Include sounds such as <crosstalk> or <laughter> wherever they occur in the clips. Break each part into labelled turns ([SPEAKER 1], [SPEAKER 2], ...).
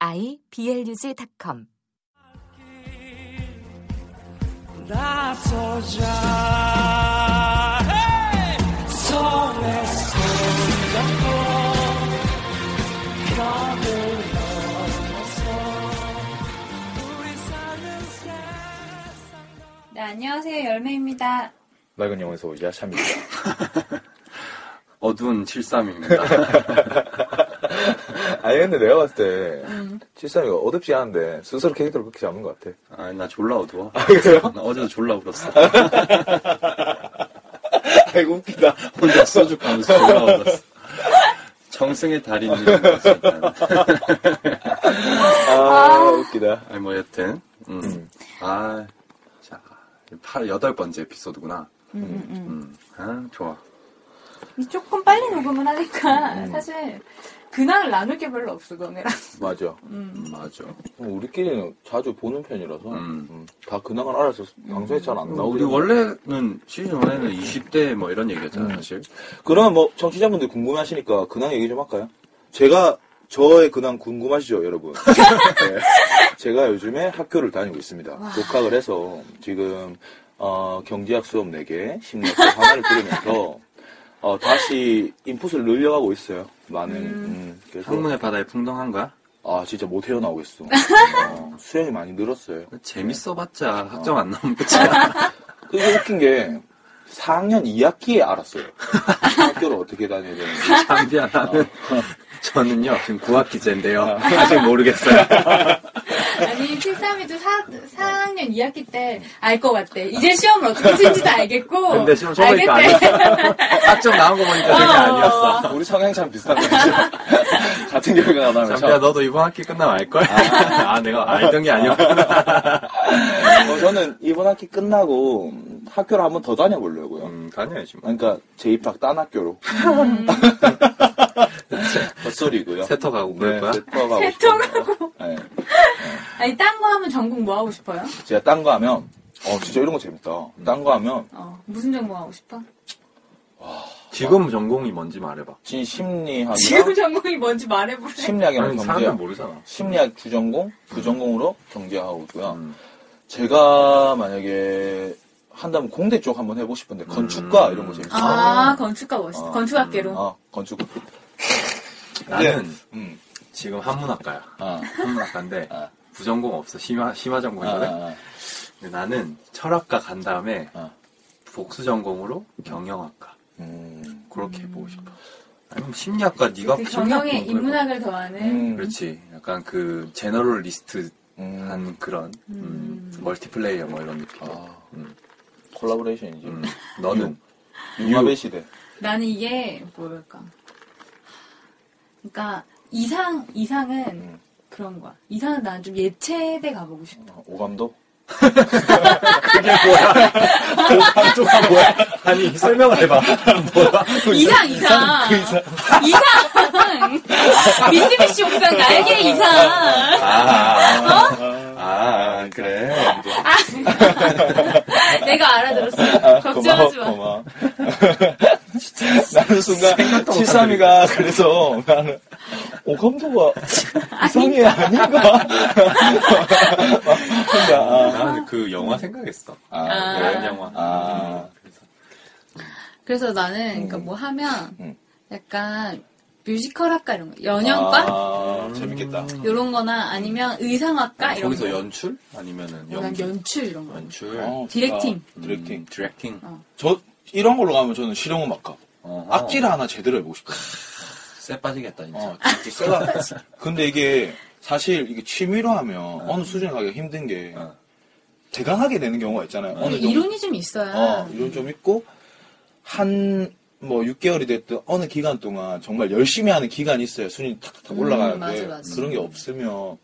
[SPEAKER 1] iblog.com
[SPEAKER 2] 나서자 손에서 잡고 벽을 넘어서 우리 사는 세상
[SPEAKER 3] 네, 안녕하세요. 열매입니다.
[SPEAKER 4] 낡은 영에서 야샤입니다.
[SPEAKER 5] 어두운 73입니다.
[SPEAKER 4] <laughs> 아니 근데 내가 봤을 때 칠삼이가 어둡지 않은데 스스로 캐릭터를 그렇게 잡은 것 같아.
[SPEAKER 5] 아, 나 졸라 어두워.
[SPEAKER 4] 그래요?
[SPEAKER 5] 나 어제도 졸라 울었어.
[SPEAKER 4] <laughs> 아이고 웃기다.
[SPEAKER 5] 혼자 소주 가면서 졸라 울었어. 정승의 달인이라는 거지. 일단.
[SPEAKER 4] 아, 웃기다.
[SPEAKER 5] 아니, 뭐, 여튼. 음. 아, 자, 팔, 여덟 번째 에피소드구나.
[SPEAKER 3] 음, 음, 음.
[SPEAKER 5] 음. 아, 좋아.
[SPEAKER 3] 이 조금 빨리 녹음을 하니까 사실 근황을 나눌 게 별로 없어, 너네랑.
[SPEAKER 4] 맞아.
[SPEAKER 5] 음, 맞아.
[SPEAKER 4] 우리끼리는 자주 보는 편이라서
[SPEAKER 5] 음.
[SPEAKER 4] 음, 다 근황을 알아서 방송에 잘 안 나오고.
[SPEAKER 5] 우리 원래는 시즌 1에는 20대 뭐 이런 얘기였잖아, 사실.
[SPEAKER 4] 그러면 뭐 청취자분들 궁금하시니까 근황 얘기 좀 할까요? 제가 저의 근황 궁금하시죠, 여러분? <laughs> 네. 제가 요즘에 학교를 다니고 있습니다. 독학을 해서 지금 어, 경제학 수업 4개, 심리학 수업 하나를 들으면서 어, 다시 인풋을 늘려가고 있어요. 많은 음, 그래서
[SPEAKER 5] 학문의 바다에 풍덩한 거야?
[SPEAKER 4] 아 진짜 못 헤어나오겠어. <laughs> 어, 수영이 많이 늘었어요.
[SPEAKER 5] 재밌어봤자 학점 안 나오면 끝이야.
[SPEAKER 4] 그게 웃긴 게 4학년 2학기에 알았어요. 학교를 어떻게 다녀야 되는지.
[SPEAKER 5] 장비하라는. 아, 저는요, 지금 9학기제인데요. 아직 모르겠어요.
[SPEAKER 3] 아니, 73이도 4, 4학년 2학기 때 알 것 같대. 이제 시험을 어떻게 치는지도 알겠고.
[SPEAKER 5] 근데 지금 저거니까 아니야. 학점 나온 거 보니까 그게 아니었어.
[SPEAKER 4] 우리 성향이 참 비슷한 거 같아요. <laughs> 같은 결과가 나면
[SPEAKER 5] 잠비야 너도 이번 학기 끝나면 알걸? 아, 내가 알던 게 아니었구나.
[SPEAKER 4] 참. 어, 저는 이번 학기 끝나고 학교를 한번 더 다녀보려고요.
[SPEAKER 5] 음, 다녀야지 뭐.
[SPEAKER 4] 그러니까 재입학 딴
[SPEAKER 5] <laughs>
[SPEAKER 4] 학교로. 헛소리고요. 네,
[SPEAKER 5] 네, 세터 가고 그럴 거야?
[SPEAKER 4] 세터가
[SPEAKER 3] <laughs>
[SPEAKER 4] 세터가고. 네.
[SPEAKER 3] 아니, 딴 거 하면 전공 뭐 하고 싶어요?
[SPEAKER 4] 제가 딴 거 하면 어 진짜 이런 거 재밌다. 딴 거 하면
[SPEAKER 3] 어, 무슨 전공 하고 싶어?
[SPEAKER 5] 지금 전공이 뭔지 말해봐.
[SPEAKER 4] 진
[SPEAKER 5] 아,
[SPEAKER 4] 심리학이랑
[SPEAKER 3] 지금 전공이 뭔지 말해보래.
[SPEAKER 4] 심리학이랑
[SPEAKER 5] 아니, 사람들
[SPEAKER 4] 경제학.
[SPEAKER 5] 모르잖아.
[SPEAKER 4] 심리학 주전공, 부전공으로 경제하고 있고요.
[SPEAKER 5] 음.
[SPEAKER 4] 제가 만약에 한다면 공대 쪽 한번 해보고 싶은데 건축과 이런 거 재밌어.
[SPEAKER 3] 아, 건축가 멋있어.
[SPEAKER 4] 어.
[SPEAKER 3] 건축학계로.
[SPEAKER 4] 아, 건축.
[SPEAKER 5] 네. 나는
[SPEAKER 4] 음.
[SPEAKER 5] 지금 한문학과야.
[SPEAKER 4] 아.
[SPEAKER 5] 한문학과인데
[SPEAKER 4] 아.
[SPEAKER 5] 부전공 없어. 심화, 심화
[SPEAKER 4] 아,
[SPEAKER 5] 전공이거든?
[SPEAKER 4] 아,
[SPEAKER 5] 근데 나는 철학과 간 다음에
[SPEAKER 4] 아.
[SPEAKER 5] 복수 전공으로 경영학과.
[SPEAKER 4] 음.
[SPEAKER 5] 그렇게 해보고 싶어. 아니면 심리학과 네가
[SPEAKER 3] 그
[SPEAKER 5] 심리학
[SPEAKER 3] 경영에
[SPEAKER 5] 공부해봐.
[SPEAKER 3] 인문학을 더하는.
[SPEAKER 4] 음.
[SPEAKER 5] 그렇지. 약간 그 제너럴 리스트
[SPEAKER 4] 음.
[SPEAKER 5] 한 그런 음, 멀티플레이어 뭐 이런 느낌.
[SPEAKER 4] 아,
[SPEAKER 5] 음.
[SPEAKER 4] 콜라보레이션이지.
[SPEAKER 5] 음, 너는
[SPEAKER 4] 융합의 시대.
[SPEAKER 3] 나는 이게 뭐랄까. 그러니까 이상
[SPEAKER 5] 음.
[SPEAKER 3] 이상은 그런 거야. 이상은 난 좀 예체대 가보고 싶어.
[SPEAKER 4] 어, 오감도?
[SPEAKER 5] 한쪽가 뭐야? 아니 설명을 해봐.
[SPEAKER 3] 이상 이상 이상 <laughs> 미쓰비시 옥상 날개 이상
[SPEAKER 5] 아, <laughs> 아,
[SPEAKER 3] 어?
[SPEAKER 5] 아, 아, 그래.
[SPEAKER 3] 내가 알아들었어. 걱정하지 마.
[SPEAKER 4] 고마워. 나는 순간
[SPEAKER 5] 생각도 못
[SPEAKER 4] 732가 그래서 나는 오감도가 이상해 아닌가? 혼자, 아.
[SPEAKER 5] 나는 그 영화 생각했어.
[SPEAKER 4] 아,
[SPEAKER 5] 그런 영화.
[SPEAKER 4] 아.
[SPEAKER 3] 그래서 나는 그러니까 뭐 하면
[SPEAKER 4] 음.
[SPEAKER 3] 약간 뮤지컬학과 이런 거, 연영과 음.
[SPEAKER 4] 아, 재밌겠다.
[SPEAKER 3] 이런거나 아니면 의상학과 이런
[SPEAKER 5] 거기서
[SPEAKER 3] 거.
[SPEAKER 5] 연출 아니면은
[SPEAKER 3] 난
[SPEAKER 5] 연기.
[SPEAKER 3] 연출 이런 거.
[SPEAKER 5] 연출.
[SPEAKER 4] 어,
[SPEAKER 3] 디렉팅.
[SPEAKER 4] 아, 디렉팅.
[SPEAKER 5] 음, 디렉팅.
[SPEAKER 3] 어.
[SPEAKER 4] 저 이런 걸로 가면 저는 실용음악과
[SPEAKER 5] 어허.
[SPEAKER 4] 악기를 하나 제대로 해보고 싶어요.
[SPEAKER 5] 쎄 빠지겠다 진짜.
[SPEAKER 4] 어, 진짜 세다. 근데 이게 사실 이게 취미로 하면 어느 수준에 가기가 힘든 게
[SPEAKER 5] 어.
[SPEAKER 4] 대강하게 되는 경우가 있잖아요.
[SPEAKER 3] 근데
[SPEAKER 4] 어느 정도
[SPEAKER 3] 이론이 좀 있어야.
[SPEAKER 4] 어, 이런 좀 있고 한 뭐 6개월이 됐든 어느 기간 동안 정말 열심히 하는 기간이 있어요. 순위 탁탁
[SPEAKER 3] 음,
[SPEAKER 4] 올라가는데
[SPEAKER 3] 맞아, 맞아.
[SPEAKER 4] 그런 게 없으면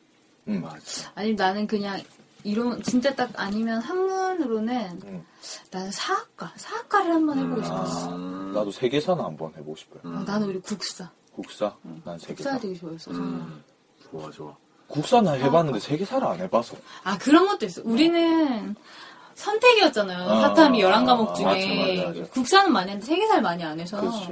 [SPEAKER 4] 음.
[SPEAKER 5] 맞아.
[SPEAKER 3] 아니 나는 그냥 이론 진짜 딱 아니면 한문으로는
[SPEAKER 4] 음.
[SPEAKER 3] 나는 사학과 사학과를 한번 해보고 싶었어.
[SPEAKER 5] 음,
[SPEAKER 4] 나도 세계사는 한번 해보고 싶어요.
[SPEAKER 3] 어, 나는 우리 국사
[SPEAKER 4] 국사? 난 세계사.
[SPEAKER 3] 국사 되게 좋아했어.
[SPEAKER 5] 음, 좋아 좋아.
[SPEAKER 4] 국사 나 해봤는데 세계사를 안 해봐서.
[SPEAKER 3] 아 그런 것도 있어. 우리는 선택이었잖아요.
[SPEAKER 4] 아,
[SPEAKER 3] 사탐이 11 과목
[SPEAKER 4] 아,
[SPEAKER 3] 중에
[SPEAKER 4] 맞아, 맞아, 그렇죠. 맞아.
[SPEAKER 3] 국사는 많이 했는데 세계사를 많이 안 해서
[SPEAKER 4] 그렇지.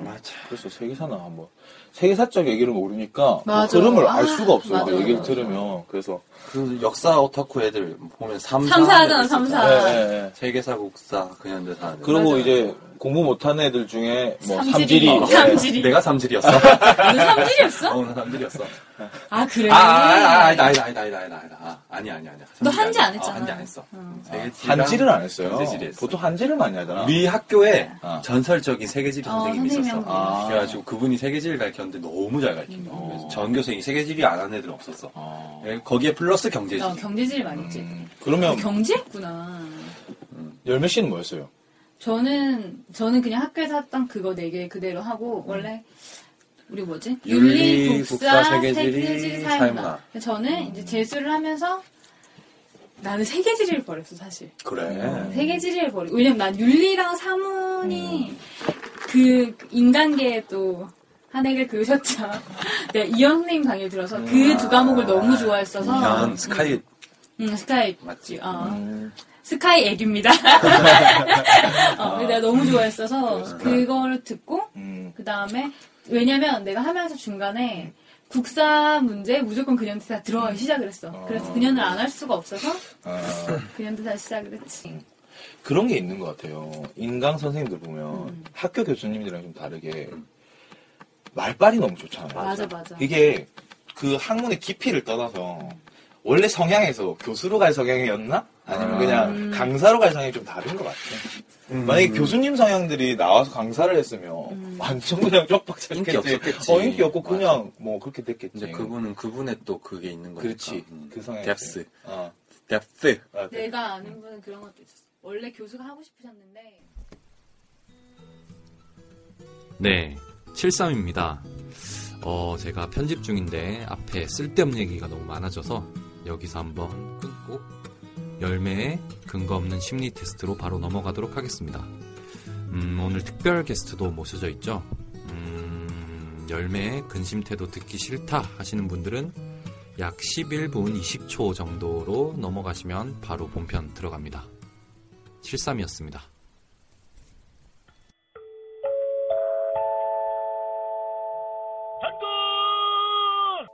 [SPEAKER 4] 그래서 세계사는 한번 세계사적 얘기를 모르니까 뭐
[SPEAKER 3] 맞아.
[SPEAKER 4] 흐름을
[SPEAKER 3] 아,
[SPEAKER 4] 알 수가 없어요. 그
[SPEAKER 3] 맞아,
[SPEAKER 4] 얘기를
[SPEAKER 3] 맞아.
[SPEAKER 4] 들으면 그래서
[SPEAKER 5] 그 역사 오타쿠 애들 보면 삼사. 그
[SPEAKER 3] 삼사하잖아
[SPEAKER 4] 예,
[SPEAKER 3] 삼사.
[SPEAKER 4] 예, 예.
[SPEAKER 5] 세계사, 국사, 그냥 들 다.
[SPEAKER 4] 그리고
[SPEAKER 3] 맞아.
[SPEAKER 4] 이제 공부 못하는 애들 중에 뭐
[SPEAKER 3] 삼질이.
[SPEAKER 4] 삼질이, 네.
[SPEAKER 3] 어. 삼질이.
[SPEAKER 5] 내가 삼질이었어.
[SPEAKER 3] 너 삼질이었어?
[SPEAKER 5] 어, 나 삼질이었어.
[SPEAKER 3] 아 그래.
[SPEAKER 5] 아, 아, 아니다, 아니다, 아니다, 아니다, 아니다, 아니다. 아, 아니야, 아니야, 아니야.
[SPEAKER 3] 너
[SPEAKER 5] 삼질이
[SPEAKER 3] 한지 안
[SPEAKER 5] 아니야.
[SPEAKER 3] 했잖아.
[SPEAKER 5] 어, 한지 안 했어. 세계지리랑
[SPEAKER 4] 한질을 안 했어요.
[SPEAKER 5] 세계지리 했어. 어.
[SPEAKER 4] 보통 한질을 많이 하잖아.
[SPEAKER 5] 우리 학교에
[SPEAKER 4] 아.
[SPEAKER 5] 전설적인 세계지리
[SPEAKER 3] 네. 어,
[SPEAKER 5] 선생님이
[SPEAKER 3] 선생님이
[SPEAKER 5] 있었어.
[SPEAKER 3] 한 분이요.
[SPEAKER 5] 아. 그래가지고 그분이 세계지리를 가르쳤는데 너무 잘 가르친다. 그래서 전교생이 세계지리 안 하는 애들 은 음. 없었어.
[SPEAKER 4] 아.
[SPEAKER 5] 예, 거기에 플러스 경제지리.
[SPEAKER 3] 나 어, 경제지를 많이 했지. 어,
[SPEAKER 4] 그러면
[SPEAKER 3] 경제했구나.
[SPEAKER 4] 열몇 씨는 뭐였어요?
[SPEAKER 3] 저는 저는 그냥 학교에서 했던 그거 네 개 그대로
[SPEAKER 4] 음.
[SPEAKER 3] 하고 원래 우리 뭐지
[SPEAKER 5] 윤리,
[SPEAKER 3] 윤리,
[SPEAKER 5] 국사,
[SPEAKER 3] 국사,
[SPEAKER 5] 세계지리,
[SPEAKER 3] 세계지리,
[SPEAKER 5] 사회문화.
[SPEAKER 3] 사회문화. 저는
[SPEAKER 4] 음.
[SPEAKER 3] 이제 재수를 하면서 나는 세계지리를 버렸어 사실.
[SPEAKER 4] 음.
[SPEAKER 5] 그래.
[SPEAKER 3] 세계지리를 버리고 왜냐면 난 윤리랑 사문이
[SPEAKER 4] 음.
[SPEAKER 3] 그 인간계에 또 한해를 그으셨죠. <laughs> 내가 이현 선생님 강의를 들어서 그
[SPEAKER 4] 음.
[SPEAKER 3] 두 과목을 너무 좋아했어서
[SPEAKER 5] 이현 스카이
[SPEAKER 3] 응, 음, 스카이
[SPEAKER 5] 맞지?
[SPEAKER 3] 어.
[SPEAKER 4] 음.
[SPEAKER 3] 스카이 애기입니다. <laughs> 어, 내가 너무 좋아했어서 그거를 듣고
[SPEAKER 4] 음.
[SPEAKER 3] 그 다음에 왜냐면 내가 하면서 중간에 국사 문제 무조건 그년대 다 들어가기 시작을 했어. 그래서 그년을 안 할 수가 없어서
[SPEAKER 4] 음. 아. 음,
[SPEAKER 3] 그년대 다 시작을 했지.
[SPEAKER 4] 그런 게 있는 것 같아요. 인강 선생님들 보면
[SPEAKER 3] 음.
[SPEAKER 4] 학교 교수님들이랑 좀 다르게 말빨이 너무 좋잖아요.
[SPEAKER 3] 맞아, 맞아.
[SPEAKER 4] 이게 그 학문의 깊이를 떠나서 원래 성향에서 교수로 갈 성향이었나? 아니면
[SPEAKER 5] 아. 음.
[SPEAKER 4] 그냥
[SPEAKER 3] 음.
[SPEAKER 4] 강사로 갈 성향이 좀 다른 것 같아. 만약에 교수님 성향들이 나와서 강사를 했으면
[SPEAKER 3] 음.
[SPEAKER 4] 완전 그냥 쪽박
[SPEAKER 5] 인기 없었겠지.
[SPEAKER 4] 어, 인기 없고 그냥 뭐 그렇게 됐겠지.
[SPEAKER 5] 이제 그분은 그분의 또 음. 그게 있는 거니까.
[SPEAKER 4] 그렇지.
[SPEAKER 5] 음.
[SPEAKER 4] 그 성향이.
[SPEAKER 5] 뎁스.
[SPEAKER 4] 어.
[SPEAKER 5] 뎁스.
[SPEAKER 4] 아, 네.
[SPEAKER 3] 내가 아는 분은 그런 것도 있었어. 원래 교수가 하고 싶으셨는데
[SPEAKER 6] 네, 73입니다. 어, 제가 편집 중인데 앞에 쓸데없는 얘기가 너무 많아져서 여기서 한번 끊고 열매의 근거 없는 심리 테스트로 바로 넘어가도록 하겠습니다. 음, 오늘 특별 게스트도 모셔져 있죠. 음, 열매의 근심 태도 듣기 싫다 하시는 분들은 약 11분 20초 정도로 넘어가시면 바로 본편 들어갑니다. 73이었습니다.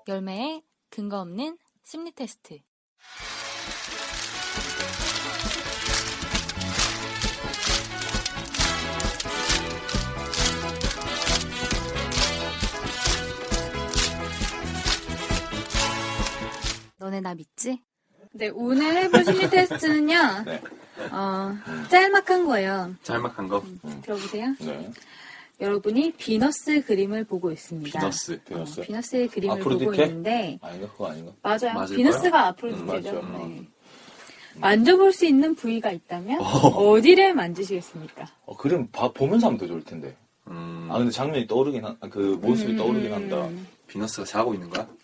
[SPEAKER 7] 열매에 근거 없는 심리 테스트. 너네 나 믿지?
[SPEAKER 3] 네, 오늘 해볼 심리 <laughs> 테스트는요.
[SPEAKER 4] 네.
[SPEAKER 3] 어, 짤막한 거예요.
[SPEAKER 5] 잘막한 거.
[SPEAKER 3] 음.
[SPEAKER 5] 음.
[SPEAKER 3] 들어보세요.
[SPEAKER 4] 네.
[SPEAKER 3] 여러분이 비너스 그림을 보고 있습니다.
[SPEAKER 5] 비너스.
[SPEAKER 4] 비너스.
[SPEAKER 3] 의 그림을
[SPEAKER 4] 아프로디테?
[SPEAKER 3] 보고 있는데
[SPEAKER 4] 아닌가? 그거 아닌가?
[SPEAKER 3] 맞아요.
[SPEAKER 5] 맞을
[SPEAKER 3] 비너스가
[SPEAKER 4] 음,
[SPEAKER 3] 아프로디테죠.
[SPEAKER 4] 맞죠.
[SPEAKER 3] 네. 만져볼 수 있는 부위가 있다면 어디를 만지시겠습니까?
[SPEAKER 4] 어, 그림 봐, 보면서 하면 더 좋을 텐데.
[SPEAKER 5] 음,
[SPEAKER 4] 아 근데 장면이 떠오르긴 한, 아, 그
[SPEAKER 3] 음.
[SPEAKER 4] 모습이 떠오르긴 한다.
[SPEAKER 5] 비너스가 자고 있는 거야?
[SPEAKER 3] 네.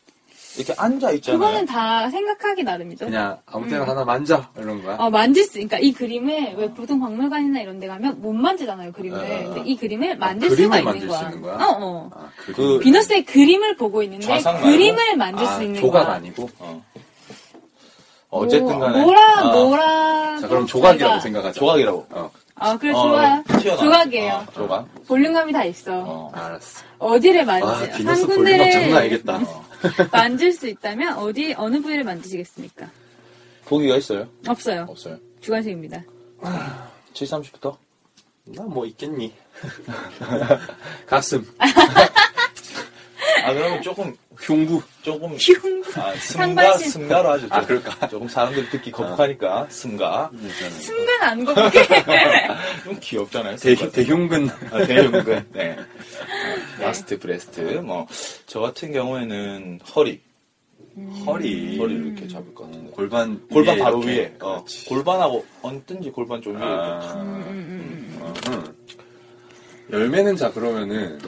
[SPEAKER 4] 이렇게 앉아 있잖아요.
[SPEAKER 3] 그거는 다 생각하기 나름이죠.
[SPEAKER 5] 그냥 아무 때나 하나 만져 이런 거야.
[SPEAKER 3] 어, 만질 수, 그러니까 이 그림을 왜 보통 박물관이나 이런 데 가면 못 만지잖아요, 그림을.
[SPEAKER 4] 네.
[SPEAKER 3] 근데 이 그림을 만질
[SPEAKER 5] 아, 그림을
[SPEAKER 3] 수가 있는
[SPEAKER 5] 만질 수
[SPEAKER 3] 거야.
[SPEAKER 5] 있는 거야?
[SPEAKER 3] 어, 어.
[SPEAKER 5] 아, 그
[SPEAKER 4] 그-
[SPEAKER 3] 비너스의 그림을 보고 있는데
[SPEAKER 4] 좌상 말고?
[SPEAKER 3] 그림을 만질
[SPEAKER 5] 아,
[SPEAKER 3] 수 있는
[SPEAKER 5] 조각
[SPEAKER 3] 거야.
[SPEAKER 5] 아니고.
[SPEAKER 4] 어. 어쨌든 간에.
[SPEAKER 3] 뭐, 라
[SPEAKER 4] 아,
[SPEAKER 3] 뭐라.
[SPEAKER 5] 자, 그럼 조각이라고 생각하자.
[SPEAKER 4] 조각이라고.
[SPEAKER 5] 어,
[SPEAKER 3] 아, 그래,
[SPEAKER 4] 어,
[SPEAKER 3] 좋아.
[SPEAKER 4] 튀어나와.
[SPEAKER 3] 조각이에요.
[SPEAKER 4] 어, 조각.
[SPEAKER 3] 볼륨감이 다 있어.
[SPEAKER 4] 어.
[SPEAKER 5] 알았어.
[SPEAKER 3] 어. 디를 만지,
[SPEAKER 5] 아,
[SPEAKER 3] 한
[SPEAKER 5] 비너스 볼륨 장난
[SPEAKER 3] 군데를
[SPEAKER 5] 알겠다. <laughs> 어.
[SPEAKER 3] 만질 수 있다면 어디, 어느 부위를 만지시겠습니까?
[SPEAKER 4] 보기가 있어요?
[SPEAKER 3] 없어요.
[SPEAKER 4] 없어요.
[SPEAKER 3] 주관식입니다.
[SPEAKER 4] 7, 30부터?
[SPEAKER 5] 나 뭐 있겠니? 가슴.
[SPEAKER 4] 아, 그러면 조금,
[SPEAKER 5] 흉부.
[SPEAKER 4] 조금.
[SPEAKER 3] 흉부.
[SPEAKER 4] 아, 승가,
[SPEAKER 3] 상반신.
[SPEAKER 4] 승가로 하죠.
[SPEAKER 5] 아,
[SPEAKER 4] 조금.
[SPEAKER 5] 그럴까? 아.
[SPEAKER 4] 조금 사람들이 듣기 거북하니까, 승가.
[SPEAKER 3] 순간 안 거북해.
[SPEAKER 4] 좀 귀엽잖아요.
[SPEAKER 5] 대,
[SPEAKER 4] 승가.
[SPEAKER 5] 대흉근.
[SPEAKER 4] 아, 대흉근. 네. 바스트, 브레스트. 뭐, 저 같은 경우에는 허리.
[SPEAKER 5] 허리.
[SPEAKER 4] 허리를 이렇게 잡을 것 같은데.
[SPEAKER 5] 골반.
[SPEAKER 4] 골반 바로
[SPEAKER 5] 이렇게.
[SPEAKER 4] 위에. 어,
[SPEAKER 5] 그렇지.
[SPEAKER 4] 골반하고 언든지 골반 좀 위에.
[SPEAKER 5] 아.
[SPEAKER 3] 음.
[SPEAKER 5] 음. 열매는 자 그러면은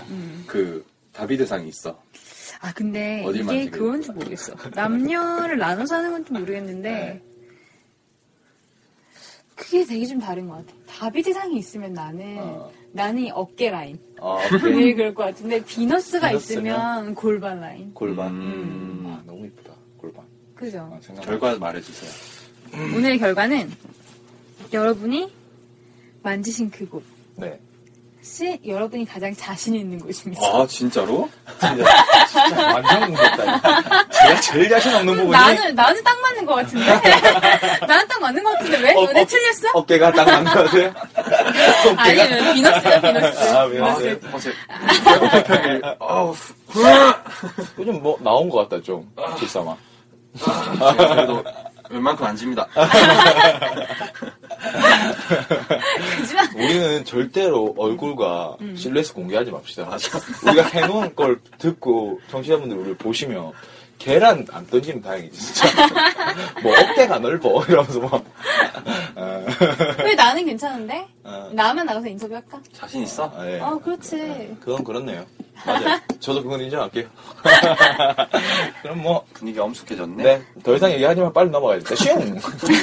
[SPEAKER 5] 그 다비드상이 있어.
[SPEAKER 3] 아 근데
[SPEAKER 5] 어디
[SPEAKER 3] 이게
[SPEAKER 5] 만지게
[SPEAKER 3] 그건지 모르겠어. 남녀를 나눠서 하는 건지 모르겠는데 그게 되게 좀 다른 것 같아. 다비드상이 있으면 나는
[SPEAKER 5] 어.
[SPEAKER 3] 나는 이 어깨 라인
[SPEAKER 4] 아,
[SPEAKER 3] <laughs> 늘 그럴 것 같은데 비너스가
[SPEAKER 4] 비너스면?
[SPEAKER 3] 있으면 골반 라인.
[SPEAKER 4] 골반.
[SPEAKER 5] 음.
[SPEAKER 4] 아, 너무 이쁘다. 골반.
[SPEAKER 3] 그죠?
[SPEAKER 4] 아, 생각
[SPEAKER 5] 결과 말해주세요.
[SPEAKER 3] 오늘의 결과는 여러분이 만지신 그곳.
[SPEAKER 4] 네.
[SPEAKER 3] 이 여러분이 가장 자신 있는 곳입니다.
[SPEAKER 5] 아 진짜로?
[SPEAKER 4] 진짜 완전 공격다. 제가 제일 자신 없는 어, 뭐 부분이
[SPEAKER 3] 나는 나는 딱 맞는 것 같은데. <laughs> 나는 딱 맞는 것 같은데 왜?
[SPEAKER 4] 어,
[SPEAKER 3] 너네
[SPEAKER 4] 어.
[SPEAKER 3] 틀렸어?
[SPEAKER 4] 어깨가 딱 맞는 것 같아요.
[SPEAKER 3] <laughs> 아니면 비너스야 비너스.
[SPEAKER 4] 아, 미안해요.
[SPEAKER 5] 어제 <laughs>
[SPEAKER 4] 요즘 뭐 나온 것 같다, 좀. 길삼아.
[SPEAKER 5] 그래도 웬만큼 안 집니다.
[SPEAKER 3] 그지만
[SPEAKER 4] 우리는 절대로 얼굴과
[SPEAKER 3] 음.
[SPEAKER 4] 실루엣 공개하지 맙시다. 우리가 해놓은 걸 듣고 청취자분들 우리를 보시면 계란 안 던지면 다행이지, 진짜. 뭐 어깨가 넓어 <laughs> 이러면서 뭐. 막. 아,
[SPEAKER 3] 왜 나는 괜찮은데?
[SPEAKER 4] 아,
[SPEAKER 3] 나만 나가서 인터뷰할까?
[SPEAKER 5] 자신 있어?
[SPEAKER 4] 아, 예.
[SPEAKER 3] 어 그렇지.
[SPEAKER 4] 그건 그렇네요. 맞아요. 저도 그건 인정할게요. <laughs> 그럼 뭐,
[SPEAKER 5] 분위기 엄숙해졌네.
[SPEAKER 4] 네. 더 이상 얘기하지만 빨리 넘어가야겠다. 슝! 슝!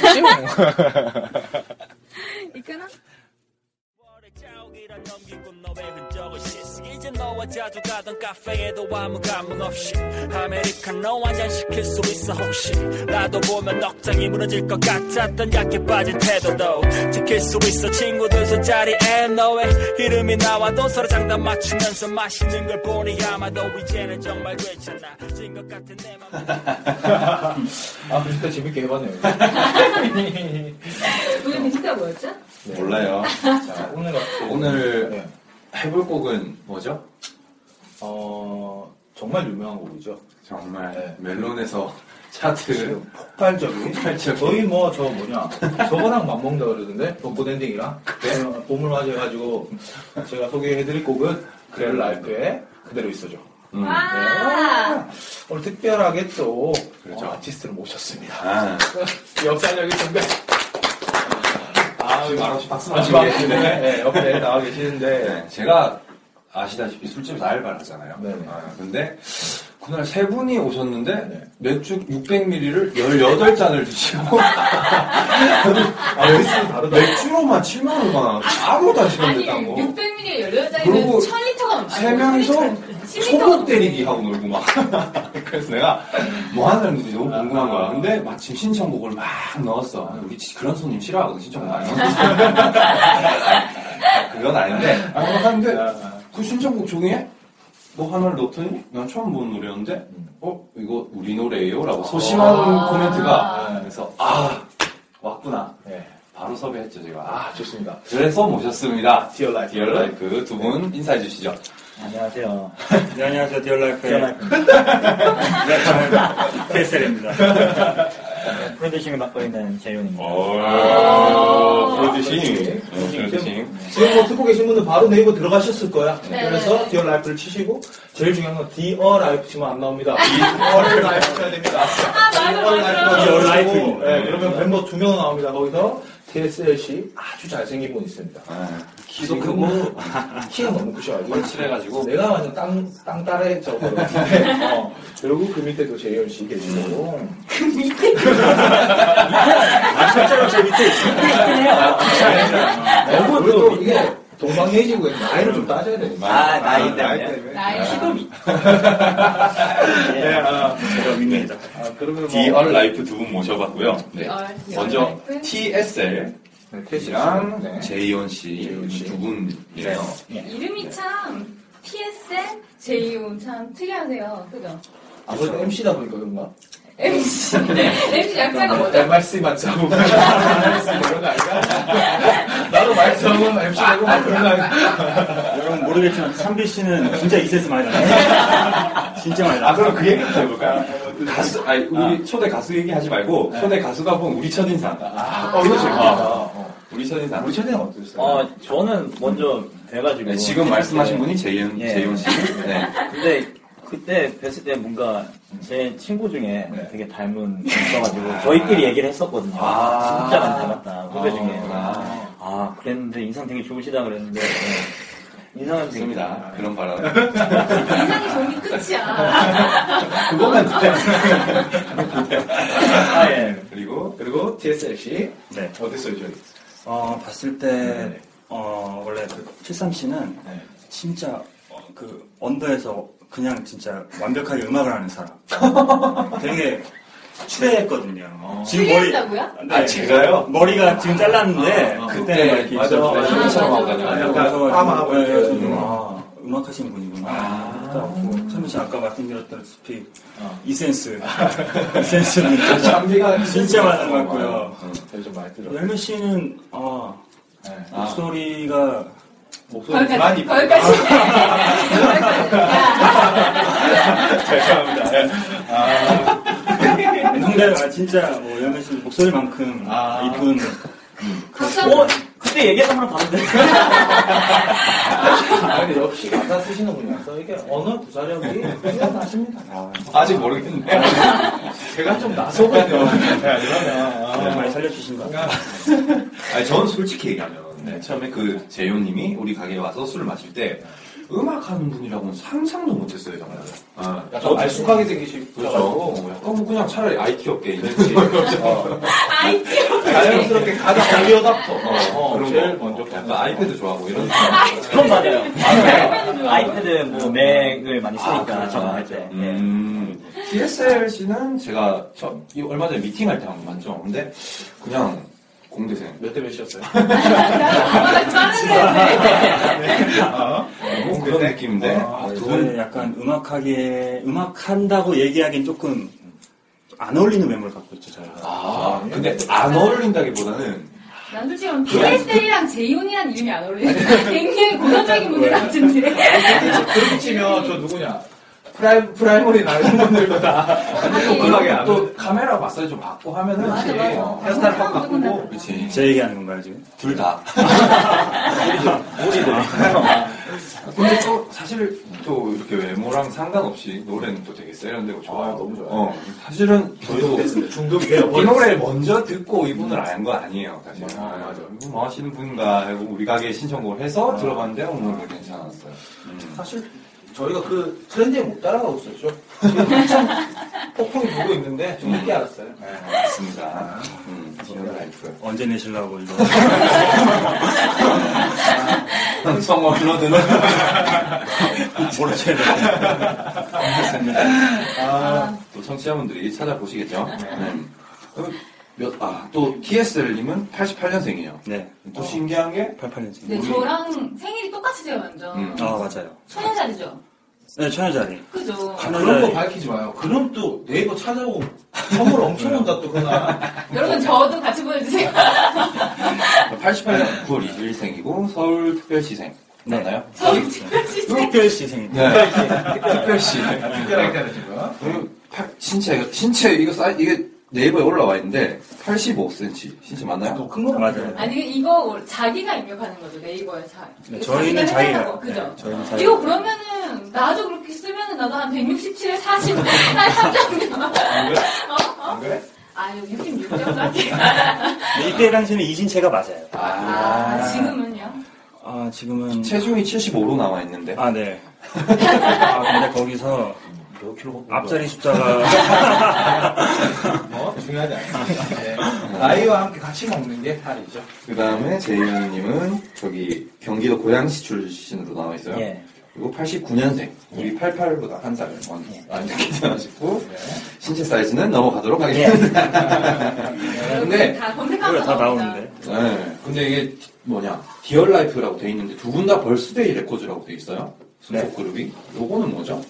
[SPEAKER 3] 이끄나?
[SPEAKER 2] 자욱이라 넘기고 너의 흔적을 씻어 이제 너와 자주 가던 카페에도 아무 감흥 없이 아메리카노 한잔 시킬 수 있어 혹시 나도 보면 억장이 무너질 것 같았던 약해 빠진 태도도 지킬 수 있어 친구들 술자리에 너의 이름이 나와도 서로 장단 맞추면서 마시는 걸 보니 아마도 이제는 정말 괜찮아 진것 같은 내 <laughs> 맘.
[SPEAKER 4] 아, 뮤지컬 재밌게 해봤네요.
[SPEAKER 8] 우리 뮤지컬 뭐였죠?
[SPEAKER 5] 네. 몰라요.
[SPEAKER 4] 자, 오늘 어떻게-
[SPEAKER 5] 오늘
[SPEAKER 4] 네.
[SPEAKER 5] 해볼 곡은 뭐죠?
[SPEAKER 4] 어, 정말 유명한 곡이죠.
[SPEAKER 5] 정말
[SPEAKER 4] 네.
[SPEAKER 5] 멜론에서 <laughs>
[SPEAKER 4] 지금
[SPEAKER 5] 차트
[SPEAKER 4] 네. 폭발적인. 거의 뭐 저 뭐냐. 저거랑 맞먹는다 그러던데? 벚꽃 엔딩이랑. 네. 봄을 맞이해가지고 제가 소개해드릴 곡은 그렐 라이프의 그대로 있어죠.
[SPEAKER 5] 음.
[SPEAKER 8] 아!
[SPEAKER 4] 네. 오늘 특별하게 또
[SPEAKER 5] 그렇죠.
[SPEAKER 4] 어, 아티스트를 모셨습니다.
[SPEAKER 5] 아,
[SPEAKER 4] 역사력이 정말. 아,
[SPEAKER 5] 지금 말없이 박수
[SPEAKER 4] 아,
[SPEAKER 5] 맞추고
[SPEAKER 4] 지금
[SPEAKER 5] 계시네.
[SPEAKER 4] 네, 네, 옆에 나와 계시는데.
[SPEAKER 5] 네, 제가 아시다시피 술집에서 알바를 하잖아요.
[SPEAKER 4] 네네.
[SPEAKER 5] 아, 근데 그날 세 분이 오셨는데
[SPEAKER 4] 네.
[SPEAKER 5] 맥주 600ml를 18잔을 드시고
[SPEAKER 4] <laughs> 아, 여기서는 다르다.
[SPEAKER 5] 맥주로만 7만 원만 따로
[SPEAKER 8] 아니
[SPEAKER 5] 다시는데 딴 거.
[SPEAKER 8] 600ml에
[SPEAKER 5] 뭐. 그리고
[SPEAKER 8] 18잔이면 1000리터가 넘
[SPEAKER 5] 세 명이서 소복 때리기 하고 놀고 막. <laughs> 그래서 내가 뭐 하는 사람들이 너무 궁금한 거야. 근데 마침 신청곡을 막 넣었어. 우리 지- 그런 손님 싫어하거든, 신청곡 많이 넣었어. <laughs> 그건 아닌데. 아, 뭐 하는데 그 신청곡 중에 뭐 하나를 넣더니 난 처음 본 노래였는데 어? 이거 우리 노래예요? 라고 소심한 코멘트가 그래서 아! 왔구나.
[SPEAKER 4] 네,
[SPEAKER 5] 바로 섭외했죠, 제가. 아,
[SPEAKER 4] 좋습니다.
[SPEAKER 5] 그래서 모셨습니다.
[SPEAKER 4] 디얼 라이프.
[SPEAKER 5] 디얼 라이프 두 분 인사해 주시죠.
[SPEAKER 9] 안녕하세요.
[SPEAKER 2] 안녕하세요 디얼라이프의 네,
[SPEAKER 9] <laughs>
[SPEAKER 2] 페셀입니다
[SPEAKER 9] 프로듀싱을 맡고 있는 재윤입니다. 어,
[SPEAKER 5] 프로듀싱.
[SPEAKER 4] 아,
[SPEAKER 9] 아,
[SPEAKER 4] 프로듀싱. 지금 뭐 듣고 계신 분은 바로 네이버 들어가셨을 거야.
[SPEAKER 8] 네.
[SPEAKER 4] 그래서 디얼 라이프를 치시고 제일 중요한 건 디어 라이프 치면 안 나옵니다. 디얼 라이프 쳐야 됩니다.
[SPEAKER 8] 아,
[SPEAKER 4] 디얼 라이프.
[SPEAKER 9] 디얼 라이프.
[SPEAKER 4] 네, 그러면 멤버 두 명 나옵니다. 거기서 TSLC 아주 잘생긴 분 있습니다.
[SPEAKER 9] 아,
[SPEAKER 5] 키도 크고
[SPEAKER 4] 키가 너무 크셔가지고.
[SPEAKER 5] 칠해가지고
[SPEAKER 4] 내가 완전 땅, 땅따래 저거. 어. 그리고 그 밑에도 재현 씨 계시고.
[SPEAKER 9] 실제로 제 밑에
[SPEAKER 4] 너무 아, 네. 또 이게 동방해지고 나이를 좀 따져야 되는 거야.
[SPEAKER 9] 아, 나이 때문에.
[SPEAKER 8] 나의 시도미
[SPEAKER 9] <laughs> 네, 제가 윈입니다.
[SPEAKER 4] 아, 그러면 뭐.
[SPEAKER 5] 디얼 라이프 두 분 모셔봤고요. 네.
[SPEAKER 8] 디얼, 디얼
[SPEAKER 5] 먼저
[SPEAKER 8] 라이프.
[SPEAKER 5] TSL
[SPEAKER 4] 네,
[SPEAKER 5] 이랑
[SPEAKER 4] 네.
[SPEAKER 5] 제이온
[SPEAKER 4] 제이온 씨. 네.
[SPEAKER 5] 씨두 분이에요.
[SPEAKER 8] 이름이 참 PSL 제이온 참 특이하세요 그죠?
[SPEAKER 4] 아무래도 MC다 보니까 그런가?
[SPEAKER 3] <laughs>
[SPEAKER 8] MC MC 약자가 뭐죠?
[SPEAKER 4] 말씀 맞자고. <laughs> 그런 거 아닌가? 나도 말씀하면 MC 되고 막 그런 거 아닌가?
[SPEAKER 9] 여러분 모르겠지만 삼비 씨는 진짜 이세스 많이 나요. 진짜 많이
[SPEAKER 5] 아
[SPEAKER 9] 나요.
[SPEAKER 5] 그럼 그 얘기 좀 해볼까요? 가수, 아니 우리 초대 가수 얘기하지 말고 초대 가수가 본 우리 첫인상. 아,
[SPEAKER 4] 어, 이거
[SPEAKER 5] 재밌다.
[SPEAKER 4] 재밌다.
[SPEAKER 5] 우리 첫인상.
[SPEAKER 4] 우리 채널 어땠어요?
[SPEAKER 9] 어, 저는 먼저 돼가지고.
[SPEAKER 5] 네, 지금 말씀하신
[SPEAKER 9] 네.
[SPEAKER 5] 분이 제이온
[SPEAKER 9] 예.
[SPEAKER 5] 제이온 <laughs> 씨. 네.
[SPEAKER 9] 근데 그때 뵀을 때 뭔가 제 친구 중에
[SPEAKER 4] 네.
[SPEAKER 9] 되게 닮은 분 있어가지고 저희끼리 얘기를 했었거든요.
[SPEAKER 5] 아.
[SPEAKER 9] 진짜 많이 닮았다. 후배 중에.
[SPEAKER 5] 아.
[SPEAKER 9] 아, 그랬는데 인상 되게 좋으시다 그랬는데 네.
[SPEAKER 10] 인상은 됩니다.
[SPEAKER 5] 좋습니다. 그런 바람.
[SPEAKER 3] 인상이 좋은 게 끝이야.
[SPEAKER 5] <laughs> 그것만 <laughs>
[SPEAKER 11] 아, 예.
[SPEAKER 5] 그리고 그리고 TS 역시
[SPEAKER 11] 네.
[SPEAKER 5] 어땠어요 저희?
[SPEAKER 11] 어, 봤을 때, 어, 원래 그 칠삼 씨는
[SPEAKER 5] 네.
[SPEAKER 11] 진짜 어, 그 언더에서 그냥 진짜 완벽하게 음악을
[SPEAKER 5] <laughs>
[SPEAKER 11] 하는 사람. 되게 추해했거든요.
[SPEAKER 5] 어.
[SPEAKER 11] 지금
[SPEAKER 3] 추리했다고요?
[SPEAKER 11] 네.
[SPEAKER 5] 아, 제가요?
[SPEAKER 11] 머리가 지금 잘랐는데
[SPEAKER 5] 아, 아,
[SPEAKER 10] 네,
[SPEAKER 11] 그때는 막 이렇게
[SPEAKER 5] 맞아, 맞아.
[SPEAKER 11] 있었는데
[SPEAKER 5] 흰처럼 하고
[SPEAKER 11] 아,
[SPEAKER 5] 다녀요.
[SPEAKER 10] 그러니까
[SPEAKER 11] 약간
[SPEAKER 5] 파마하고
[SPEAKER 11] 네,
[SPEAKER 5] 이렇게 해가지고.
[SPEAKER 11] 음, 아, 음악 하시는 분이구나.
[SPEAKER 10] 아.
[SPEAKER 11] 선배 씨 아까 말씀드렸다시피 어, 이센스, <laughs> 이센스는 진짜,
[SPEAKER 5] 장비가
[SPEAKER 11] 진짜 많은 것 같고요.
[SPEAKER 5] 어, 좀 많이 들어.
[SPEAKER 11] 열미 씨는 아,
[SPEAKER 5] 아,
[SPEAKER 11] 목소리가
[SPEAKER 5] 목소리 많이 봐.
[SPEAKER 3] 거기까지.
[SPEAKER 11] 근데 아, 진짜 뭐 열미 씨 목소리만큼
[SPEAKER 5] 아.
[SPEAKER 11] 이쁜
[SPEAKER 3] <laughs> 감사합니다.
[SPEAKER 11] 그때 얘기했던 거랑 다른데
[SPEAKER 10] 아, 근데 역시 가사 쓰시는군요. 그래서 이게 언어 부자력이 생각나십니다.
[SPEAKER 11] <laughs>
[SPEAKER 10] <laughs>
[SPEAKER 5] 아직 모르겠는데. 제가 좀 <laughs> 나서거든요.
[SPEAKER 11] 네, 많이 살려주신 것 같아요.
[SPEAKER 5] 아니, 전 솔직히 얘기하면 네, 처음에 그 재효님이 우리 가게에 와서 술을 마실 때
[SPEAKER 10] 네.
[SPEAKER 5] 음악 하는 분이라고는 상상도 못했어요 정말. 아,
[SPEAKER 10] 약간 말쑥하게 생기시고.
[SPEAKER 5] 그렇죠. 어, 약간 뭐 그냥 차라리 IT
[SPEAKER 10] <laughs>
[SPEAKER 5] 업계 있는지 어,
[SPEAKER 3] 아이디어.
[SPEAKER 5] 자연스럽게 가장
[SPEAKER 10] 아이디어답터.
[SPEAKER 5] 어,
[SPEAKER 10] 어,
[SPEAKER 5] 그런
[SPEAKER 10] 제일
[SPEAKER 5] 거.
[SPEAKER 10] 먼저.
[SPEAKER 5] 약간 아이패드 좋아하고 <laughs> 이런.
[SPEAKER 2] 그건 맞아요.
[SPEAKER 10] <laughs>
[SPEAKER 2] 아이패드, 뭐,
[SPEAKER 11] 네.
[SPEAKER 2] 맥을
[SPEAKER 11] 아,
[SPEAKER 2] 많이
[SPEAKER 11] 그렇죠.
[SPEAKER 2] 쓰니까, 작업할 때.
[SPEAKER 10] 네.
[SPEAKER 2] 예.
[SPEAKER 5] 음, TSLC는 제가 저, 이 얼마 전에 미팅할 때 한 번 봤죠. 근데 그냥 공대생. 아,
[SPEAKER 10] 몇 대 몇이었어요?
[SPEAKER 3] 아빠가 짜는데.
[SPEAKER 5] 뭐 그런 느낌인데. 아, 두 분.
[SPEAKER 11] 저는 약간 음악하기에 음악한다고 얘기하기엔 조금 안 어울리는 외모를 갖고 있죠 저희가.
[SPEAKER 5] 아,
[SPEAKER 10] 예.
[SPEAKER 5] 근데 안 어울린다기보다는
[SPEAKER 3] 난 솔직히 PSL이랑 제이온이란 이름이 안 어울리는데 굉장히 고전적인 분들 같은데.
[SPEAKER 10] 그렇게 치면 저 누구냐? 프라이, 프라이머리 나는 분들도 다.
[SPEAKER 3] 아니,
[SPEAKER 5] 음악에
[SPEAKER 10] 안
[SPEAKER 5] 또 카메라 마사지 좀 받고 하면은
[SPEAKER 3] 맞아,
[SPEAKER 5] 이제
[SPEAKER 3] 맞아.
[SPEAKER 5] 어,
[SPEAKER 10] 헤어스타일 팍
[SPEAKER 3] 그건
[SPEAKER 10] 바꾸고.
[SPEAKER 5] 그렇지.
[SPEAKER 11] 제 얘기하는 건가요 지금?
[SPEAKER 5] 둘 다.
[SPEAKER 10] 우리들. 네.
[SPEAKER 5] 근데 또 사실 또 이렇게 외모랑 상관없이 노래는 또 되게 세련되고 좋아요.
[SPEAKER 10] 아, 너무 좋아요.
[SPEAKER 5] 어, 사실은 저도
[SPEAKER 10] 중독이 돼요. 네,
[SPEAKER 5] 이 노래 먼저 듣고 이분을 안 거 아니에요, 사실.
[SPEAKER 10] 맞아, 맞아.
[SPEAKER 5] 이분 뭐 하시는 분인가 하고 우리 가게에 신청곡을 해서 들어봤는데 오늘 괜찮았어요. 음.
[SPEAKER 10] 아. 사실 저희가 그 트렌드에 못 따라가고 있었죠. 지금 한참 폭풍이 불고 있는데 좀 늦게 알았어요. 아. 네.
[SPEAKER 5] 네, 맞습니다. 음, 지연 라이프.
[SPEAKER 11] 언제 내실라고 <laughs> 이거
[SPEAKER 5] 성어 불러드는. <laughs>
[SPEAKER 11] 모르셔야 돼요.
[SPEAKER 5] 아, 또 청취자분들이 찾아보시겠죠. 네. 그 몇, 아, 또 TSL님은 88년생이에요.
[SPEAKER 11] 네,
[SPEAKER 5] 또 신기한 게
[SPEAKER 11] 88년생.
[SPEAKER 3] 네, 저랑 생일이 똑같으세요, 완전.
[SPEAKER 5] 음.
[SPEAKER 11] 아 맞아요.
[SPEAKER 3] 천연자리죠?
[SPEAKER 11] 네, 천여자리.
[SPEAKER 3] 그죠?
[SPEAKER 5] 아,
[SPEAKER 10] 그런 거
[SPEAKER 11] 천여자리.
[SPEAKER 10] 밝히지 마요. 그럼 또 네이버 찾아오고 선물 엄청 온다 또 그날.
[SPEAKER 3] 여러분, 저도 같이 보내주세요. <laughs>
[SPEAKER 5] 88년 9월 21일생이고 서울특별시생
[SPEAKER 11] 네.
[SPEAKER 5] 맞나요?
[SPEAKER 3] 저희 진짜
[SPEAKER 11] 특별 시생.
[SPEAKER 5] 특별시.
[SPEAKER 10] 네. 특별하게 따르시고요.
[SPEAKER 5] 음, 팔- 신체 신체 이거 사이 이게 네이버에 올라와 있는데 85cm 신체 맞나요?
[SPEAKER 10] 더큰 거.
[SPEAKER 11] 맞아요.
[SPEAKER 3] 아니 이거 자기가 입력하는 거죠 네이버에 자.
[SPEAKER 11] 네, 저희는
[SPEAKER 3] 해달라고,
[SPEAKER 11] 자기가.
[SPEAKER 3] 그죠?
[SPEAKER 11] 네, 저희는
[SPEAKER 3] 이거
[SPEAKER 11] 자기가.
[SPEAKER 3] 그러면은 나도 그렇게 쓰면은 나도 한 167에 40, <laughs> 한3 정도. 어,
[SPEAKER 5] 안 그래?
[SPEAKER 3] 아 이거 66 정도 할게요.
[SPEAKER 11] 네, 이때 당시는 이진채가 맞아요.
[SPEAKER 3] 아 지금은요?
[SPEAKER 11] 아
[SPEAKER 10] 그
[SPEAKER 11] 지금은
[SPEAKER 5] 체중이 75로 나와 있는데
[SPEAKER 11] 아 <laughs> 네. 아 근데 거기서
[SPEAKER 10] 몇 킬로?
[SPEAKER 11] 앞자리 숫자가
[SPEAKER 10] 어? 중요하지 않아요. 네. 나이와 함께 같이 먹는 게 살이죠.
[SPEAKER 5] 그 다음에 제이현님은 저기 경기도 고양시 출신으로 나와 있어요.
[SPEAKER 2] <laughs> 예.
[SPEAKER 5] 그리고 89년생 우리 88보다 한 살을
[SPEAKER 2] 예.
[SPEAKER 5] 많이 괜찮으시고 신체 사이즈는 넘어가도록 하겠습니다. 근데
[SPEAKER 3] 다
[SPEAKER 11] 네, 그걸
[SPEAKER 3] 검색하면
[SPEAKER 11] 다
[SPEAKER 3] 나옵니다.
[SPEAKER 11] 나오는데.
[SPEAKER 5] 네, 근데 이게 뭐냐 디얼라이프라고 돼 있는데 두 분 다 벌스데이 레코드라고 돼 있어요. 소속 그룹이 요거는 뭐죠?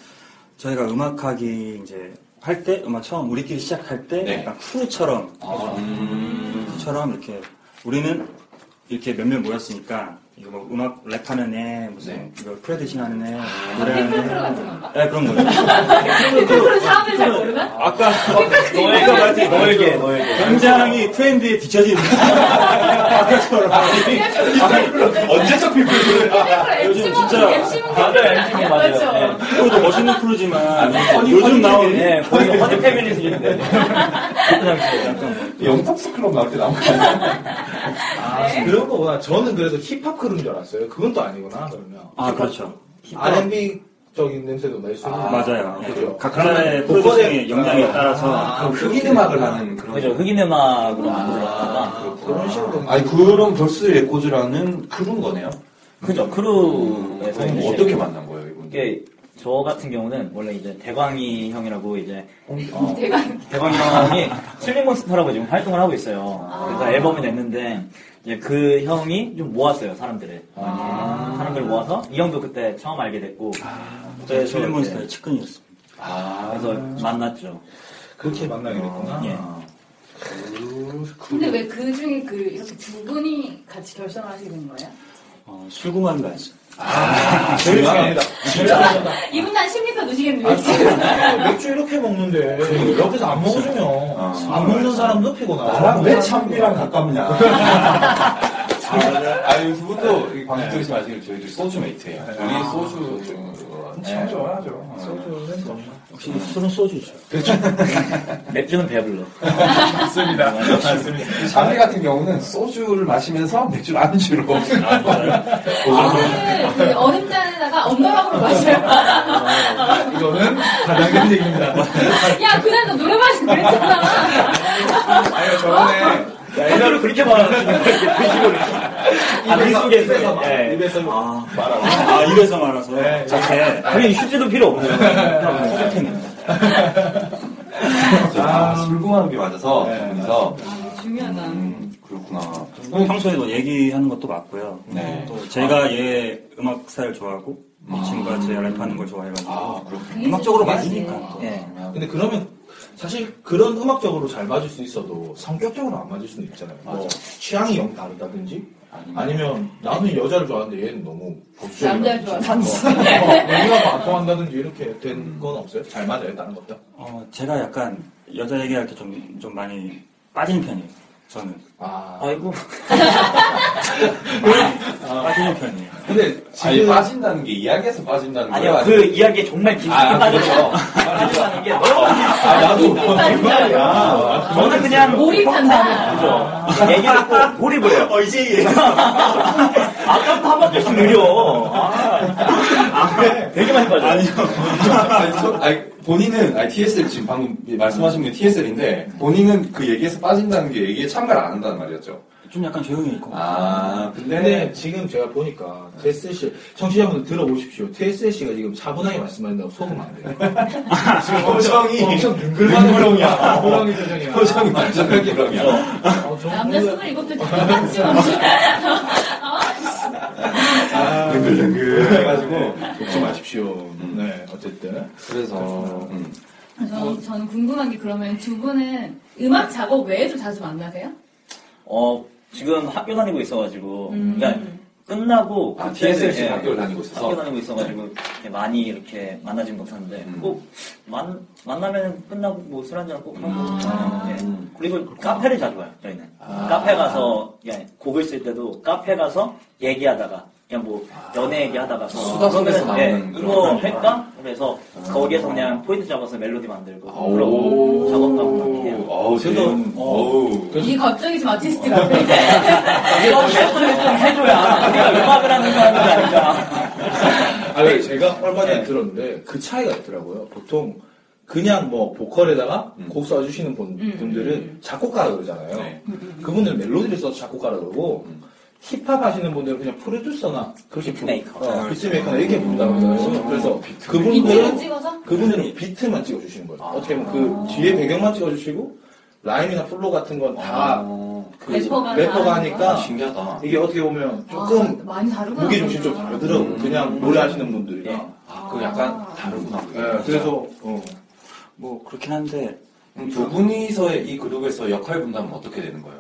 [SPEAKER 11] 저희가 음악하기 이제 할 때 음악 처음 우리끼리 시작할 때
[SPEAKER 5] 네.
[SPEAKER 11] 약간 크루처럼
[SPEAKER 5] 음.
[SPEAKER 11] 크루처럼 이렇게 우리는 이렇게 몇몇 모였으니까 이거 뭐 음악 랩하는 애
[SPEAKER 5] 네. 아.
[SPEAKER 11] 무슨 이거 프레디싱 하는 애
[SPEAKER 3] 피플
[SPEAKER 11] 노래하는
[SPEAKER 3] 프로
[SPEAKER 11] 애
[SPEAKER 3] 같은 아, 건가?
[SPEAKER 11] 네, 그런 거죠.
[SPEAKER 3] 피플 프로 사업을 잘 모르나?
[SPEAKER 11] 아까 너에게 맞지?
[SPEAKER 2] 너에게, 너에게.
[SPEAKER 11] 굉장히 트렌드에 뒤처진
[SPEAKER 5] 언제적 피플
[SPEAKER 3] 피플
[SPEAKER 11] 아,
[SPEAKER 3] 프로
[SPEAKER 11] 요즘
[SPEAKER 3] MC
[SPEAKER 11] 진짜-
[SPEAKER 3] 문 MC 문
[SPEAKER 2] 맞아요,
[SPEAKER 3] 같은 <laughs>
[SPEAKER 2] MC 문
[SPEAKER 3] 거
[SPEAKER 2] 맞아요. 네. 예.
[SPEAKER 3] 그렇죠.
[SPEAKER 11] 프로도 멋있는 프로지만 네,
[SPEAKER 2] 아니,
[SPEAKER 11] 요즘 나오는 <laughs>
[SPEAKER 2] 예, 거의 허니 패밀리즘인데.
[SPEAKER 5] <laughs> 영탁스 클럽 나올 때 나온 거 아니야?
[SPEAKER 4] 아, 그런 거구나. 저는 그래서 힙합 그룹인 줄 알았어요. 그건 또 아니구나, 그러면.
[SPEAKER 11] 아, 그렇죠.
[SPEAKER 4] R&B적인 냄새도 날 수 있는.
[SPEAKER 11] 아, 맞아요.
[SPEAKER 2] 그렇죠.
[SPEAKER 4] 그죠.
[SPEAKER 11] 각 사람의
[SPEAKER 4] 복권의-
[SPEAKER 11] 프로듀싱의 영향에 따라서
[SPEAKER 4] 아,
[SPEAKER 11] 그렇게
[SPEAKER 4] 흑인 음악을 하는
[SPEAKER 2] 그죠 흑인 음악으로 만들었다가
[SPEAKER 4] 그런 식으로.
[SPEAKER 5] 아니 그런 벌스 레코즈라는 그런 거네요.
[SPEAKER 2] 그죠 크루에서
[SPEAKER 11] 음,
[SPEAKER 5] 그럼
[SPEAKER 2] 이제
[SPEAKER 5] 어떻게 만난 거예요, 이분?
[SPEAKER 2] 이게 저 같은 경우는 원래 이제 대광이 형이라고 이제 어,
[SPEAKER 3] <laughs> 대광이.
[SPEAKER 2] 대광이 형이 슬림몬스터라고 지금 활동을 하고 있어요.
[SPEAKER 3] 아.
[SPEAKER 2] 그래서 앨범을 냈는데 이제 그 형이 좀 모았어요 사람들을
[SPEAKER 3] 아.
[SPEAKER 2] 많이. 사람들을 모아서 이 형도 그때 처음 알게 됐고 그래서
[SPEAKER 11] 슬림몬스터의
[SPEAKER 2] 이제
[SPEAKER 11] 측근이었습니다.
[SPEAKER 2] 아, 그래서 만났죠.
[SPEAKER 4] 그렇게 만나게 됐구나.
[SPEAKER 2] 예.
[SPEAKER 3] 근데 왜 그 중에 그 이렇게 두 분이 같이 결성을 하시게 된 거예요?
[SPEAKER 11] 어, 술 구만 가지.
[SPEAKER 4] 아, 제일 중요합니다.
[SPEAKER 3] 진짜 이분도 한 10리터
[SPEAKER 4] 아,
[SPEAKER 3] 드시겠는데.
[SPEAKER 4] 진짜. 맥주 이렇게 먹는데 옆에서 안 먹어주면 안 먹는 사람도 피곤하고
[SPEAKER 5] 나랑 왜 참비랑 가깝냐? 아니 두 분도 이
[SPEAKER 4] 네.
[SPEAKER 5] 방송 들으시면 아시겠지만 저희들 소주메이트예요. 우리
[SPEAKER 4] 아.
[SPEAKER 5] 소주 소주.
[SPEAKER 4] 참 좋아하죠. 소주는 정말.
[SPEAKER 11] 혹시 술은 소주죠.
[SPEAKER 2] 맥주는 배불러.
[SPEAKER 5] 맞습니다. 맞습니다. 참비 같은 경우는 소주를 마시면서 맥주를 안주로.
[SPEAKER 4] 아,
[SPEAKER 3] 저는 그 얼음잔에다가 엄마랑으로 마셔요.
[SPEAKER 4] 아, 이거는 가장 큰 얘기입니다.
[SPEAKER 3] 야, 그날 너 노래 마시고 그랬잖아.
[SPEAKER 4] 아니 저번에
[SPEAKER 2] 이거를 그렇게 말하는 아, 물속에서.
[SPEAKER 4] 입에서- 입에서 막,
[SPEAKER 2] 예.
[SPEAKER 4] 입에서
[SPEAKER 11] 아,
[SPEAKER 4] 말하고
[SPEAKER 11] 아 이래서 말아서 자체
[SPEAKER 2] 그게 휴지도 필요 없어요.
[SPEAKER 11] 소개팅입니다.
[SPEAKER 5] 아, 술궁한 게 맞아서 두 분이서.
[SPEAKER 3] 아, 중요하다.
[SPEAKER 5] 음, 그렇구나.
[SPEAKER 11] 평소에도 뭐 얘기하는 것도 맞고요.
[SPEAKER 5] 네.
[SPEAKER 11] 또 제가 얘 음악 스타일 아. 좋아하고 이 친구가 제 랩하는 걸 좋아해가지고 아.
[SPEAKER 5] 아, 그렇구나.
[SPEAKER 11] 음악적으로 맞으니까. 또.
[SPEAKER 2] 예.
[SPEAKER 4] 근데 그러면 사실 그런 음악적으로 잘 맞을 수 있어도 성격적으로 안 맞을 수는 있잖아요. 뭐 취향이 영 다르다든지 아니면 나는 여자를 좋아하는데 얘는 너무 뭐
[SPEAKER 3] 남자를 좋아하는데. <laughs>
[SPEAKER 4] 얘가 안 통한다든지 이렇게 된
[SPEAKER 5] 음.
[SPEAKER 4] 건 없어요? 잘 맞아요 다른 것도?
[SPEAKER 11] 어, 제가 약간 여자 얘기할 때 좀, 좀 많이 빠지는 편이에요. 저는.
[SPEAKER 4] 아
[SPEAKER 2] 아이고.
[SPEAKER 11] 빠지는 편이에요.
[SPEAKER 4] 근데
[SPEAKER 5] 아니
[SPEAKER 4] 지금
[SPEAKER 5] 빠진다는 게 이야기에서 빠진다는 거
[SPEAKER 2] 아니요, 그 이야기에 정말 깊게
[SPEAKER 5] 아,
[SPEAKER 2] 빠져서 빠져가는 게 너무
[SPEAKER 5] 아, 나도
[SPEAKER 3] 깊이 빠진다.
[SPEAKER 5] 그거야.
[SPEAKER 2] 저는 그냥
[SPEAKER 3] 몰입한다.
[SPEAKER 2] 그죠. 얘기를 했고 몰입을 해요. 어, 이제 얘기. <laughs> 아까부터 한 번씩 느려. 아, 되게 많이 빠져. 아니요.
[SPEAKER 5] 아니, 저- 아니, 본인은 아니, TSL 지금 방금 말씀하신 게 TSL인데 본인은 그 얘기에서 빠진다는 게 얘기에 참가를 안 한다는 말이었죠.
[SPEAKER 11] 좀 약간 조용히 있고.
[SPEAKER 5] 아
[SPEAKER 4] 근데 지금 제가 보니까 TSC 청취자분들 들어보십시오. TSC가 지금 차분하게 말씀하신다고 소금 안 돼요. 지금 표정이 엄청 능글능글이야. 표정이 표정이야.
[SPEAKER 5] 표정이 완전 그런이야.
[SPEAKER 4] 어, 저
[SPEAKER 3] 남자
[SPEAKER 4] 오늘
[SPEAKER 3] 27도 똑같지 아,
[SPEAKER 5] 능글능글 해가지고
[SPEAKER 4] 걱정 마십시오. 네, 어쨌든
[SPEAKER 5] 네. 그래서 음.
[SPEAKER 3] 저는, 저는 궁금한 게 그러면 두 분은 음악 작업 외에도 자주 만나세요?
[SPEAKER 2] 어, 지금 학교 다니고 있어가지고,
[SPEAKER 3] 음.
[SPEAKER 2] 그러니까 끝나고
[SPEAKER 5] 아,
[SPEAKER 2] 그때는,
[SPEAKER 5] TSL 지금
[SPEAKER 2] 예,
[SPEAKER 5] 학교를 다니고 있어서?
[SPEAKER 2] 학교 다니고 있어가지고 이렇게 많이 이렇게 만나진 못하는데
[SPEAKER 5] 음.
[SPEAKER 2] 꼭 만, 만나면 끝나고 뭐 술 한잔 꼭 하고 예.
[SPEAKER 5] 음.
[SPEAKER 2] 그리고 카페를 자주 가요 저희는
[SPEAKER 5] 아.
[SPEAKER 2] 카페 가서 그냥 곡을 쓸 때도 카페 가서 얘기하다가 그냥 뭐 연애 얘기하다가
[SPEAKER 5] 아. 수다 속에서 나오는
[SPEAKER 2] 예,
[SPEAKER 5] 그런
[SPEAKER 2] 이거
[SPEAKER 5] 거구나.
[SPEAKER 2] 할까? 그래서 거기에서 그냥 포인트 잡아서 멜로디 만들고 그러고
[SPEAKER 5] 오.
[SPEAKER 2] 작업하고 막 해요
[SPEAKER 5] 어우 지금 어우
[SPEAKER 3] 이 갑자기 좀 아티스트 같아.
[SPEAKER 2] 이거 멘트를 좀 해줘야 우리가 음악을 하는 사람이 아니까
[SPEAKER 4] 아니 제가 얼마 전에
[SPEAKER 2] 네.
[SPEAKER 4] 들었는데 그 차이가 있더라고요. 보통 그냥 뭐 보컬에다가 곡 써주시는 분,
[SPEAKER 3] 음.
[SPEAKER 4] 들은 작곡가라 그러잖아요.
[SPEAKER 5] 네.
[SPEAKER 4] 그분들은 멜로디를 써서 작곡가라 그러고 힙합 하시는 분들은 그냥 프로듀서나 그렇게 부르-
[SPEAKER 2] 비트메이커.
[SPEAKER 4] 어, 비트메이커나 이렇게 부른다고 하잖아요. 그래서
[SPEAKER 3] 이쪽으로
[SPEAKER 4] 그분들은
[SPEAKER 3] 찍어서?
[SPEAKER 4] 그분들은 비트만 찍어주시는 거예요. 어떻게 보면 그 뒤에 배경만 찍어주시고 라임이나 플로 같은 건 다 그
[SPEAKER 3] 래퍼가
[SPEAKER 4] 래퍼가
[SPEAKER 3] 다 하는
[SPEAKER 4] 하니까
[SPEAKER 5] 아, 신기하다.
[SPEAKER 4] 이게 어떻게 보면 조금
[SPEAKER 3] 아, 많이 다르구나.
[SPEAKER 4] 무게 중심 좀 다르더라고.
[SPEAKER 5] 음.
[SPEAKER 4] 요 그냥 노래 하시는 분들이랑.
[SPEAKER 5] 아, 그 약간 다르구나. 그게.
[SPEAKER 4] 예, 그래서 어.
[SPEAKER 11] 뭐, 그렇긴 한데,
[SPEAKER 5] 그럼 두 분이서의 이 그룹에서 역할 분담은 어떻게 되는 거예요?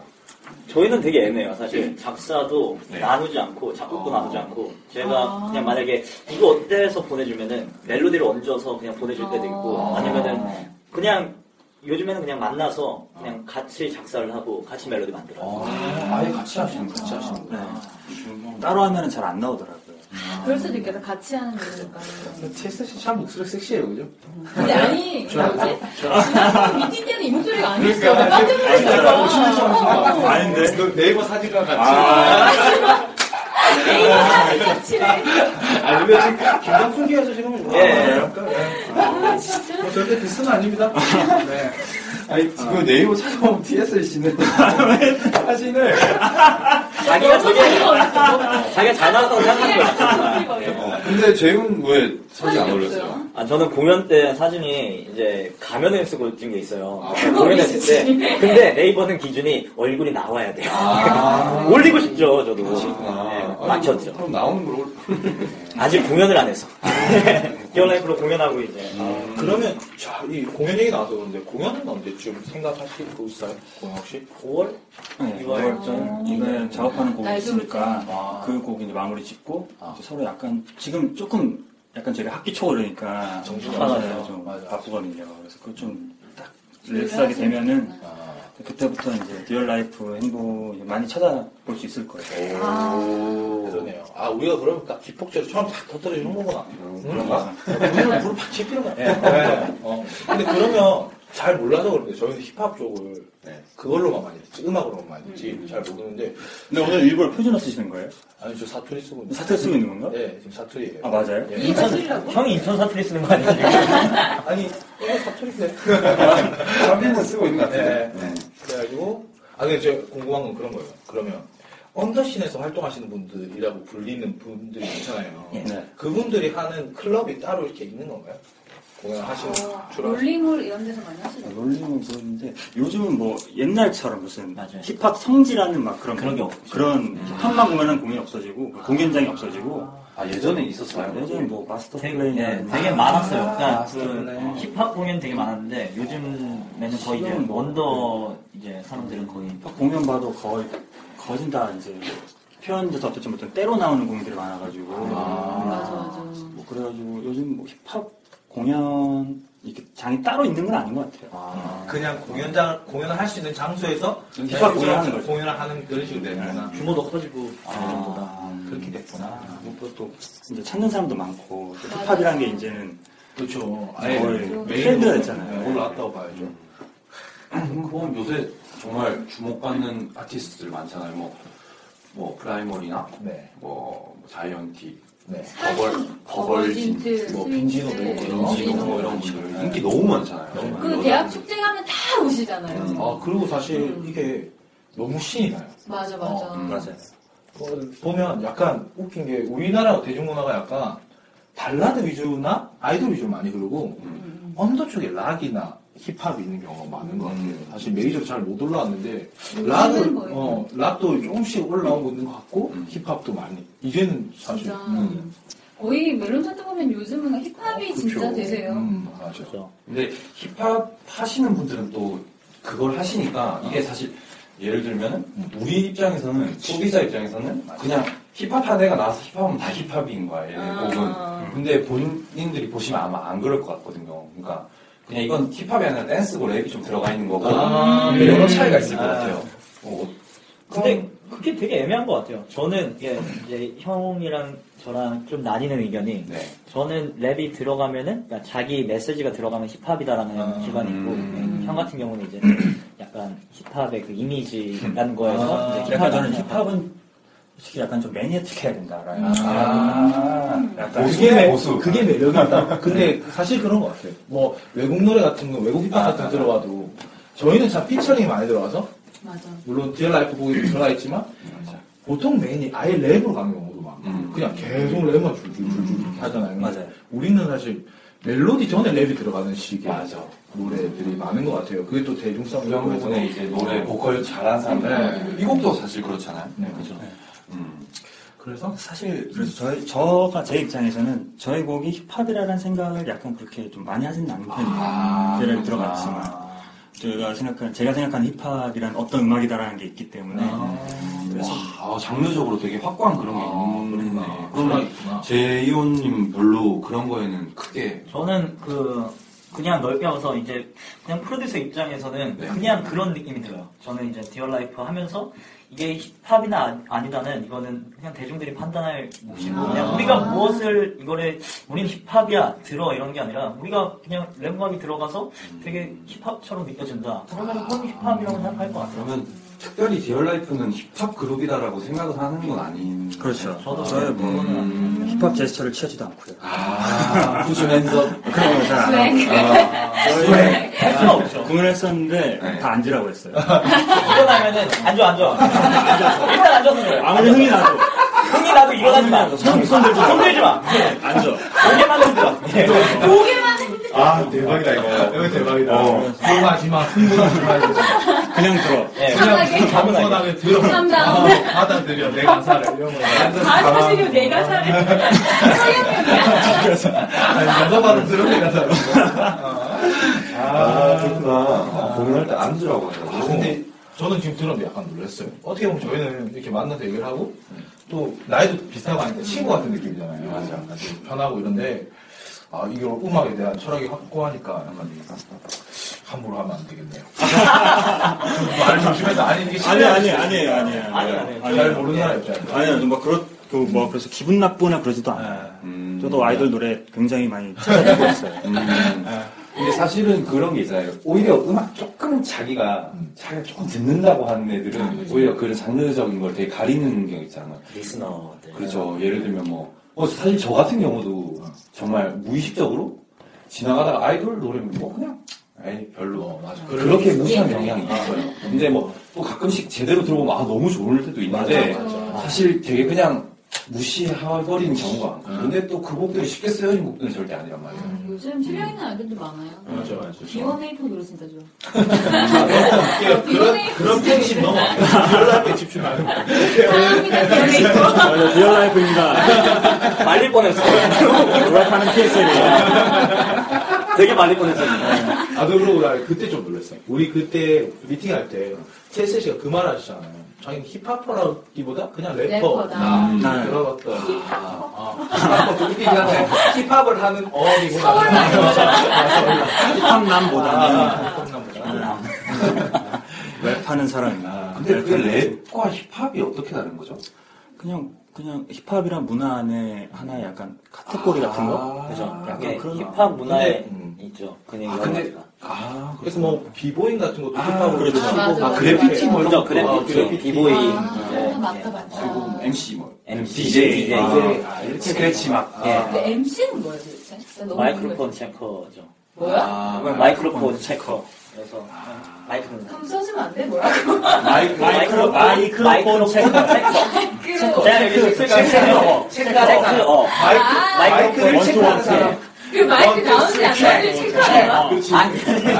[SPEAKER 2] 저희는 되게 애매해요 사실 작사도
[SPEAKER 5] 네.
[SPEAKER 2] 나누지 않고 작곡도
[SPEAKER 5] 아.
[SPEAKER 2] 나누지 않고 제가 그냥 만약에 이거 어때서 보내주면은 멜로디를 얹어서 그냥 보내줄 때도 있고
[SPEAKER 3] 아.
[SPEAKER 2] 아니면은 그냥 요즘에는 그냥 만나서 그냥 같이 작사를 하고 같이 멜로디 만들어요
[SPEAKER 5] 아, 아예 같이 하시는 같이 하시는 거예요.
[SPEAKER 11] 네. 따로 하면은 잘 안 나오더라고요.
[SPEAKER 4] 아.
[SPEAKER 3] 그럴 수도 있겠다. 같이 하는 거니까.
[SPEAKER 4] TSC 참 목소리 섹시해요, 그죠?
[SPEAKER 3] 근데 아니,
[SPEAKER 4] 아. 저-
[SPEAKER 3] 뭐지?
[SPEAKER 4] 저-
[SPEAKER 3] 지난번 미팅 때는 이 목소리가 아니었어.
[SPEAKER 4] 그러니까.
[SPEAKER 3] 나 깜짝
[SPEAKER 4] 아니, 나 오시는
[SPEAKER 3] 놀랐어.
[SPEAKER 4] 사람
[SPEAKER 3] 어, 어.
[SPEAKER 4] 아닌데? 너 네이버 사진과 같이.
[SPEAKER 5] 아.
[SPEAKER 4] 아.
[SPEAKER 3] 네이버 사진 같이래.
[SPEAKER 4] 아니, 근데 지금 김장풀 기에서 지금.
[SPEAKER 10] 예.
[SPEAKER 3] 아, 진짜?
[SPEAKER 4] 뭐 절대 비스는 아닙니다. 네.
[SPEAKER 5] 아니 지금 네이버
[SPEAKER 4] <laughs>
[SPEAKER 5] 찾아보면 TSC는 사진을
[SPEAKER 2] 자기가
[SPEAKER 5] 아.
[SPEAKER 2] 자기가 자기가 잘 나왔다고 생각하는 거야.
[SPEAKER 4] <laughs>
[SPEAKER 5] 근데 재훈 왜 사진 안 올렸어요?
[SPEAKER 2] 아 저는 공연 때 사진이 이제 가면을 쓰고 찍은 게 있어요.
[SPEAKER 5] 그거
[SPEAKER 2] 공연했을 때.
[SPEAKER 5] 있으시네.
[SPEAKER 2] 근데 네이버는 기준이 얼굴이 나와야 돼요. <laughs> 올리고 싶죠 저도. 네, 맞췄죠.
[SPEAKER 5] 그럼 나오는 걸 올.
[SPEAKER 2] 아직 공연을 안 해서. <laughs> 기어라이프로 공연하고 이제.
[SPEAKER 4] 그러면 자, 이 공연 얘기 나와서 그런데 공연은 언제쯤 생각하시고 있어요? 공연 혹시?
[SPEAKER 2] 5월?
[SPEAKER 11] 네,
[SPEAKER 4] 이월.
[SPEAKER 11] 2월 전 이번에 작업하는 곡이
[SPEAKER 3] 날도
[SPEAKER 11] 있으니까 그 곡 이제 마무리 짓고 이제 서로 약간 지금 조금 약간 저희가 학기 초 그러니까
[SPEAKER 4] 정신이
[SPEAKER 11] 바빠요
[SPEAKER 4] 없어요.
[SPEAKER 11] 좀 바쁘거든요. 그래서 그좀딱 릴렉스하게 되면은 그때부터 이제 리얼 라이프 행복 많이 찾아볼 수 있을 거예요.
[SPEAKER 4] 그러네요. 아, 우리가 그러면 딱 기폭제로 처음 팍 터뜨리는 거구나. 그런가?
[SPEAKER 11] 음, 그런가?
[SPEAKER 4] 공연을 불을 팍 지피는 거야.
[SPEAKER 11] 네.
[SPEAKER 4] 어. 근데 그러면 잘 몰라서 그런데 저희는 힙합 쪽을
[SPEAKER 11] 네.
[SPEAKER 4] 그걸로만 많이 듣지, 음악으로만 많이 듣지, 잘 모르는데.
[SPEAKER 11] 근데 오늘 일부러 표준어 쓰시는 거예요?
[SPEAKER 4] 아니, 저 사투리 쓰고 있는
[SPEAKER 11] 사투리 쓰고 있는 건가?
[SPEAKER 4] 네, 지금 사투리예요.
[SPEAKER 11] 아 맞아요?
[SPEAKER 4] 예.
[SPEAKER 3] 이게 사실이라고?
[SPEAKER 2] 형이 인천 사투리 쓰는 거 아니에요?
[SPEAKER 4] 아니, 어, 이거 사투리인데.
[SPEAKER 11] <laughs>
[SPEAKER 5] 사진을 쓰고 있나?
[SPEAKER 4] 네. 그래가지고 아 근데 제가 궁금한 건 그런 거예요. 그러면 언더신에서 활동하시는 분들이라고 불리는 분들이 있잖아요.
[SPEAKER 2] 예.
[SPEAKER 11] 네.
[SPEAKER 4] 그분들이 하는 클럽이 따로 이렇게 있는 건가요? 공연하시는
[SPEAKER 3] 어,
[SPEAKER 4] 주로
[SPEAKER 3] 롤링홀 이런 데서 많이 하시죠?
[SPEAKER 11] 아, 롤링은 그런데 요즘은 뭐 옛날처럼 무슨 힙합 성지라는 막 그런
[SPEAKER 2] 그런 게
[SPEAKER 11] 공-
[SPEAKER 2] 없죠.
[SPEAKER 11] 그런 힙합만 공연한 공연이 없어지고 공연장이 없어지고
[SPEAKER 5] 아 예전에 있었어요.
[SPEAKER 11] 예전에 뭐 마스터
[SPEAKER 2] 되게,
[SPEAKER 11] 플레이
[SPEAKER 2] 예, 되게 많았어요. 그러니까 그 힙합 공연 되게 많았는데 요즘에는 거의 이제
[SPEAKER 11] 지금은 뭐-
[SPEAKER 2] 원더 이제 사람들은 거의
[SPEAKER 11] 공연 봐도 거의 거진 다 이제 표현조차 어떻지 못한 때로 나오는 공연들이 많아가지고
[SPEAKER 3] 맞아, 맞아.
[SPEAKER 11] 뭐 그래가지고 요즘 뭐 힙합 공연 이렇게 장이 따로 있는 건 아닌 것 같아요.
[SPEAKER 4] 그냥 공연장 공연을 할 수 있는 장소에서
[SPEAKER 11] 음, 힙합
[SPEAKER 4] 그냥
[SPEAKER 11] 공연을
[SPEAKER 4] 공연을
[SPEAKER 11] 하는 거죠. 네. 음. 아,
[SPEAKER 4] 공연을 하는 그런 식으로 되는구나. 아,
[SPEAKER 2] 규모도 커지고 예전보다.
[SPEAKER 4] 그렇게 됐구나.
[SPEAKER 11] 그것도 이제 찾는 사람도 많고 또 힙합이라는 게 이제는
[SPEAKER 4] 그렇죠.
[SPEAKER 11] 아예 거의
[SPEAKER 4] 메인
[SPEAKER 11] 트렌드가 됐잖아요. 음.
[SPEAKER 4] 네, 올라왔다고 봐야죠.
[SPEAKER 5] 그건 요새 정말 주목받는 아티스트들 많잖아요. 뭐, 뭐 프라이머리나
[SPEAKER 4] 네.
[SPEAKER 5] 뭐 자이언티,
[SPEAKER 4] 네.
[SPEAKER 5] 버벌, 버벌진,
[SPEAKER 3] 버벌진트,
[SPEAKER 5] 뭐 빈지노,
[SPEAKER 3] 스윗,
[SPEAKER 4] 음.
[SPEAKER 5] 빈지노 뭐 이런 분들 인기 너무 많잖아요.
[SPEAKER 3] 그 대학 축제 가면 다 오시잖아요.
[SPEAKER 4] 아 그리고 사실 이게 너무 신이 나요.
[SPEAKER 3] 맞아, 맞아.
[SPEAKER 5] 음.
[SPEAKER 4] 어,
[SPEAKER 11] 맞아요.
[SPEAKER 4] 어, 보면 약간 웃긴 게 우리나라 대중문화가 약간 발라드 위주나 아이돌 위주 많이 흐르고
[SPEAKER 5] 음.
[SPEAKER 4] 언더 쪽에 락이나 힙합이 있는 경우가 많은 것 같아요.
[SPEAKER 5] 음.
[SPEAKER 4] 사실 메이저로 잘 못 올라왔는데 락은
[SPEAKER 3] 거예요.
[SPEAKER 4] 어, 락도 조금씩 올라오고 있는 것 같고
[SPEAKER 5] 음.
[SPEAKER 4] 힙합도 많이 이제는 사실 음.
[SPEAKER 3] 진짜. 거의 멜론 차트 보면 요즘은 힙합이 진짜
[SPEAKER 4] 그렇죠.
[SPEAKER 3] 대세요.
[SPEAKER 4] 음, 맞아.
[SPEAKER 5] 근데 힙합 하시는 분들은 또 그걸 하시니까
[SPEAKER 11] 아.
[SPEAKER 5] 이게 사실 예를
[SPEAKER 11] 음.
[SPEAKER 5] 들면 우리 입장에서는 소비자 입장에서는 그냥 힙합한 애가 나와서 힙합하면 다 힙합인 거야 얘네 곡은
[SPEAKER 3] 아,
[SPEAKER 5] 근데 본인들이 보시면 아마 안 그럴 것 같거든요 그러니까 그냥 이건 힙합이 아니라 댄스고 랩이 좀 들어가 있는 거고
[SPEAKER 4] 아,
[SPEAKER 5] 여러
[SPEAKER 4] 음.
[SPEAKER 5] 차이가 있을 것
[SPEAKER 2] 아.
[SPEAKER 5] 같아요 어,
[SPEAKER 2] 근데 그게 되게 애매한 것 같아요. 저는 이게 이제 형이랑 저랑 좀 나뉘는 의견이
[SPEAKER 5] 네.
[SPEAKER 2] 저는 랩이 들어가면은 그러니까 자기 메시지가 들어가면 힙합이다라는
[SPEAKER 4] 아,
[SPEAKER 2] 기관이 있고
[SPEAKER 5] 음.
[SPEAKER 2] 예, 형 같은 경우는 이제 약간 힙합의 그 이미지라는 거에서
[SPEAKER 4] 아,
[SPEAKER 2] 이제
[SPEAKER 11] 음. 약간
[SPEAKER 2] 힙합을
[SPEAKER 11] 저는
[SPEAKER 2] 하는
[SPEAKER 11] 힙합은 솔직히 약간 좀 매니아틱해야 된다라는 약간
[SPEAKER 4] 그게,
[SPEAKER 5] 보수.
[SPEAKER 4] 그게 매력이다. 근데 사실 그런 것 같아요. 뭐 외국 노래 같은 거, 외국 힙합 같은 거 들어가도 저희는 참 피처링이 많이 들어가서
[SPEAKER 3] 맞아.
[SPEAKER 4] 물론 디얼 라이프 곡이 들어가 있지만 보통 메인이 아예 랩으로 가는 경우도 많고
[SPEAKER 5] 음.
[SPEAKER 4] 그냥 계속 랩만 줄줄줄줄 하잖아요.
[SPEAKER 11] 맞아요.
[SPEAKER 4] 우리는 사실 멜로디 전에 랩이 들어가는 식의
[SPEAKER 5] 맞아
[SPEAKER 4] 노래들이 많은 것 같아요. 그게 또 대중성이
[SPEAKER 5] 이런
[SPEAKER 4] 있고
[SPEAKER 5] 부분에 이제 노래
[SPEAKER 11] 아.
[SPEAKER 5] 보컬 잘하는
[SPEAKER 11] 네.
[SPEAKER 5] 사람들 이 곡도 사실 그렇잖아요
[SPEAKER 4] 네.
[SPEAKER 5] 그죠 음.
[SPEAKER 4] 그래서
[SPEAKER 11] 사실 그래서 음. 저희 저가 제 입장에서는 저희 곡이 힙합이라는 생각을 약간 그렇게 좀 많이 하진 않는
[SPEAKER 5] 아,
[SPEAKER 11] 편이에요. 아,
[SPEAKER 5] 그렇구나.
[SPEAKER 11] 들어갔지만 제가 생각한 제가 생각하는 힙합이란 어떤 음악이다라는 게 있기 때문에
[SPEAKER 5] 그래서
[SPEAKER 11] 그래서
[SPEAKER 5] 아, 장르적으로 되게 확고한 그런 게
[SPEAKER 4] 그런
[SPEAKER 5] 있는 거네.
[SPEAKER 4] 거
[SPEAKER 5] 그러면
[SPEAKER 4] 있구나.
[SPEAKER 5] 제이온님 별로 그런 거에는 크게
[SPEAKER 2] 저는 그 그냥 넓게 하면서 이제 그냥 프로듀서 입장에서는 그냥 그런 느낌이 들어요. 저는 이제 디얼 라이프 하면서 이게 힙합이나 아, 니다는 이거는 그냥 대중들이 판단할 몫이고 그냥 우리가 무엇을 이거를 우린 힙합이야 들어 이런 게 아니라 우리가 그냥 랩 음악이 들어가서 되게 힙합처럼 느껴진다. 아. 그러면 그건 힙합이라고 생각할 것 같아요.
[SPEAKER 5] 그러면 특별히 디얼라이프는 힙합 그룹이다라고 생각을 하는 건 아닌. 네. 음.
[SPEAKER 11] 그렇죠.
[SPEAKER 5] 저도
[SPEAKER 11] 저의 뭐 힙합 제스처를 취하지도 않고요.
[SPEAKER 5] 아, 굳이 맨서
[SPEAKER 11] 그런 거 잘안
[SPEAKER 3] 스웩.
[SPEAKER 11] 하고.
[SPEAKER 2] 할 수가 없죠. 네.
[SPEAKER 11] 공연을 했었는데 다 앉으라고 했어요.
[SPEAKER 2] <laughs> 일어나면은 앉아 앉아. 일단 앉아서 그래.
[SPEAKER 11] 아무리 흥이 나도
[SPEAKER 2] 흥이 나도 일어나지 마.
[SPEAKER 11] 손, 손 들지 마. 네,
[SPEAKER 2] 손 들지 마.
[SPEAKER 11] 앉아. 네.
[SPEAKER 2] 고개만 흔들어. 네.
[SPEAKER 3] 고개만
[SPEAKER 4] 아 대박이다 이거. 이거 대박이다. 흥분하지 마. 흥분하지 마.
[SPEAKER 11] 그냥 들어.
[SPEAKER 3] 편하게.
[SPEAKER 4] 자문하게 들어.
[SPEAKER 3] 감사합니다.
[SPEAKER 4] 아, 받아들여 내 가사를 이런 거.
[SPEAKER 3] 다 사실은 내가 사는 서영이야.
[SPEAKER 4] 여자 받은 들어 내 가사를.
[SPEAKER 5] 아, 그렇구나. 아, 공연할 때 앉으라고
[SPEAKER 4] 아,
[SPEAKER 5] 해가지고.
[SPEAKER 4] 근데 저는 지금 들으면 약간 놀랐어요. 어떻게 보면 저희는 이렇게 만나서 얘기를 하고 또 나이도 비슷하고 하니까 친구 같은 느낌이잖아요. 맞아. 같이 편하고 이런데 아 이걸 음악에 대한 철학이 확고하니까 약간 함부로 하면 안 되겠네요. 말을 조심해서 아니 이게
[SPEAKER 11] 아니
[SPEAKER 4] 실례야.
[SPEAKER 11] 아니 아니에요 아니에요
[SPEAKER 4] 잘 모르는 사람 입장에.
[SPEAKER 11] 아니요 뭐 그렇 그뭐 그래서 기분 나쁘거나 그러지도 않아요.
[SPEAKER 5] 음.
[SPEAKER 11] 저도 아이돌 노래 굉장히 <laughs> 많이 찾아보고 있어요.
[SPEAKER 5] 음. 아. 근데 사실은 그런 게 있잖아요. 오히려 음악 조금은 자기가, 자기가 조금 듣는다고 하는 애들은 오히려 음. 아, 그런 장르적인 걸 되게 가리는 경우 있잖아요.
[SPEAKER 2] 리스너들.
[SPEAKER 5] 그렇죠. 예를 들면 뭐, 어, 사실 저 같은 경우도 정말 무의식적으로 지나가다가 아이돌 노래면 뭐 그냥, 에이, 별로. 어, 맞아. 그렇게 무시한 경향이 있어요. 근데 뭐, 또 가끔씩 제대로 들어보면 아, 너무 좋을 때도 있는데, 사실 되게 그냥 무시해버리는 경우가 많고. 근데 또 그 곡들이 쉽게 쓰여진 곡들은 절대 아니란 말이에요.
[SPEAKER 3] 음, 요즘 실력 있는 아이들도 많아요.
[SPEAKER 5] 맞아, 맞아.
[SPEAKER 3] 비원 헤이프 노래 진짜 좋아.
[SPEAKER 4] 네,
[SPEAKER 3] 그러니까
[SPEAKER 4] 그런 그런 팬심 너무 <laughs> 연락에 집중 안 해.
[SPEAKER 3] 사랑합니다, 비원 헤이프.
[SPEAKER 11] 저는 네, <laughs> 리얼라이프입니다.
[SPEAKER 2] 말릴 뻔했어.
[SPEAKER 11] <laughs> 랩하는 PSL이에요. <laughs>
[SPEAKER 2] 되게 말릴 뻔했었는데.
[SPEAKER 4] 아, 그리고 나 그때 좀 놀랐어. 우리 그때 미팅할 때, 채세 씨가 그 말 하시잖아요. 자기 힙합퍼라기보다 그냥 래퍼.
[SPEAKER 3] 래퍼다.
[SPEAKER 4] 나
[SPEAKER 11] 네.
[SPEAKER 4] 들어봤던. 아, 아. 힙합퍼 그렇게 얘기하네. 힙합을 하는 어미구나.
[SPEAKER 11] 힙합남보다는
[SPEAKER 4] 아,
[SPEAKER 11] 랩하는 사람이나
[SPEAKER 5] 근데 그
[SPEAKER 11] 랩하는
[SPEAKER 5] 랩과 힙합이 어떻게 다른 거죠?
[SPEAKER 11] 그냥 그냥 힙합이란 문화 안에 하나의 약간 카테고리 같은
[SPEAKER 4] 아,
[SPEAKER 11] 거
[SPEAKER 2] 그죠.
[SPEAKER 11] 약간
[SPEAKER 2] 약간
[SPEAKER 11] 아,
[SPEAKER 2] 음.
[SPEAKER 11] 그런 음.
[SPEAKER 2] 힙합 문화에
[SPEAKER 4] 근데,
[SPEAKER 2] 있죠. 그냥
[SPEAKER 4] 네. 아,
[SPEAKER 2] 여러
[SPEAKER 4] 근데-
[SPEAKER 2] 가지가.
[SPEAKER 5] 아,
[SPEAKER 4] 그래서 뭐, 비보잉 같은 것도 힙합으로
[SPEAKER 11] 그렇죠.
[SPEAKER 4] 치고
[SPEAKER 3] 아, 맞아,
[SPEAKER 4] 막
[SPEAKER 3] 맞아.
[SPEAKER 4] 그래피티 뭐 이런
[SPEAKER 2] 그죠.
[SPEAKER 4] 거.
[SPEAKER 2] 그래피티, 비보이.
[SPEAKER 3] 아, 맞다,
[SPEAKER 5] 그리고
[SPEAKER 3] 맞다.
[SPEAKER 5] MC 뭐
[SPEAKER 2] MC,
[SPEAKER 4] 예,
[SPEAKER 5] DJ,
[SPEAKER 2] DJ.
[SPEAKER 5] 아, 이렇게 스크래치 막
[SPEAKER 2] 예.
[SPEAKER 11] 아.
[SPEAKER 3] 근데 MC는 뭐야, 도대체? 진짜 너무 궁금해.
[SPEAKER 2] 마이크로폰 체커죠.
[SPEAKER 3] 뭐야?
[SPEAKER 5] 아,
[SPEAKER 2] 마이크로폰 체커. 그래서 마이크로폰.
[SPEAKER 3] 그럼 써주면 안 돼? 뭐라고?
[SPEAKER 11] 마이크 마이크로
[SPEAKER 2] 마이크로-
[SPEAKER 11] 마이크로폰 체크
[SPEAKER 3] 그,
[SPEAKER 2] 제가 여기 있을까요? 체커. 체커. 마이크로폰 체커. 체커.
[SPEAKER 3] 아, 그 마이크 나오는지 안 나오는지 체크하는 거야?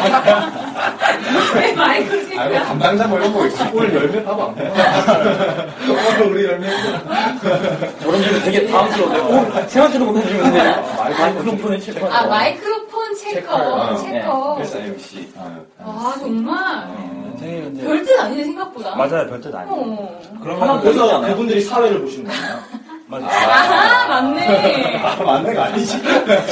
[SPEAKER 3] 왜 마이크를
[SPEAKER 4] 아, 이거
[SPEAKER 3] 체크해?
[SPEAKER 4] 담당자 뭐 이런 거 있지. 오늘 열매 파고 안 돼. 오늘 어, 우리 열매.
[SPEAKER 2] 저런 점이 되게 당황스러워요. 오, 생각지도 아, 못해주는데. 마이크로폰을 체커.
[SPEAKER 3] 아, 마이크로폰 체커.
[SPEAKER 4] 네.
[SPEAKER 3] 체커.
[SPEAKER 5] 회사 MC. 아,
[SPEAKER 3] 와, 정말.
[SPEAKER 11] 네.
[SPEAKER 3] 별뜻 아니네, 생각보다.
[SPEAKER 11] 맞아요 별뜻 아니에요
[SPEAKER 3] 어.
[SPEAKER 2] 하나
[SPEAKER 4] 그러면
[SPEAKER 2] 보이지
[SPEAKER 4] 그래서
[SPEAKER 2] 않아요?
[SPEAKER 4] 그분들이 사회를 보시는 거예요.
[SPEAKER 11] 맞아요
[SPEAKER 3] 아, 맞네.
[SPEAKER 4] 아, 맞는 거 아니지.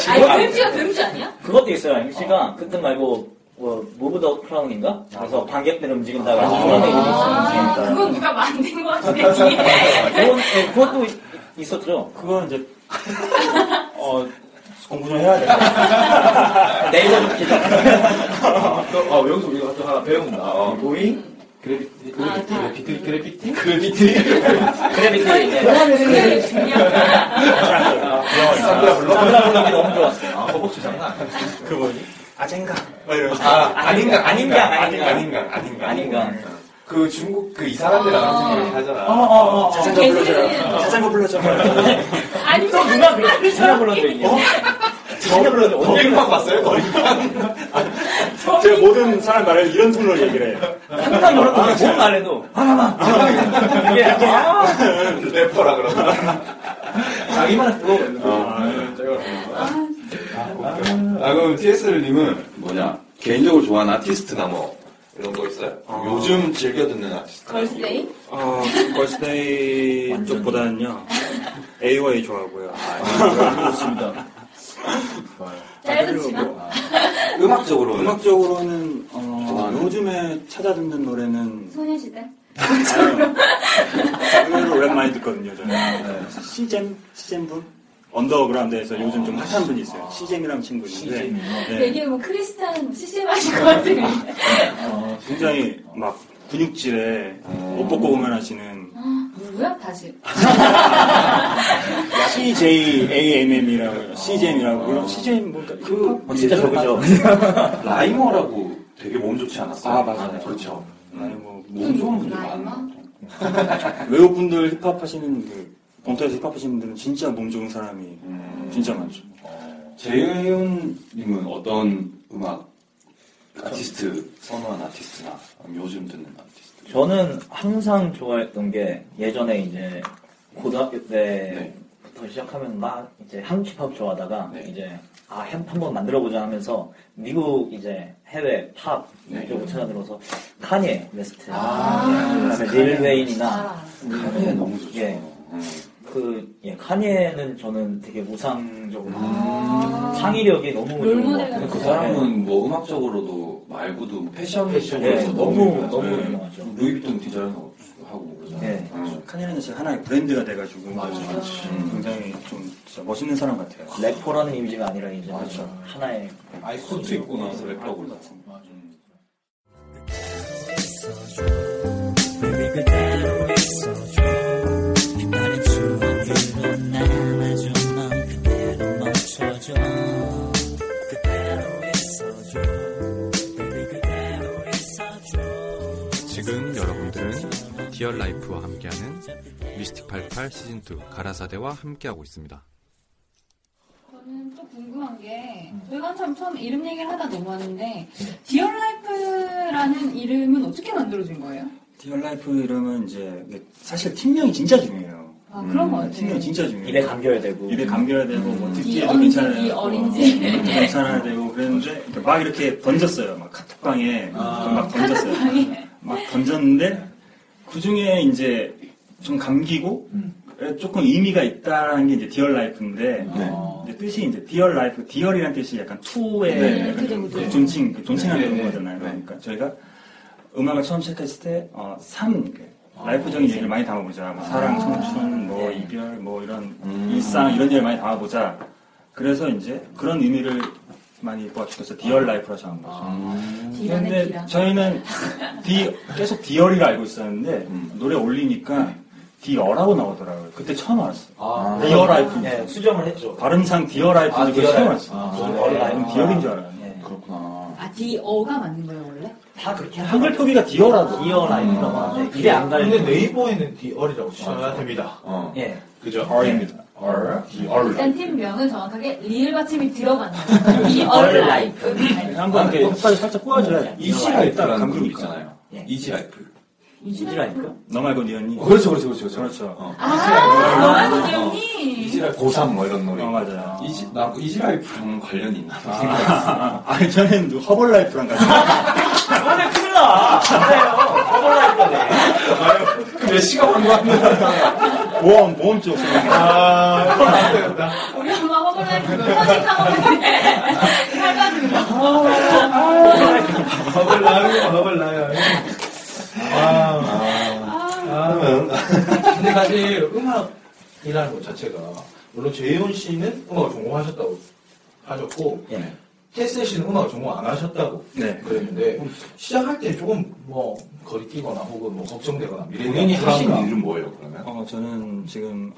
[SPEAKER 3] 아니, 금지가 금지 아니야?
[SPEAKER 2] 그것도 있어요. MC가 그뜻 말고 뭐 모브 더 크라운인가? 그래서 관객들 움직인다.
[SPEAKER 4] 아,
[SPEAKER 2] 그래서 그런 얘기도
[SPEAKER 3] 아,
[SPEAKER 2] 있어요.
[SPEAKER 3] 그건 누가 만든 것 같은데.
[SPEAKER 2] 그건, 예, 그것도 있- 있었죠.
[SPEAKER 11] 그건 이제 <laughs> 어 공부 좀 해야 돼
[SPEAKER 2] 네이버 기자.
[SPEAKER 4] 또, 어, 여기서 우리가 또 하나 배운다. 어, 보잉? 그래피티, 그래피티,
[SPEAKER 3] 아,
[SPEAKER 4] 그래피티, 그래피티, 그래피티.
[SPEAKER 2] 그래비티 이제
[SPEAKER 3] 그게 중요하다.
[SPEAKER 4] 쌈비라 불러?
[SPEAKER 2] 사드라 블록이 너무 좋았어요.
[SPEAKER 4] 아, 허벅지 장난 아니야.
[SPEAKER 11] 그 뭐지 아젠가 막 이러면서
[SPEAKER 2] 아닌가, 아닌가, 아닌가,
[SPEAKER 5] 아닌가, 아닌가.
[SPEAKER 2] 아닌가.
[SPEAKER 5] 그 중국 그 이 사람들이랑 같이 노래 하잖아.
[SPEAKER 11] 자전거 불러줘요 자전거 불러줘요
[SPEAKER 3] 아니,
[SPEAKER 2] 또 누가 그래? 전혀 불러적이요 전혀 불러적 언제
[SPEAKER 4] 막 봤어요? 거의.
[SPEAKER 11] 제가 모든 사람 말을 이런 톤으로 얘기를 해요
[SPEAKER 2] 항상 그런 거뭔 아, 말해도 하나만. 이게 아,
[SPEAKER 4] 래퍼라 그러나.
[SPEAKER 5] <laughs>
[SPEAKER 4] 자기만 불러. 아,
[SPEAKER 5] 네. 아, 그럼 TS님은 뭐냐? 개인적으로 좋아하는 아티스트나 뭐 이런 거 있어요? 요즘 즐겨 듣는 아티스트.
[SPEAKER 3] 걸스데이?
[SPEAKER 11] 어 걸스데이 쪽보다는요 AOA 좋아하고요
[SPEAKER 4] 그렇습니다.
[SPEAKER 3] 짧은 치마?
[SPEAKER 5] 음악적으로는?
[SPEAKER 12] 음악적으로는 어, 요즘에 찾아 듣는 노래는
[SPEAKER 3] 소녀시대?
[SPEAKER 11] 노래를 오랜만에 듣거든요, 저는. 시잼? 시잼분? 언더그라운드에서 요즘 좀 핫한 분이 있어요. 시잼이라는 친구인데. 네.
[SPEAKER 3] 되게 뭐 크리스탄 시시하신 것 같아요.
[SPEAKER 11] 어, 굉장히 막 근육질에 옷 벗고 공연하시는
[SPEAKER 3] 아, 누구야? 다시.
[SPEAKER 11] CJAMM이라고, CJM이라고. 그럼 CJM 뭔가, 그,
[SPEAKER 5] 진짜
[SPEAKER 11] 적으죠.
[SPEAKER 5] 라이머라고 되게 몸 좋지 않았어요? 아, 맞아요. 그렇죠.
[SPEAKER 11] 라이머.
[SPEAKER 5] 몸 좋은 분들 많아.
[SPEAKER 11] 네, 뭐 외국분들 힙합 하시는 그, 본토에서 힙합 하시는 분들은 진짜 몸 좋은 사람이 진짜 많죠.
[SPEAKER 5] 재윤님은 어떤 음악 아티스트, 선호한 아티스트나 아니면 요즘 듣는 아티스트?
[SPEAKER 2] 저는 항상 좋아했던 게 예전에 이제 고등학교 때부터 시작하면 막 이제 한국 힙합 좋아하다가 이제 아 한- 한번 만들어보자 하면서 미국 이제 해외 팝 이쪽으로 찾아들어서 카니에 웨스트 그다음에 릴 웨인이나
[SPEAKER 5] 음. 카니에 너무 좋죠. 음.
[SPEAKER 2] 예. 그, 예, 카니에는 저는 되게 무상적으로 창의력이 너무 좋은 것 같아요.
[SPEAKER 5] 그 사람은 뭐 음악적으로도 말고도 패션
[SPEAKER 2] 네,
[SPEAKER 5] 패션에서
[SPEAKER 2] 너무,
[SPEAKER 5] 유명하죠.
[SPEAKER 2] 너무
[SPEAKER 5] 네.
[SPEAKER 2] 유명하죠.
[SPEAKER 5] 루이비통 디자인하고 그러잖아요. 음.
[SPEAKER 11] 카니는 지금 하나의 브랜드가 돼가지고 음, 굉장히 좀 진짜 멋있는 사람 같아요.
[SPEAKER 2] 예. 래퍼라는 이미지가 아니라 이제 하나의
[SPEAKER 5] 아이코트 입고 나서 랩하고 그러잖아.
[SPEAKER 6] Baby 그대로 있어줘 옛날의 추억들로 남아줘 넌 그대로 멈춰줘 그대로 있어줘 Baby 그대로 있어줘
[SPEAKER 13] 지금 여러분들은 디얼 라이프와 함께하는 미스틱 88 시즌 2 가라사대와 함께하고 있습니다.
[SPEAKER 3] 저는 또 궁금한 게 저희가 한참 처음 이름 얘기를 하다 넘어왔는데 디얼라이프라는 이름은 어떻게 만들어진 거예요?
[SPEAKER 11] 디얼라이프 이름은 이제 이게 사실 팀명이 진짜 중요해요.
[SPEAKER 3] 아, 그런 거 같아요.
[SPEAKER 11] 팀명이 진짜 중요해요.
[SPEAKER 2] 입에 감겨야 되고.
[SPEAKER 11] 네. 입에 감겨야 되고 뭐 듣기에도
[SPEAKER 3] 언지,
[SPEAKER 11] 괜찮아야
[SPEAKER 3] 이
[SPEAKER 11] 되고
[SPEAKER 3] 어린지.
[SPEAKER 11] 어, 괜찮아야 되고 그랬는데 이렇게 막 이렇게 던졌어요. 막 카톡방에 막 던졌어요. 막 던졌는데 그 중에 이제 좀 감기고 조금 의미가 있다라는 게 이제 디얼 라이프인데 이제 뜻이 이제 디얼 라이프 디얼이라는 뜻이 약간 투의
[SPEAKER 5] 네,
[SPEAKER 11] 약간
[SPEAKER 5] 그죠,
[SPEAKER 11] 좀
[SPEAKER 5] 그죠.
[SPEAKER 11] 존칭 그 존칭하는
[SPEAKER 5] 네, 네,
[SPEAKER 11] 거잖아요. 그러니까 저희가 음악을 처음 시작했을 때 어, 삶, 그
[SPEAKER 2] 아,
[SPEAKER 11] 라이프적인
[SPEAKER 2] 네.
[SPEAKER 11] 얘기를 많이 담아보자. 뭐 사랑, 청춘, 뭐 이별, 뭐 이런
[SPEAKER 2] 음.
[SPEAKER 11] 일상 이런 얘기를 많이 담아보자. 그래서 이제 그런 의미를 많이 보아주셔서 디얼 라이프라 정한 거죠.
[SPEAKER 2] 아.
[SPEAKER 3] 디라네,
[SPEAKER 11] 근데
[SPEAKER 3] 디라.
[SPEAKER 11] 저희는 디, 계속 디얼이라 알고 있었는데
[SPEAKER 2] 음.
[SPEAKER 11] 노래
[SPEAKER 2] 네.
[SPEAKER 11] 올리니까 디어라고 나오더라고요. 그때 처음 알았어요.
[SPEAKER 4] 아.
[SPEAKER 11] 디어 라이프.
[SPEAKER 2] 네, 수정을 했죠.
[SPEAKER 11] 발음상 디어 라이프
[SPEAKER 2] 아, 디어
[SPEAKER 11] 처음
[SPEAKER 2] 라이프.
[SPEAKER 11] 알았어요.
[SPEAKER 2] 아,
[SPEAKER 11] 저는
[SPEAKER 2] 라이프.
[SPEAKER 11] 디얼인 줄 알아요.
[SPEAKER 2] 예.
[SPEAKER 3] 아 디어가 맞는 거예요 원래?
[SPEAKER 2] 다 그렇게
[SPEAKER 11] 한글 표기가 디어라고.
[SPEAKER 2] 디어 라이프라고 하는데 입에 안 갈리고.
[SPEAKER 4] 근데 네이버에는 디얼이라고 치셔야 됩니다.
[SPEAKER 2] 예.
[SPEAKER 4] 그죠? 아, 어. 네. R입니다. R, 디얼.
[SPEAKER 3] 일단 팀명은 정확하게 리을 받침이 들어가는 거예요. 디얼 라이프.
[SPEAKER 2] 아,
[SPEAKER 11] 한번
[SPEAKER 2] 네.
[SPEAKER 11] 이렇게 혓바닥 살짝 꼬아줘야 돼.
[SPEAKER 5] 이지라 있다라는 그룹 있잖아요. 이지라이프.
[SPEAKER 2] 이지라이프?
[SPEAKER 11] 너 말고 니 언니.
[SPEAKER 5] 그렇죠, 그렇죠, 그렇죠.
[SPEAKER 11] 그렇죠.
[SPEAKER 3] 아, 너무
[SPEAKER 5] 이지라이프 고삼 뭐 이런 노래.
[SPEAKER 11] 어, 맞아요.
[SPEAKER 5] 이지, 나 이지라이프랑 관련이 있나?
[SPEAKER 11] 아, 아니, 저는 누- 허벌라이프랑 같이.
[SPEAKER 2] 오늘 큰일 나! 맞아요. 더블 라이프네.
[SPEAKER 5] 내 시간 한거
[SPEAKER 11] 보험, 보험 쪽. 아,
[SPEAKER 3] 우리 엄마 허벌라이프 허식하고 있는데 해가지고
[SPEAKER 4] 먹을 나요, 먹을 나요. 아, 근데 사실 음악이라는 것 자체가 물론 재훈 씨는 음악을 전공하셨다고 하셨고
[SPEAKER 5] 예.
[SPEAKER 4] 태세 씨는 음악을 전공 안 하셨다고
[SPEAKER 11] 네.
[SPEAKER 4] 그랬는데 시작할 때 조금 뭐 거리끼거나 혹은 뭐 걱정되거나
[SPEAKER 11] 본인이
[SPEAKER 4] 미래는
[SPEAKER 11] 하신
[SPEAKER 4] 하신
[SPEAKER 11] 일은
[SPEAKER 4] 뭐예요 그러면?
[SPEAKER 11] 어, 저는 지금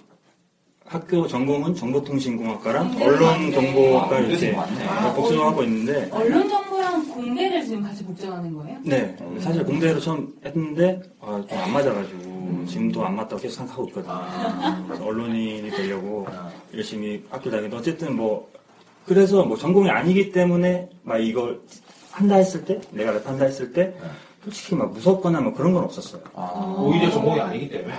[SPEAKER 11] 학교 전공은 정보통신공학과랑
[SPEAKER 3] 네,
[SPEAKER 11] 언론정보학과
[SPEAKER 4] 맞네.
[SPEAKER 11] 이렇게 어,
[SPEAKER 4] 아, 그래서
[SPEAKER 3] 맞네.
[SPEAKER 11] 복수를 하고 있는데,
[SPEAKER 3] 언론 정보랑 공대를 지금 같이 복장하는 거예요?
[SPEAKER 11] 네. 사실 공대로 처음 했는데, 아, 좀 안 맞아가지고, 지금도 안 맞다고 계속 생각하고 있거든요. 그래서 언론인이 되려고 열심히 학교 다니는데, 어쨌든 뭐, 그래서 뭐 전공이 아니기 때문에, 막 이걸 한다 했을 때, 내가 랩 한다 했을 때, 솔직히 막 무섭거나 뭐 그런 건 없었어요.
[SPEAKER 4] 아, 오히려 전공이 아니기 때문에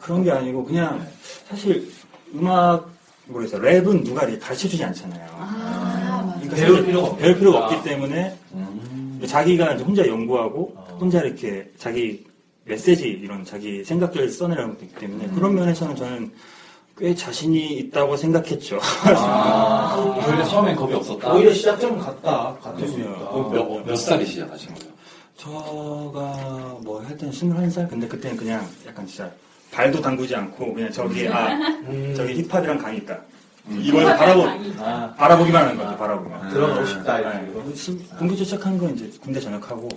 [SPEAKER 11] 그런 게 아니고
[SPEAKER 4] 네.
[SPEAKER 11] 그냥 사실 음악 모르겠어 요 랩은 누가 이렇게 가르쳐 주지 않잖아요. 그러니까
[SPEAKER 4] 배울
[SPEAKER 11] 사실
[SPEAKER 4] 필요가 없으니까. 음.
[SPEAKER 11] 배울 필요가 없기 때문에 자기가 이제 혼자 연구하고
[SPEAKER 4] 어.
[SPEAKER 11] 혼자 이렇게
[SPEAKER 4] 음.
[SPEAKER 11] 자기 메시지 이런 자기 생각들을 써내려는 것도 있기 때문에 그런 면에서는 저는 꽤 자신이 있다고 생각했죠. <laughs>
[SPEAKER 5] 아, 오히려 처음엔 겁이 없었다.
[SPEAKER 4] 오히려 시작점은 같다. 같을 수 있다.
[SPEAKER 5] 그럼 몇, 몇 살이 시작하신 거예요?
[SPEAKER 11] 저가 뭐 했던 21살? 근데 그때는 그냥 약간 진짜 발도 담그지 않고 그냥 저기, 아, 저기 힙합이랑 강이 있다. 음, 이걸
[SPEAKER 4] 음. 힙합이랑
[SPEAKER 11] 바라보,
[SPEAKER 4] 강이 있다.
[SPEAKER 11] 아, 바라보기만 하는 거죠, 바라보기만.
[SPEAKER 4] 들어가고 아, 싶다,
[SPEAKER 11] 네.
[SPEAKER 4] 이런 거.
[SPEAKER 11] 신- 군대 도착한 건 이제 군대 전역하고,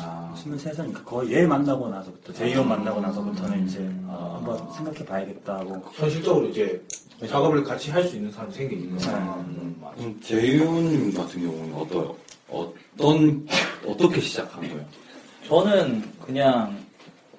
[SPEAKER 4] 아. 어.
[SPEAKER 11] 23살이니까 거의 얘 만나고 나서부터, 제이홉 만나고 나서부터는 이제
[SPEAKER 4] 어.
[SPEAKER 11] 한번 생각해 봐야겠다고.
[SPEAKER 4] 현실적으로 이제 작업을 같이 할 수 있는 사람이 생기는 거죠.
[SPEAKER 5] 음, 재윤님 같은 경우는 어떠요? 어떤 어떻게 시작한 거예요?
[SPEAKER 2] 저는 그냥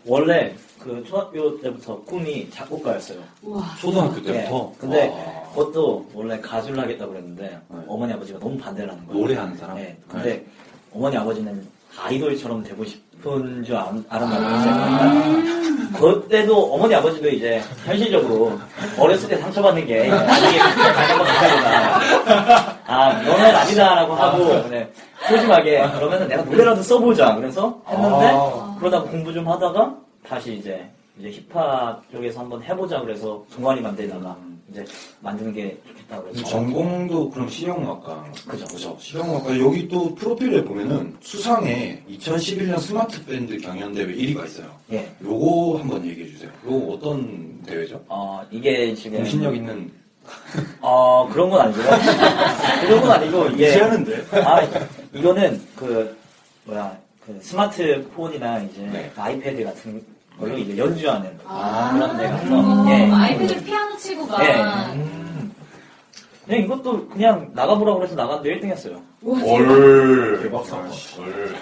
[SPEAKER 2] 원래 그 초등학교 때부터 꿈이 작곡가였어요.
[SPEAKER 3] 우와.
[SPEAKER 5] 초등학교 때부터?
[SPEAKER 2] 네. 근데
[SPEAKER 5] 아.
[SPEAKER 2] 그것도 원래 가수를 하겠다고 그랬는데 어머니 아버지가 너무 반대를 하는 거예요.
[SPEAKER 5] 네. 노래하는 사람?
[SPEAKER 2] 네. 근데 어머니 아버지는 아이돌처럼 되고 싶은 줄 아, 알- 알았나
[SPEAKER 5] 아.
[SPEAKER 2] 봐요. 제가. 그때도 어머니 아버지도 이제 현실적으로 어렸을 때 상처받는 게 나중에 크게 가는 것 같다구나. 아, 너는 아니다라고 하고 네. 소심하게 그러면 내가 노래라도 써보자. 그래서 했는데
[SPEAKER 4] 아.
[SPEAKER 2] 그러다 공부 좀 하다가 다시 이제 이제 힙합 쪽에서 한번 해보자 그래서 동아리 만들다가 이제 만드는 게 좋겠다 그래서
[SPEAKER 5] 전공도 그럼 실용음악과 그죠 그죠 실용음악과
[SPEAKER 2] 실용음악과.
[SPEAKER 5] 여기 또 프로필에 보면은 수상에 2011년 스마트 밴드 경연 대회 1위가 있어요.
[SPEAKER 2] 예.
[SPEAKER 5] 요거 한번 얘기해 주세요. 요거 어떤 대회죠?
[SPEAKER 2] 아 이게 지금
[SPEAKER 5] 공신력 있는
[SPEAKER 2] 아 그런 건
[SPEAKER 5] <laughs>
[SPEAKER 2] 아니고요. 그런 건 아니고 이게
[SPEAKER 5] 무시하는데?
[SPEAKER 2] 아 이거는 그 뭐야 그 스마트폰이나 이제
[SPEAKER 5] 네.
[SPEAKER 2] 그 아이패드 같은 걸로 이제 연주하는 아,
[SPEAKER 3] 아,
[SPEAKER 2] 그런 데 가서 예.
[SPEAKER 3] 어, 아이패드 피아노 치고가.
[SPEAKER 2] 예. 그냥 이것도 그냥 나가보라고 그래서 나갔는데 1등 했어요.
[SPEAKER 5] 월
[SPEAKER 4] 대박 사건.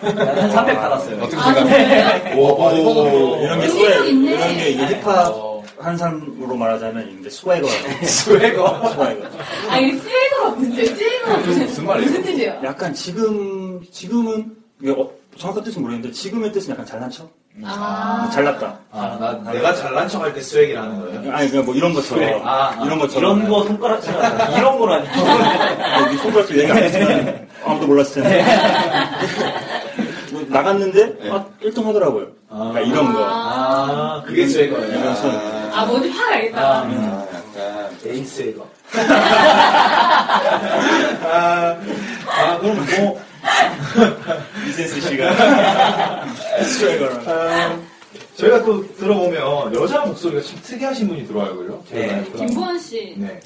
[SPEAKER 2] 한300 받았어요.
[SPEAKER 11] 어떻게
[SPEAKER 4] 아,
[SPEAKER 2] 네.
[SPEAKER 11] 와, 이런 게 소외,
[SPEAKER 2] 있네.
[SPEAKER 11] 이런 게 이게 힙합
[SPEAKER 4] 어.
[SPEAKER 11] 한 사람으로 말하자면 있는데 스웨거.
[SPEAKER 4] 네.
[SPEAKER 11] <laughs>
[SPEAKER 4] 스웨거?
[SPEAKER 11] 스웨거.
[SPEAKER 3] 아니, 스웨이가 뭔데? 스웨이가 무슨 무슨 뜻이에요?
[SPEAKER 11] 약간 지금, 지금은, 이게 어, 정확한 뜻은 모르겠는데, 지금의 뜻은 약간 잘난 척?
[SPEAKER 3] 아.
[SPEAKER 11] 잘났다.
[SPEAKER 4] 아, 나, 내가 잘난 척 할 때 스웨기라는 거예요?
[SPEAKER 11] 아니, 그냥 뭐 이런 것처럼.
[SPEAKER 4] 스웨이. 아, 아.
[SPEAKER 11] 이런 것처럼.
[SPEAKER 4] 이런
[SPEAKER 2] 거 손가락 치면, 이런 거라니.
[SPEAKER 11] 여기 손가락질 얘기 안 했으면 아무도 몰랐을 텐데. 뭐 나갔는데, 아, 1등 하더라고요. 그러니까 이런 거.
[SPEAKER 4] 아, 그게 스웨거예요.
[SPEAKER 11] 이런 선.
[SPEAKER 3] 아, 뭔지 확 알겠다.
[SPEAKER 4] 약간 개인 스웨거. 아, 아, 그럼 뭐.
[SPEAKER 11] 이센스 씨가. 스웨거를.
[SPEAKER 4] 저희가 또 들어보면 여자 목소리가 참 특이하신 분이 들어와요, 그죠?
[SPEAKER 3] 네, 김보원 씨.
[SPEAKER 4] 네.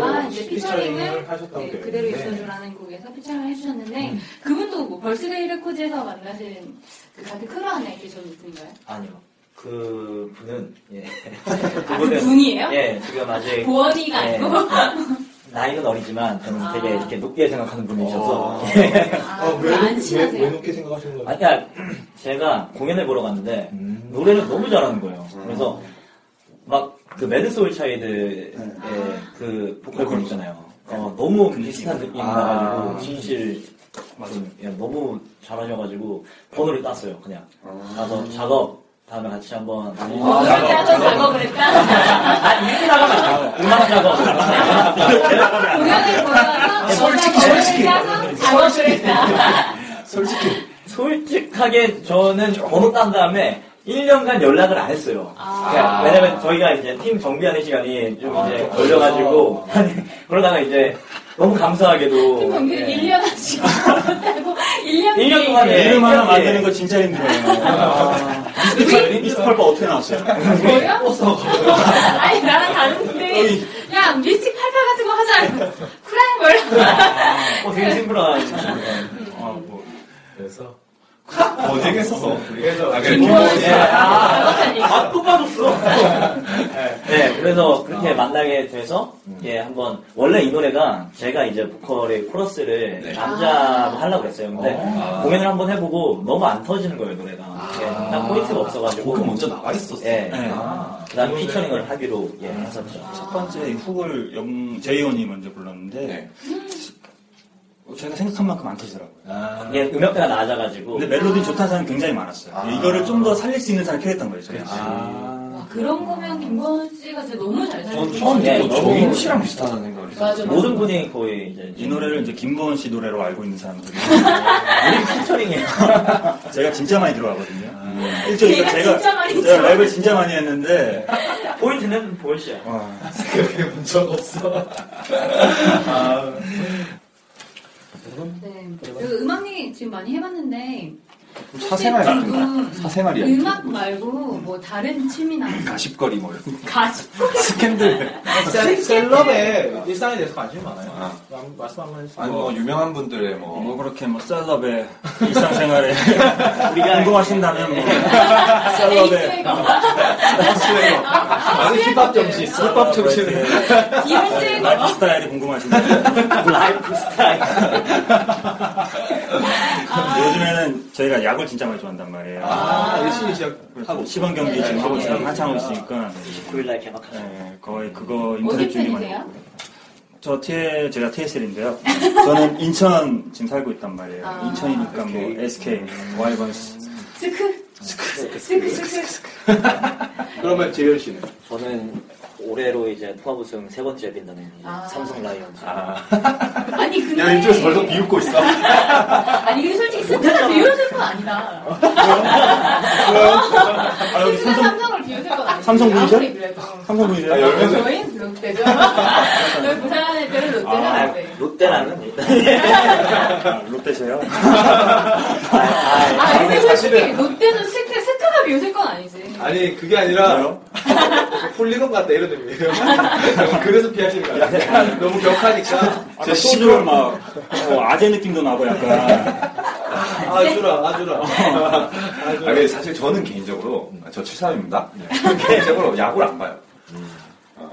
[SPEAKER 3] 아, 이제 피처링을
[SPEAKER 4] 피처링을 하셨다고
[SPEAKER 3] 네,
[SPEAKER 4] 되어
[SPEAKER 3] 그대로
[SPEAKER 4] 있는데.
[SPEAKER 3] 있어줘라는 곡에서 피처링을 해주셨는데, 그분도 뭐 벌스데이 레코드에서 만나신 그 같은 크루 안에 계셨는 분인가요?
[SPEAKER 2] <laughs> 아니요. 그 분은 예. <laughs>
[SPEAKER 3] 아, 그 분이에요?
[SPEAKER 2] 예, 지금 아직
[SPEAKER 3] 보원이가
[SPEAKER 2] 네.
[SPEAKER 3] 아니고?
[SPEAKER 2] 어, 나이는 어리지만 저는
[SPEAKER 3] 아.
[SPEAKER 2] 되게 이렇게 높게 생각하는 분이셔서
[SPEAKER 4] 왜,
[SPEAKER 3] 안
[SPEAKER 4] 높- 왜,
[SPEAKER 3] 친하세요?
[SPEAKER 4] 왜 높게 생각하시는 거예요?
[SPEAKER 2] <laughs> 아니야 제가 공연을 보러 갔는데 노래를 너무 잘하는 거예요. 그래서 막 그 매드 소울 차이드의 네. 그 보컬 분 있잖아요. 어, 너무 비슷한 느낌이
[SPEAKER 4] 아.
[SPEAKER 2] 나가지고 진실 좀, 예, 너무 잘하셔가지고 번호를 땄어요. 그냥 가서 작업 다음에 같이 한번
[SPEAKER 3] 어, 작업, 작업을 했다?
[SPEAKER 2] 아, 이렇게 나가면 음악 작업.
[SPEAKER 3] 공연을 보여서
[SPEAKER 2] 솔직히, 솔직히.
[SPEAKER 3] 작업을 했다.
[SPEAKER 2] 솔직히. 솔직하게 저는 번호 딴 다음에 1년간 연락을 안 했어요.
[SPEAKER 3] 아,
[SPEAKER 11] 아.
[SPEAKER 2] 그러니까 왜냐면 저희가 이제 팀 정비하는 시간이 좀
[SPEAKER 11] 네.
[SPEAKER 2] 이제 걸려가지고
[SPEAKER 11] 그렇죠.
[SPEAKER 2] 그러다가 이제 너무 감사하게도 네.
[SPEAKER 3] 팀 경기는 그 1년 하시고 못하고 1년
[SPEAKER 2] 1년 동안에 네.
[SPEAKER 11] 이름 하나
[SPEAKER 2] 이렇게-
[SPEAKER 11] 만드는 거 진짜 힘들어요. 미스펄버 어떻게 나왔어요?
[SPEAKER 2] 네.
[SPEAKER 3] 뭐야? 아니 나랑 다른데 야 미스틱 팔팔 같은 거 하자 뭐 쿨한 걸
[SPEAKER 2] 어, 되게 심플한
[SPEAKER 4] 그래서. 어, 얘기했었어. 그래서. 아,
[SPEAKER 2] 예. 아, 또 빠졌어. <laughs> 네, 그래서 그렇게 만나게 돼서, 예, 한번, 원래 이 노래가 제가 이제 보컬의 코러스를 남자로 하려고 그랬어요. 근데 공연을 한번 해보고 너무 안 터지는 거예요, 노래가. 예, 딱 포인트가 없어가지고.
[SPEAKER 5] 곡은 먼저 나와 있었어.
[SPEAKER 2] 예.
[SPEAKER 11] 네.
[SPEAKER 2] 그 다음 피처링을 하기로, 예, 했었죠.
[SPEAKER 11] 첫 번째 훅을 영 제이온이 먼저 불렀는데 어, 제가 생각한 만큼 안 터지더라고요.
[SPEAKER 2] 예, 음역대가 낮아가지고.
[SPEAKER 11] 근데 멜로디 좋다는 사람이 굉장히 많았어요. 이거를 좀 더 살릴 수 있는 사람이 아. 필요했던 거예요. 저희
[SPEAKER 3] 그런 거면 김건 씨가 진짜 너무 잘 살고
[SPEAKER 2] 예,
[SPEAKER 11] 듣고
[SPEAKER 2] 너무-
[SPEAKER 11] 정인 씨랑 비슷하다는 생각을
[SPEAKER 3] 맞아, 맞아.
[SPEAKER 2] 모든 분이 거의 이제
[SPEAKER 11] 이 노래를 이제 김보원 씨 노래로 알고 있는 사람들이
[SPEAKER 2] 피처링이에요. <laughs>
[SPEAKER 11] 제가 진짜 많이 들어가거든요. 일종의
[SPEAKER 3] 제가
[SPEAKER 11] 제가
[SPEAKER 3] 진짜 많이
[SPEAKER 11] 제가
[SPEAKER 3] 들어와요.
[SPEAKER 11] 랩을 진짜 많이 했는데
[SPEAKER 2] 포인트는 보이시죠?
[SPEAKER 4] 생각해본 적 없어. 아,
[SPEAKER 3] 네. 그 음악 얘기 지금 많이 해봤는데 사실
[SPEAKER 5] 사생활 같은
[SPEAKER 3] 지금
[SPEAKER 5] 거. 사생활이 아니고.
[SPEAKER 3] 음악 말고 뭐 다른 취미나
[SPEAKER 11] <laughs>
[SPEAKER 5] 가십거리 뭐 이런
[SPEAKER 3] 가십
[SPEAKER 5] 스캔들.
[SPEAKER 4] 셀- 셀럽의 일상에 대해서 관심이 많아요. 양- 말씀 한번 해주세요.
[SPEAKER 5] 아니 뭐 유명한 분들의 뭐,
[SPEAKER 11] 그렇게 뭐 셀럽의 일상생활에 <laughs> 궁금하신다면 뭐 셀럽의
[SPEAKER 3] 아,
[SPEAKER 4] 나는 힙합 정신 있어. 힙합 정신은
[SPEAKER 11] 라이프 스타일이 궁금하신다면 <laughs> 라이프 <laughs> 스타일 요즘에는 저희가 야구를 진짜 많이 좋아한단 말이에요
[SPEAKER 4] 아, 열심히 시작하고
[SPEAKER 11] 시범 경기 지금
[SPEAKER 4] 네,
[SPEAKER 11] 하고
[SPEAKER 4] 네.
[SPEAKER 11] 지금 한창 하고 있으니까
[SPEAKER 2] 9일날 개막하죠
[SPEAKER 11] 네, 거의 그거 인터넷
[SPEAKER 3] 어디
[SPEAKER 11] 준비 많이
[SPEAKER 3] 팬이세요?
[SPEAKER 11] 저 T 제가 TSL인데요. 저는 인천 지금 살고 있단 말이에요.
[SPEAKER 3] 아.
[SPEAKER 11] 인천이니까 뭐 SK, 와이번스.
[SPEAKER 3] 스크 스크 스크 스크
[SPEAKER 4] 그러면 재열 씨는?
[SPEAKER 2] 저는 올해로 이제 통합우승 세 번째 빈다는 이제
[SPEAKER 3] 아.
[SPEAKER 2] 삼성 라이온즈.
[SPEAKER 3] 아니 근데
[SPEAKER 2] 야, 이쪽에서 벌써 비웃고 있어.
[SPEAKER 3] 아니 근데 솔직히 스크가 비워줄 건 아니다
[SPEAKER 11] 아, 여기
[SPEAKER 3] 스크가
[SPEAKER 11] 삼성,
[SPEAKER 3] 삼성을 비워줄 건 아니다
[SPEAKER 11] 삼성 분이죠?
[SPEAKER 3] 아무리 그래도
[SPEAKER 11] 삼성 분이세요?
[SPEAKER 3] 저희는 롯데죠 <laughs> 저희 부산 애들은 롯데라는데
[SPEAKER 2] 아, 롯데라는
[SPEAKER 5] <laughs>
[SPEAKER 11] 롯데세요?
[SPEAKER 3] 아, 근데 솔직히
[SPEAKER 4] 사실은-
[SPEAKER 3] 롯데는 세트, 세트가 비웃을 건 아니지.
[SPEAKER 4] 아니 그게 아니라 홀리건 같다 이런 의미예요. 그래서 피하시는 거 같아요. 너무 격하니까
[SPEAKER 11] 제 신호를 막, 어, 아재 느낌도 나고 약간.
[SPEAKER 4] 아주라
[SPEAKER 5] 어.
[SPEAKER 4] 아주라.
[SPEAKER 5] 아, 근데 사실 저는 개인적으로 아, 저 73입니다. 개인적으로 야구를 안 봐요. 어,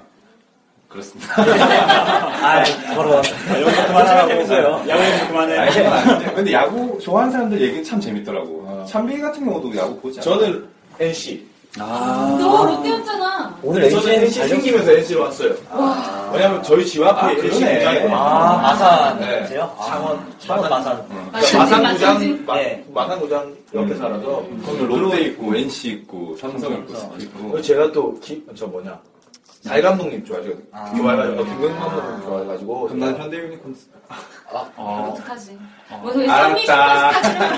[SPEAKER 5] 그렇습니다.
[SPEAKER 2] 아, 서로
[SPEAKER 11] 여기서
[SPEAKER 5] 그만하라고.
[SPEAKER 2] 네.
[SPEAKER 11] 야구에서 그만해.
[SPEAKER 5] 아니, 그건 아닌데. 근데 야구 좋아하는 사람들 얘기는 참 재밌더라고. 참비 같은 경우도 야구 보지 않아요?
[SPEAKER 4] 어. 저는 NC.
[SPEAKER 3] 너 롯데였잖아.
[SPEAKER 4] 오늘 저는 NC 생기면서 NC로 왔어요. 아.
[SPEAKER 3] 와.
[SPEAKER 4] 왜냐면 저희 집 앞에
[SPEAKER 2] 아,
[SPEAKER 4] NC
[SPEAKER 2] 그러네.
[SPEAKER 4] 구장이거든요.
[SPEAKER 2] 아, 마산이세요?
[SPEAKER 4] 네. 창원,
[SPEAKER 2] 창원 마산.
[SPEAKER 4] 그러니까 마산 구장, 마- 마산 구장
[SPEAKER 5] 음.
[SPEAKER 4] 옆에 살아서
[SPEAKER 5] 그러면 롯데 있고 NC 있고 삼성 있고
[SPEAKER 4] 삼성.
[SPEAKER 5] 스포츠 있고.
[SPEAKER 4] 그리고 제가 또, 기, 저 뭐냐. 달 감독님 좋아해가지고, 좋아해가지고, 어, 김건희 감독님 좋아해가지고.
[SPEAKER 5] 그럼 난 현대 유니콘스.
[SPEAKER 3] 어떡하지? 뭐, 저희
[SPEAKER 4] 알았다.
[SPEAKER 3] 썸이
[SPEAKER 4] 네.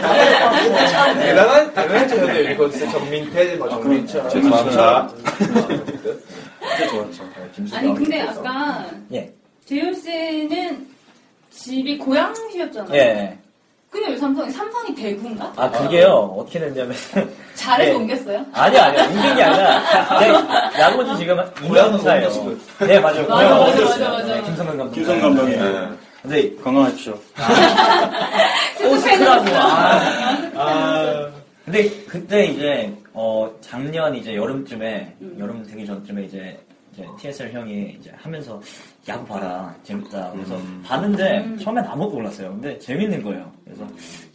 [SPEAKER 3] 슈퍼스타처럼.
[SPEAKER 4] 대단한, 대단했죠, 현대 유니콘스. 전민태,
[SPEAKER 5] 아,
[SPEAKER 4] 뭐, 정민철.
[SPEAKER 5] 그렇죠. 죄송합니다.
[SPEAKER 11] 진짜 좋았죠.
[SPEAKER 5] 네,
[SPEAKER 3] 아니, 근데 아까
[SPEAKER 2] 예.
[SPEAKER 3] 재율 씨는 집이 고양시였잖아요.
[SPEAKER 2] 예.
[SPEAKER 3] 근데 왜 삼성이, 삼성이 대구인가?
[SPEAKER 2] 아, 그게요. 어떻게 됐냐면. <laughs>
[SPEAKER 3] 잘해서
[SPEAKER 2] 예.
[SPEAKER 3] 옮겼어요?
[SPEAKER 2] 아니요, 아니요. 옮긴 게 아니라. 네, 야구지 지금 2년 차예요. 네, 맞아요.
[SPEAKER 3] 맞아, 맞아, 맞아,
[SPEAKER 2] 어렸어요.
[SPEAKER 3] 맞아.
[SPEAKER 2] 네, 김성근 감독.
[SPEAKER 11] 김성 감독님.
[SPEAKER 5] 네.
[SPEAKER 2] 근데
[SPEAKER 11] 건강하십시오.
[SPEAKER 2] 오스크라고. 어, 아. 근데 그때 이제 어 작년 이제 여름쯤에 여름 되기 전쯤에 이제 이제 TSL 형이 이제 하면서 야구 봐라 재밌다 그래서
[SPEAKER 5] 음.
[SPEAKER 2] 봤는데 처음엔 음. 아무것도 몰랐어요 근데 재밌는 거예요 그래서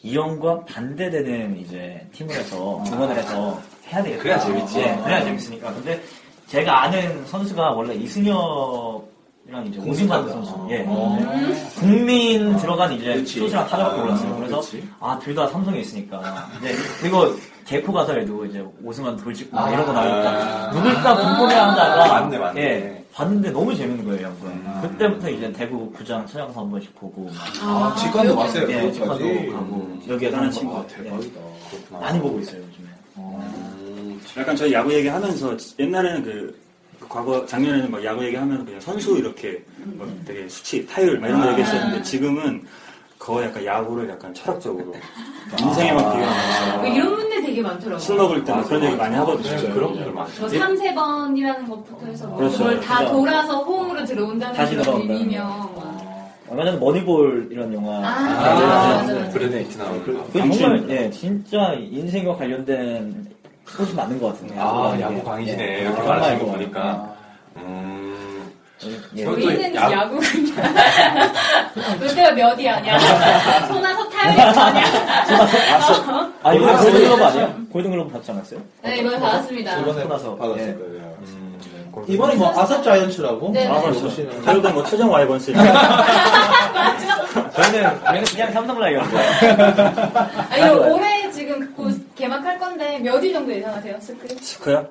[SPEAKER 2] 이 형과 반대되는 이제 팀을 해서 응원을 해서 해야 되겠다
[SPEAKER 5] 아. 그래야 재밌지.
[SPEAKER 2] 예, 그래야 재밌으니까 근데 제가 아는 선수가 원래 이승엽이랑 이제 오승환 선수 예
[SPEAKER 4] 아,
[SPEAKER 5] 음.
[SPEAKER 2] 국민 들어간 이제 투수랑 타자밖에 몰랐어요. 그래서 아 둘 다 삼성에 있으니까. 이제 그리고 개코 가사에도 이제 오승환 돌직구 막 이런 거 나오니까 누굴까 궁금해한다가
[SPEAKER 5] 맞네, 맞네.
[SPEAKER 2] 예, 봤는데 너무 재밌는 거예요. 양구 그때부터 이제 대구 구장 찾아가서 한 번씩 보고
[SPEAKER 4] 아, 직관도 왔어요,
[SPEAKER 2] 예, 직관도
[SPEAKER 4] 그것까지.
[SPEAKER 2] 가고 여기에 다른 친구 대박이다.
[SPEAKER 4] 아,
[SPEAKER 2] 많이 보고 있어요 요즘에.
[SPEAKER 11] 약간 저희 야구 얘기하면서 옛날에는 그, 그 과거 작년에는 막 야구 얘기하면 그냥 선수 이렇게 막 되게 수치 타율 막 이런 거
[SPEAKER 3] 아.
[SPEAKER 11] 얘기했었는데 지금은 거의 약간 야구를 약간 철학적으로
[SPEAKER 5] 아.
[SPEAKER 11] 인생에만
[SPEAKER 3] 뭐
[SPEAKER 11] 비교하면서
[SPEAKER 3] 이런 분들 되게 많더라고요.
[SPEAKER 11] 술 먹을 때 네, 그런 얘기 많이 하거든요.
[SPEAKER 5] 진짜 그런 분들
[SPEAKER 3] 저
[SPEAKER 5] 많죠.
[SPEAKER 3] 3, 세번이라는 것부터 해서 뭐
[SPEAKER 2] 그렇죠.
[SPEAKER 3] 그걸 다
[SPEAKER 2] 그렇죠.
[SPEAKER 3] 돌아서 호응으로 들어온다는
[SPEAKER 2] 다시
[SPEAKER 3] 그런
[SPEAKER 2] 돌아온다는
[SPEAKER 3] 의미며
[SPEAKER 2] 얼마 전에 머니볼 이런 영화.
[SPEAKER 4] 네,
[SPEAKER 3] 맞아, 맞아, 맞아.
[SPEAKER 5] 브레네이트 나오는 거.
[SPEAKER 2] 그 정말 예 진짜 인생과 관련된 소식 맞는 것 같은데.
[SPEAKER 5] 아,
[SPEAKER 4] 뭐
[SPEAKER 5] 야구 광이시네. 이렇게
[SPEAKER 2] 아,
[SPEAKER 5] 말하시는 거 보니까. 음.
[SPEAKER 2] 예.
[SPEAKER 3] 우리는 야구 <laughs> 그렇죠. 롯데가 몇이 아니야 <laughs> 소나서 타율이 <laughs> 전이야
[SPEAKER 2] 아, 이번에 골든글러브 아니에요? 골든글러브 받지 않았어요?
[SPEAKER 3] 네 이번에 받았습니다
[SPEAKER 4] 이번에
[SPEAKER 2] 나서.
[SPEAKER 4] 받았을
[SPEAKER 2] 예.
[SPEAKER 4] 거예요.
[SPEAKER 11] 음.
[SPEAKER 4] 이번에 뭐, 아삽 자이언츠라고?
[SPEAKER 3] 네, 네.
[SPEAKER 4] 아,
[SPEAKER 11] 아삽
[SPEAKER 4] 보시는.
[SPEAKER 11] 자유당 뭐 최정 와이번스
[SPEAKER 2] 저희는, 저희는 그냥 삼성라이언.
[SPEAKER 3] 아니 그럼 올해 음. 지금 곧 개막할 건데 몇 위 정도 예상하세요 스크
[SPEAKER 11] 그요?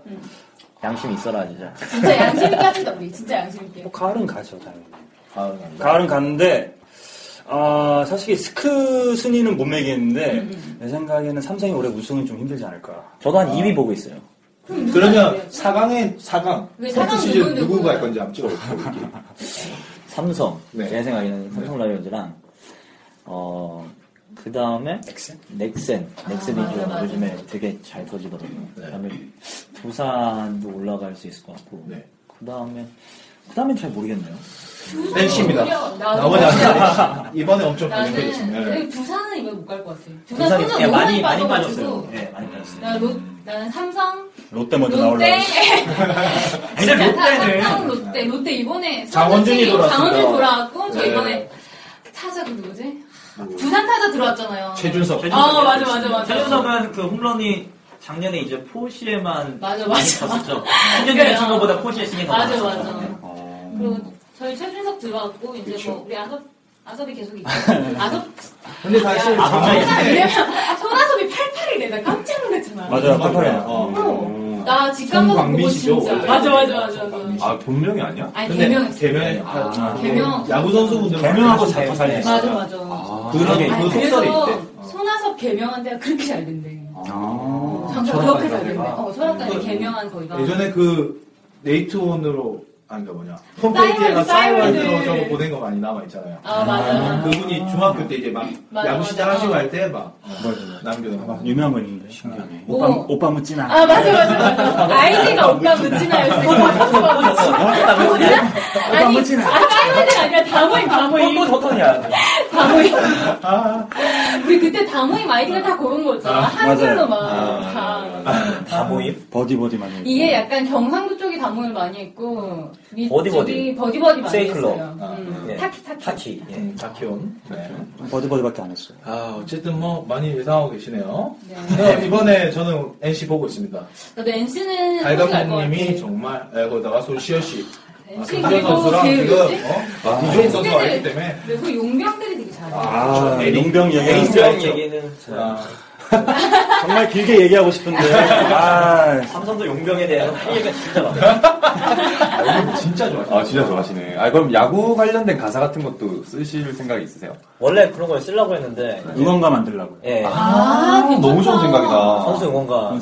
[SPEAKER 2] 양심 있어라, 진짜.
[SPEAKER 3] 진짜 양심 있게 합시다 우리 진짜 양심 있게
[SPEAKER 11] 뭐 가을은 가죠 당연히.
[SPEAKER 4] 가을은 간다.
[SPEAKER 11] 가을은 갔는데 아 사실 스크 순위는 못 매기는데 내 생각에는 삼성이 올해 우승은 좀 힘들지 않을까.
[SPEAKER 2] 저도 한 2위 보고 있어요.
[SPEAKER 4] 그러면 4강에 4강
[SPEAKER 3] 왜 사강
[SPEAKER 4] 포트 시즌
[SPEAKER 3] 누군데
[SPEAKER 4] 누구 갈 건지 한번 찍어볼게요.
[SPEAKER 2] 삼성. 제 생각에는 삼성 라이온즈랑 어. 그 다음에 넥센, 넥센, 넥센이
[SPEAKER 3] 맞아,
[SPEAKER 2] 좀
[SPEAKER 3] 맞아.
[SPEAKER 2] 요즘에 되게 잘 터지거든요. 그다음에 부산도 올라갈 수 있을 것 같고, 그 다음에 그 다음에 잘 모르겠네요.
[SPEAKER 4] NC입니다.
[SPEAKER 3] 나머지
[SPEAKER 4] 안 돼. 이번에 엄청 네.
[SPEAKER 3] 나는 네. 여기 부산은 이번에 못 갈 것 같아. 부산
[SPEAKER 2] 부산이
[SPEAKER 3] 삼성
[SPEAKER 2] 예,
[SPEAKER 3] 너무
[SPEAKER 2] 많이 많이
[SPEAKER 3] 빠져가지고.
[SPEAKER 2] 빠졌어요. 예, 많이 빠졌어요.
[SPEAKER 3] 나 롯, 나는 삼성,
[SPEAKER 11] 롯데 먼저
[SPEAKER 3] 롯데,
[SPEAKER 11] 나오려고.
[SPEAKER 3] <laughs> 진짜
[SPEAKER 11] 롯데는.
[SPEAKER 3] 삼성, 롯데, 롯데 이번에
[SPEAKER 11] 장원준이
[SPEAKER 3] 선수
[SPEAKER 11] 돌아왔습니다.
[SPEAKER 3] 장원준 돌아왔고 저
[SPEAKER 11] 네. 뭐.
[SPEAKER 3] 이번에 타자가 그 누구지? 부산 타자 들어왔잖아요.
[SPEAKER 2] 최준석.
[SPEAKER 3] 아 맞아 맞아 맞아.
[SPEAKER 2] 최준석은 그 홈런이 작년에 이제 포시에만
[SPEAKER 3] 맞아,
[SPEAKER 2] 많이
[SPEAKER 3] 맞아.
[SPEAKER 2] 쳤었죠.
[SPEAKER 3] 그래요.
[SPEAKER 2] 최준석의 친구보다 포시의 신이 더
[SPEAKER 3] <laughs> 맞아
[SPEAKER 2] 많았어요.
[SPEAKER 3] 맞아. 그리고 저희 최준석 들어왔고 이제
[SPEAKER 11] 그렇죠.
[SPEAKER 3] 뭐 우리 아섭 아섭이 계속
[SPEAKER 11] <laughs>
[SPEAKER 3] 있고 아섭
[SPEAKER 4] 근데 사실
[SPEAKER 3] 야,
[SPEAKER 11] 아,
[SPEAKER 4] 장원준이-
[SPEAKER 11] 네.
[SPEAKER 3] 진짜 왜냐면 손아섭이 88이래 나 깜짝
[SPEAKER 4] 음,
[SPEAKER 3] 놀랐잖아. 어.
[SPEAKER 4] 맞아요,
[SPEAKER 3] 네.
[SPEAKER 4] 어. 팔팔이야.
[SPEAKER 11] 음.
[SPEAKER 3] 나 직감 가서 보고
[SPEAKER 4] 손광민씨죠,
[SPEAKER 3] 진짜.
[SPEAKER 4] 원래.
[SPEAKER 3] 맞아 맞아 맞아. 맞아.
[SPEAKER 5] 아 본명이 아니야?
[SPEAKER 3] 아니, 개명.
[SPEAKER 4] 개명이
[SPEAKER 3] 네. 아, 개명.
[SPEAKER 4] 네. 야구 선수분들
[SPEAKER 11] 개명하고 잘 살리지.
[SPEAKER 3] 맞아 맞아.
[SPEAKER 4] 그런 그 속설이 있대.
[SPEAKER 3] 그래서 어. 손아섭 개명한 데가 그렇게 잘 된대.
[SPEAKER 11] 어.
[SPEAKER 4] 저런
[SPEAKER 3] 정말 그렇게 잘
[SPEAKER 4] 말이야.
[SPEAKER 3] 된대. 어
[SPEAKER 4] 그거
[SPEAKER 3] 설악산이 개명한 거기가.
[SPEAKER 4] 예전에 그 네이트온으로 아닌가 뭐냐
[SPEAKER 3] 사이월드,
[SPEAKER 4] 홈페이지에다가 사이월드로
[SPEAKER 3] 사이월드.
[SPEAKER 4] 저거 보낸 거 많이 남아 있잖아요.
[SPEAKER 3] 아, 맞아.
[SPEAKER 4] 그분이 중학교 때 이제 막
[SPEAKER 3] 맞아,
[SPEAKER 4] 야구
[SPEAKER 3] 맞아.
[SPEAKER 4] 시작하시고 할 때막 남겨놓은 거.
[SPEAKER 11] 아, 유명한 분 있는데 신기하네. 오빠
[SPEAKER 3] 오.
[SPEAKER 11] 오빠 묻지나.
[SPEAKER 3] 아 맞아 맞아 맞아 아이디가 오빠 묻지나였어 아,
[SPEAKER 2] 뭐
[SPEAKER 11] 오빠
[SPEAKER 3] 아니
[SPEAKER 11] 묻지나.
[SPEAKER 3] 아 사이월드가 아니라 다모임 다모임
[SPEAKER 2] 뽀뽀 토톤이야.
[SPEAKER 3] 다모임 우리 그때 다모임 아이디가 다 고른 거였잖아
[SPEAKER 11] 아,
[SPEAKER 3] 한글로
[SPEAKER 11] 맞아요.
[SPEAKER 3] 막다
[SPEAKER 2] 다 모임?
[SPEAKER 11] 버디 버디 많이.
[SPEAKER 3] 이게 약간 경상도 쪽이 다모임을 많이 했고
[SPEAKER 11] 버디버디.
[SPEAKER 3] 위쪽이 버디버디 많이
[SPEAKER 11] 세이클럽.
[SPEAKER 3] 했어요 음,
[SPEAKER 11] 예.
[SPEAKER 3] 타키 타키
[SPEAKER 2] 타키.
[SPEAKER 4] 음, 다키온. 네.
[SPEAKER 11] 버디 버디밖에 안 했어요.
[SPEAKER 4] 아 어쨌든 뭐 많이 예상하고 계시네요. 네, 이번에 저는 NC 보고 있습니다.
[SPEAKER 3] 나도 NC는
[SPEAKER 4] 달
[SPEAKER 3] 사실 그러니까 알것 같아
[SPEAKER 4] 감독님이 정말 에, 거기다가 소시어 씨, 아,
[SPEAKER 3] NC
[SPEAKER 4] 김주현
[SPEAKER 3] 그리고
[SPEAKER 4] 선수랑
[SPEAKER 3] 걔
[SPEAKER 4] 지금
[SPEAKER 3] 뭐지?
[SPEAKER 4] 어? 이종 선수가 왔기 때문에
[SPEAKER 3] 그리고 용병들이 되게 잘해
[SPEAKER 11] 아 용병 얘기.
[SPEAKER 2] 용병 얘기는
[SPEAKER 11] 정말 길게 얘기하고 싶은데. 아
[SPEAKER 2] 삼성도 용병에 대해서 할 얘기가 진짜 많아.
[SPEAKER 5] 진짜 좋아. 아 진짜 좋아하시네. 아 그럼 야구 관련된 가사 같은 것도 쓰실 생각이 있으세요?
[SPEAKER 2] 원래 그런 걸 쓰려고 했는데
[SPEAKER 11] 응원가 만들라고.
[SPEAKER 2] 예.
[SPEAKER 5] 아,
[SPEAKER 3] 그
[SPEAKER 5] 너무 좋은 생각이다.
[SPEAKER 2] 선수 응원가.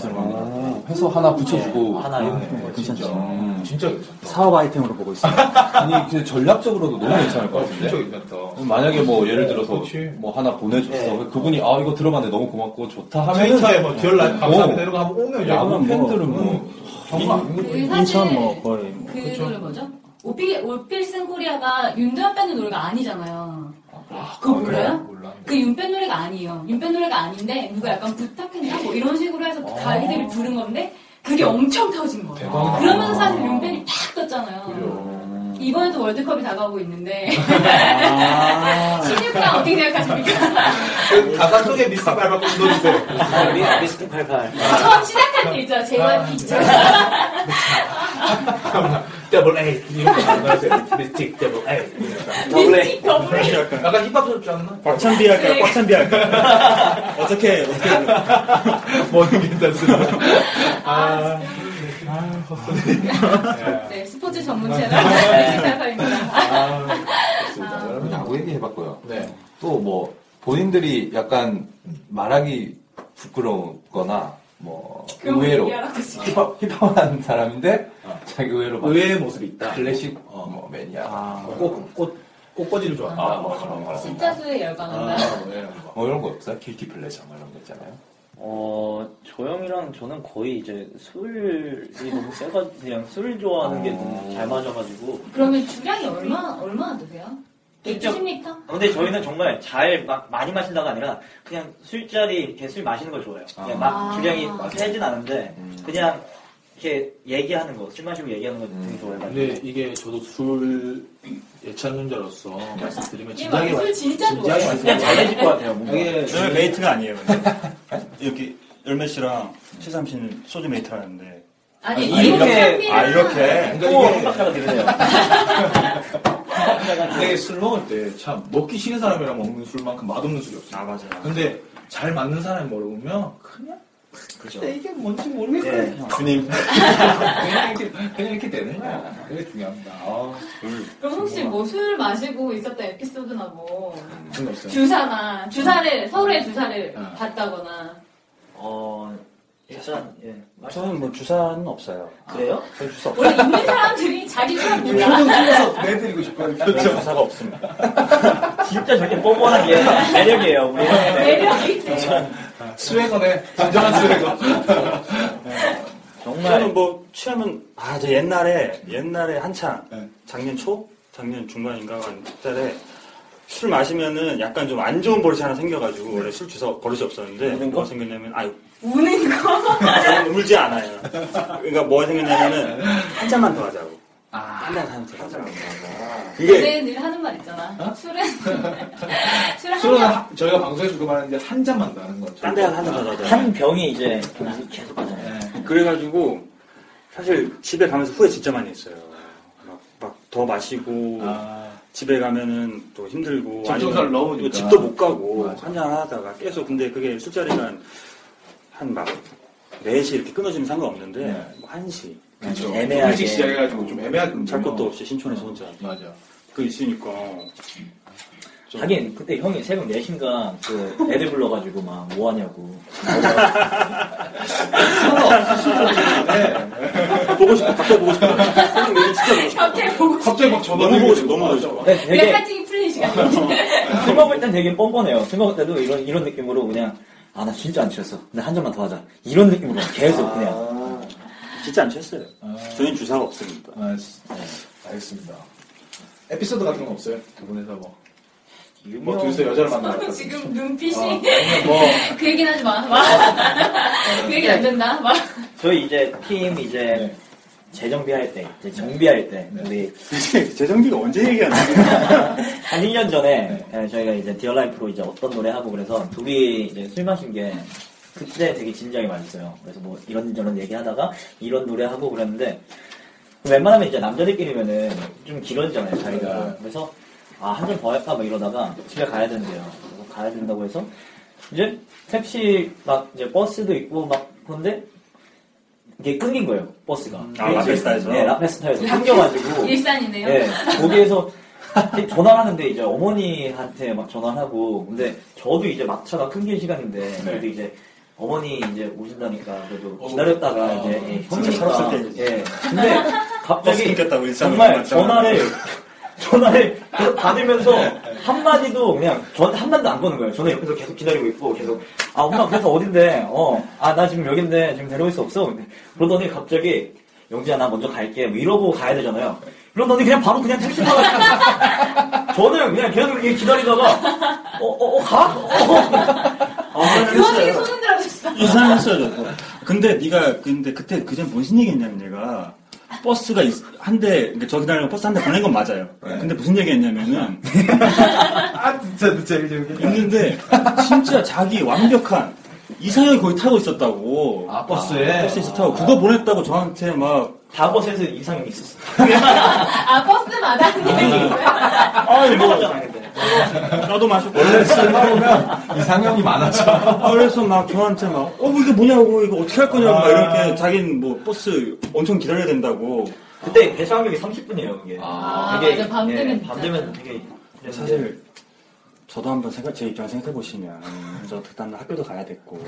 [SPEAKER 5] 해서 하나 붙여주고. 음,
[SPEAKER 2] 하나 이런 거.
[SPEAKER 11] 괜찮죠.
[SPEAKER 4] 진짜 괜찮다.
[SPEAKER 11] 사업 아이템으로 보고 있어요.
[SPEAKER 5] 아니 근데 그, 전략적으로도 너무 괜찮을 것 같은데.
[SPEAKER 4] 네. 어, 진짜 괜찮다.
[SPEAKER 5] 만약에 뭐 예를 들어서 뭐 하나 보내줬어. 그분이 아 이거 들어봤는데 너무 고맙고 좋다 하면
[SPEAKER 4] 트위터에 뭐 듀얼 라이브 감사합니다 이런 거
[SPEAKER 5] 고
[SPEAKER 4] 한번 오면 음.
[SPEAKER 5] 야구
[SPEAKER 4] 야구는 뭐,
[SPEAKER 5] 팬들은 뭐
[SPEAKER 3] 그 사실
[SPEAKER 11] 인천 뭐 거의 뭐.
[SPEAKER 3] 그 노래 뭐죠? 오피, 올필슨 코리아가 윤도현 밴드 노래가 아니잖아요. 그거 몰라요? 그 윤밴 노래가 아니에요. 윤밴 노래가 아닌데 누가 약간 부탁했나? 뭐 이런 식으로 해서 자기들이 부른 건데 그게 엄청 터진 거예요.
[SPEAKER 4] 대박이다.
[SPEAKER 3] 그러면서 사실 윤밴이 팍 떴잖아요. 이번에도 월드컵이 다가오고 있는데 <laughs> 16강 어떻게 생각하십니까?
[SPEAKER 4] 그 가사 속에 미스 발바 꽂아주세요.
[SPEAKER 2] 미- 미스키 88.
[SPEAKER 3] 처음 시작할 때 있잖아. JYP
[SPEAKER 4] 더블 A 이런 거 만들었어요. 미스틱
[SPEAKER 2] 네, 뭐.
[SPEAKER 4] 더블 A.
[SPEAKER 3] 미스틱 더블 네. A.
[SPEAKER 4] 약간 힙합 좋지 않나?
[SPEAKER 11] 꽉찬비 할까? 꽉찬비 할까? <laughs> 어떻게 어떻게?
[SPEAKER 4] 뭐든 괜찮습니다. 아,
[SPEAKER 3] 네, 스포츠 전문 채널 아, 미스틱
[SPEAKER 5] 좋습니다. 여러분 야구 얘기해봤고요.
[SPEAKER 4] 네.
[SPEAKER 5] 또 뭐 본인들이 약간 말하기 부끄러거나 뭐
[SPEAKER 3] 그런 거
[SPEAKER 5] 의외로
[SPEAKER 3] 얘기하라고 했어.
[SPEAKER 5] 힙합 힙합한 사람인데 자기 의외로 막
[SPEAKER 4] 어. 의외의 모습이 있다.
[SPEAKER 5] 클래식 어, 뭐 매니아
[SPEAKER 4] 꽃, 꽃, 꽃꽂이를 좋아한다. 아,
[SPEAKER 5] 아, 뭐 그런 거.
[SPEAKER 3] 십자수에 열광한다.
[SPEAKER 5] 뭐 이런 거 없어요? 길티 플레저 뭐 이런 거 있잖아요.
[SPEAKER 2] 어, 조영이랑 저는 거의 이제 술이 너무 세서 그냥 술 좋아하는 게 너무 잘 맞아가지고.
[SPEAKER 3] 그러면 주량이 얼마 얼마나 되세요? 110리터?
[SPEAKER 2] 아, 근데 저희는 정말 잘 막 많이 마신다가 아니라 그냥 술자리 이렇게 술 마시는 걸 좋아해요. 그냥 막
[SPEAKER 3] 아.
[SPEAKER 2] 주량이 세진 않은데 그냥 이렇게 얘기하는 거, 술 마시고 얘기하는 거 되게 좋아해가지고.
[SPEAKER 4] 근데 이게 저도 술 예찬론자로서 말씀드리면
[SPEAKER 3] 얘 말이
[SPEAKER 4] 진작에
[SPEAKER 3] 술 진짜
[SPEAKER 4] 진작에
[SPEAKER 3] 좋아해.
[SPEAKER 4] 말씀드리면
[SPEAKER 2] 진짜 네. 잘해줄 것 같아요, 뭔가.
[SPEAKER 5] 네.
[SPEAKER 4] 이게
[SPEAKER 11] 저는 메이트가 아니에요. 근데. 이렇게 열매 씨랑 최삼 씨는 소주 메이트라는데.
[SPEAKER 3] 아니,
[SPEAKER 2] 이렇게-
[SPEAKER 11] 아 이렇게.
[SPEAKER 4] 그러니까
[SPEAKER 2] 또
[SPEAKER 4] 이게-
[SPEAKER 2] 빡빡하게 어, 들으네요.
[SPEAKER 4] 근데 술 먹을 때 참 먹기 싫은 사람이랑 먹는 술만큼 맛없는 술이 없어요.
[SPEAKER 11] 아 맞아.
[SPEAKER 4] 근데 잘 맞는 사람이 먹으면 그냥
[SPEAKER 11] 그죠.
[SPEAKER 4] 근데 이게 뭔지
[SPEAKER 5] 네.
[SPEAKER 4] 모르겠어요.
[SPEAKER 2] 네.
[SPEAKER 11] 주님.
[SPEAKER 4] 그냥, 이렇게, 그냥 이렇게 되는 거야. 그게 중요합니다. 아, 술.
[SPEAKER 3] 그럼 혹시 뭐 술 마시고 있었던 에피소드나 뭐
[SPEAKER 4] 네. 상관없어요.
[SPEAKER 3] 주사나 주사를 서울에 주사를 받다거나
[SPEAKER 2] 어, 주사, 예. 아,
[SPEAKER 11] 저는 뭐 주사는 없어요.
[SPEAKER 2] 그래요?
[SPEAKER 11] 저 주사
[SPEAKER 3] 원래
[SPEAKER 11] 없어요.
[SPEAKER 3] 있는 사람들이 자기 주사
[SPEAKER 4] 네.
[SPEAKER 11] 표정
[SPEAKER 3] 몰라.
[SPEAKER 4] 내드리고 싶어요.
[SPEAKER 11] 그렇죠. 주사가 없습니다.
[SPEAKER 2] 진짜 저렇게 뻔뻔한 게 매력이에요, 우리.
[SPEAKER 3] 매력이.
[SPEAKER 4] 스웨거네. 단정한 스웨거.
[SPEAKER 2] 정말.
[SPEAKER 11] 저는 뭐 취하면 아, 저 옛날에 옛날에 한창 작년 초, 작년 중반인가 그때 술 마시면은 약간 좀 안 좋은 버릇이 하나 생겨가지고 원래 술 주사 버릇이 없었는데 뭐가 생겼냐면 아유
[SPEAKER 3] 우는 거.
[SPEAKER 11] 저는 울지 않아요. 그러니까 뭐가 생겼냐면은 한 잔만 더 하자고. 한잔한 잔. 한 잔.
[SPEAKER 3] 그게 늘 하는 말 있잖아. 술은 <laughs> 술은
[SPEAKER 4] 술은
[SPEAKER 3] 한잔
[SPEAKER 4] 하- 저희가 방송에서 그만하는데 한 잔만 더 하는 거죠.
[SPEAKER 11] 딴 데한 한잔 더 하자.
[SPEAKER 2] 한 병이 이제 계속
[SPEAKER 4] 네.
[SPEAKER 11] 가잖아요. 그래가지고 사실 집에 가면서 후회 진짜 많이 했어요. 막 더
[SPEAKER 4] 아,
[SPEAKER 11] 마시고 집에 가면은 또 힘들고
[SPEAKER 4] 집중사를
[SPEAKER 11] 아니면
[SPEAKER 4] 넣으니까.
[SPEAKER 11] 또 집도 못 가고 한잔 하다가 계속 근데 그게 술자리가 한막 4시 이렇게 끊어지면 상관없는데 뭐 1시
[SPEAKER 4] 그쵸.
[SPEAKER 11] 애매하게.
[SPEAKER 4] 일찍 시작해가지고 좀 애매하게
[SPEAKER 11] 잘 것도 없이 신촌에서 혼자
[SPEAKER 4] 맞아
[SPEAKER 11] 그 있으니까
[SPEAKER 2] 하긴, 그때 형이 새벽 4시인가 그 애들 불러가지고 막 뭐하냐고.
[SPEAKER 11] 보고 싶어, 갑자기 보고 <laughs> 싶어. 아,
[SPEAKER 3] 갑자기 보고
[SPEAKER 4] 갑자기 막 전화
[SPEAKER 2] 너무 보고
[SPEAKER 4] 싶어,
[SPEAKER 2] 너무 보고 싶어.
[SPEAKER 3] 내
[SPEAKER 2] 되게
[SPEAKER 3] 파팅이 풀린 시간인데.
[SPEAKER 2] 술 먹을 땐 되게 뻔뻔해요. 술 먹을 때도 이런, 이런 느낌으로 그냥, 아, 나 진짜 안 취했어. 근데 한 잔만 더 하자. 이런 느낌으로 계속
[SPEAKER 4] 아,
[SPEAKER 2] 그냥.
[SPEAKER 11] 진짜 안 취했어요. 저희는 주사가 없습니다.
[SPEAKER 4] 아, 네, 알겠습니다. 에피소드 같은 거 없어요? 두 분에서 뭐. 뭐
[SPEAKER 2] 유명-
[SPEAKER 4] 둘이서 여자를 만나러
[SPEAKER 3] <laughs> 지금 눈빛이
[SPEAKER 4] 뭐.
[SPEAKER 3] <laughs> 그 얘기는 하지 마. 마. <laughs> 그 얘기 안 된다. 마.
[SPEAKER 2] 저희 이제 팀 이제 재정비할 때, 이제 정비할 때, 우리.
[SPEAKER 11] 재정비가 언제 얘기하는
[SPEAKER 2] <laughs> 한 1년 전에 예, 저희가 이제 디얼라이프로 이제 어떤 노래 하고 그래서 둘이 이제 술 마신 게 그때 되게 진지하게 마셨어요. 그래서 뭐 이런저런 얘기하다가 이런 노래 하고 그랬는데 웬만하면 이제 남자들끼리면은 좀 길어지잖아요,
[SPEAKER 11] 네.
[SPEAKER 2] 자리가. 그래서 아, 한 잔 더 할까? 막 이러다가 집에 가야 된대요. 그래서 가야 된다고 해서 이제 택시 막 이제 버스도 있고 막 그런데 이게 끊긴 거예요, 버스가.
[SPEAKER 11] 아, 라페스타에서?
[SPEAKER 2] 네, 라페스타에서
[SPEAKER 3] 어.
[SPEAKER 2] 끊겨가지고.
[SPEAKER 3] 일산이네요.
[SPEAKER 2] 네, 거기에서 전화를 하는데 이제 어머니한테 막 전화하고 근데
[SPEAKER 11] 네.
[SPEAKER 2] 저도 이제 막차가 끊길 시간인데 그래도 이제 어머니 이제 오신다니까 그래도 기다렸다가 이제 예,
[SPEAKER 11] 어, 진짜
[SPEAKER 2] 형이니까
[SPEAKER 11] 철없을 때.
[SPEAKER 2] 예 근데
[SPEAKER 11] 버스
[SPEAKER 2] 갑자기
[SPEAKER 11] 끊겼다고 일상으로
[SPEAKER 2] 정말
[SPEAKER 11] 맞잖아.
[SPEAKER 2] 전화를 전화를 계속 받으면서
[SPEAKER 11] 네.
[SPEAKER 2] 한마디도 그냥 전 한마디도 안 거는 거예요. 저는 옆에서 계속 기다리고 있고 계속 아 엄마 그래서 어딘데 어 아 나 지금 여긴데 지금 데려올 수 없어 근데 그러더니 갑자기 영지야 나 먼저 갈게 뭐 이러고 가야 되잖아요. 그러더니 그냥 바로 그냥 택시 타가지고 <laughs> 저는 그냥 계속 이렇게 기다리다가 어 어 가?
[SPEAKER 3] 그거는 손은 들어주셨어.
[SPEAKER 11] 아, 그러니까. 이상했어요. 저도. 근데 네가 근데 그때 그전 무슨 얘기했냐면 내가 버스가 한 대 그러니까 저 기다리고 버스 한 대 보낸 건 맞아요. 근데 무슨 <laughs> 얘기했냐면은
[SPEAKER 4] 아, 진짜, 진짜, 진짜.
[SPEAKER 11] 있는데 진짜 자기 완벽한 이상형이 거기 타고 있었다고. 아
[SPEAKER 4] 버스에?
[SPEAKER 11] 버스에서 타고 그거 보냈다고 저한테 막.
[SPEAKER 2] 다 버스에서 이상형이 있었어.
[SPEAKER 3] 그 <laughs> 아 버스마다 하는 얘기.
[SPEAKER 11] 아이 뭐
[SPEAKER 2] 근데.
[SPEAKER 11] 나도 마셨고.
[SPEAKER 4] 원래 술 먹으면 이상형이 많아져.
[SPEAKER 11] 그래서 막 저한테 막, 어, 뭐 이게 뭐냐고, 이거 어떻게 할 거냐고, 막 이렇게, 자기는 뭐, 버스 엄청 기다려야 된다고.
[SPEAKER 2] 그때 배차항력이 30분이에요 그게.
[SPEAKER 3] 아,
[SPEAKER 2] 이게,
[SPEAKER 3] 맞아. 밤
[SPEAKER 2] 예,
[SPEAKER 3] 되면
[SPEAKER 2] 밤
[SPEAKER 3] 진짜.
[SPEAKER 2] 되면 되게
[SPEAKER 11] 사실, 저도 한번 생각, 제 입장 생각해보시면, 저 그다음날 학교도 가야 됐고.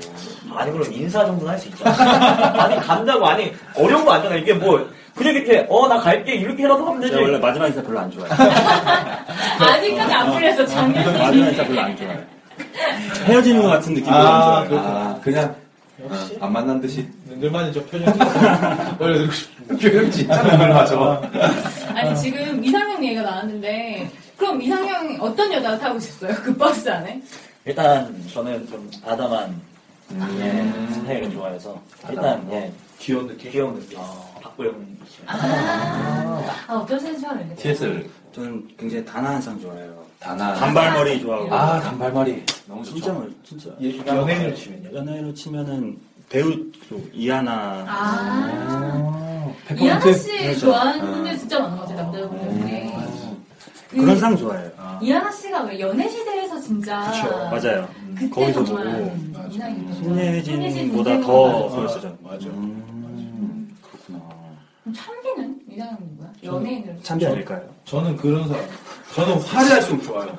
[SPEAKER 2] 아니 그럼 인사 정도는 할 수 <laughs> 있잖아. 아니 간다고 아니 어려운 거 아니잖아. 이게 뭐 그냥 이렇게 어 나 갈게 이렇게라도 하면 되지.
[SPEAKER 4] 네,
[SPEAKER 11] 제가 원래 마지막 인사 별로 안 좋아해요.
[SPEAKER 3] 아직까지 안 풀렸어
[SPEAKER 5] 아,
[SPEAKER 3] 작년.
[SPEAKER 11] 마지막 인사 별로 안 좋아해요. 헤어지는 것 같은 느낌이
[SPEAKER 4] 아,
[SPEAKER 11] 안 좋아요.
[SPEAKER 4] 그렇구나. 그냥. 어, 안 만난 듯이. 늘만이 좀 표정이. <laughs> 원래 표정 진짜 눈물 맞아.
[SPEAKER 3] 아니 지금 이상형 얘기가 나왔는데 그럼 이상형 어떤 여자 타고 있었어요? 그 버스 안에?
[SPEAKER 2] 일단 저는 좀 아담한 예, 스타일을 좋아해서 일단 예,
[SPEAKER 4] 귀여운 느낌.
[SPEAKER 2] 귀여운 느낌.
[SPEAKER 11] 어.
[SPEAKER 2] 박보영 씨.
[SPEAKER 3] 아 어떤 센스를 내?
[SPEAKER 4] TS를.
[SPEAKER 11] 저는 굉장히 단아한 상 좋아해요.
[SPEAKER 4] 단아.
[SPEAKER 11] 단발머리 좋아하고.
[SPEAKER 4] 아, 단발머리. 너무 좋죠. 네.
[SPEAKER 11] 진짜, 뭐, 진짜.
[SPEAKER 2] 네,
[SPEAKER 4] 연예인으로 치면요.
[SPEAKER 11] 연예인으로 치면은, 배우 쪽, 이하나.
[SPEAKER 3] 아 이하나
[SPEAKER 4] 페퍼민트.
[SPEAKER 3] 씨 좋아하는 분들 진짜 많은 것 같아요 남자분들이.
[SPEAKER 11] 네. 음,
[SPEAKER 3] 네.
[SPEAKER 11] 그런 상 좋아해요.
[SPEAKER 3] 이하나 씨가 왜 연애 시대에서 진짜
[SPEAKER 11] 맞아요.
[SPEAKER 3] 그때
[SPEAKER 11] 거기서
[SPEAKER 3] 정말
[SPEAKER 11] 보고.
[SPEAKER 3] 이상형이
[SPEAKER 11] 손예진보다
[SPEAKER 3] 인생을
[SPEAKER 11] 더
[SPEAKER 3] 맞아.
[SPEAKER 11] 보였어요. 맞아.
[SPEAKER 3] 그럼 참비는 이상형이 뭐야? 연예인으로
[SPEAKER 11] 참지 않을까요?
[SPEAKER 4] 저는 그런 사람. 저는 화려할수록 좋아요.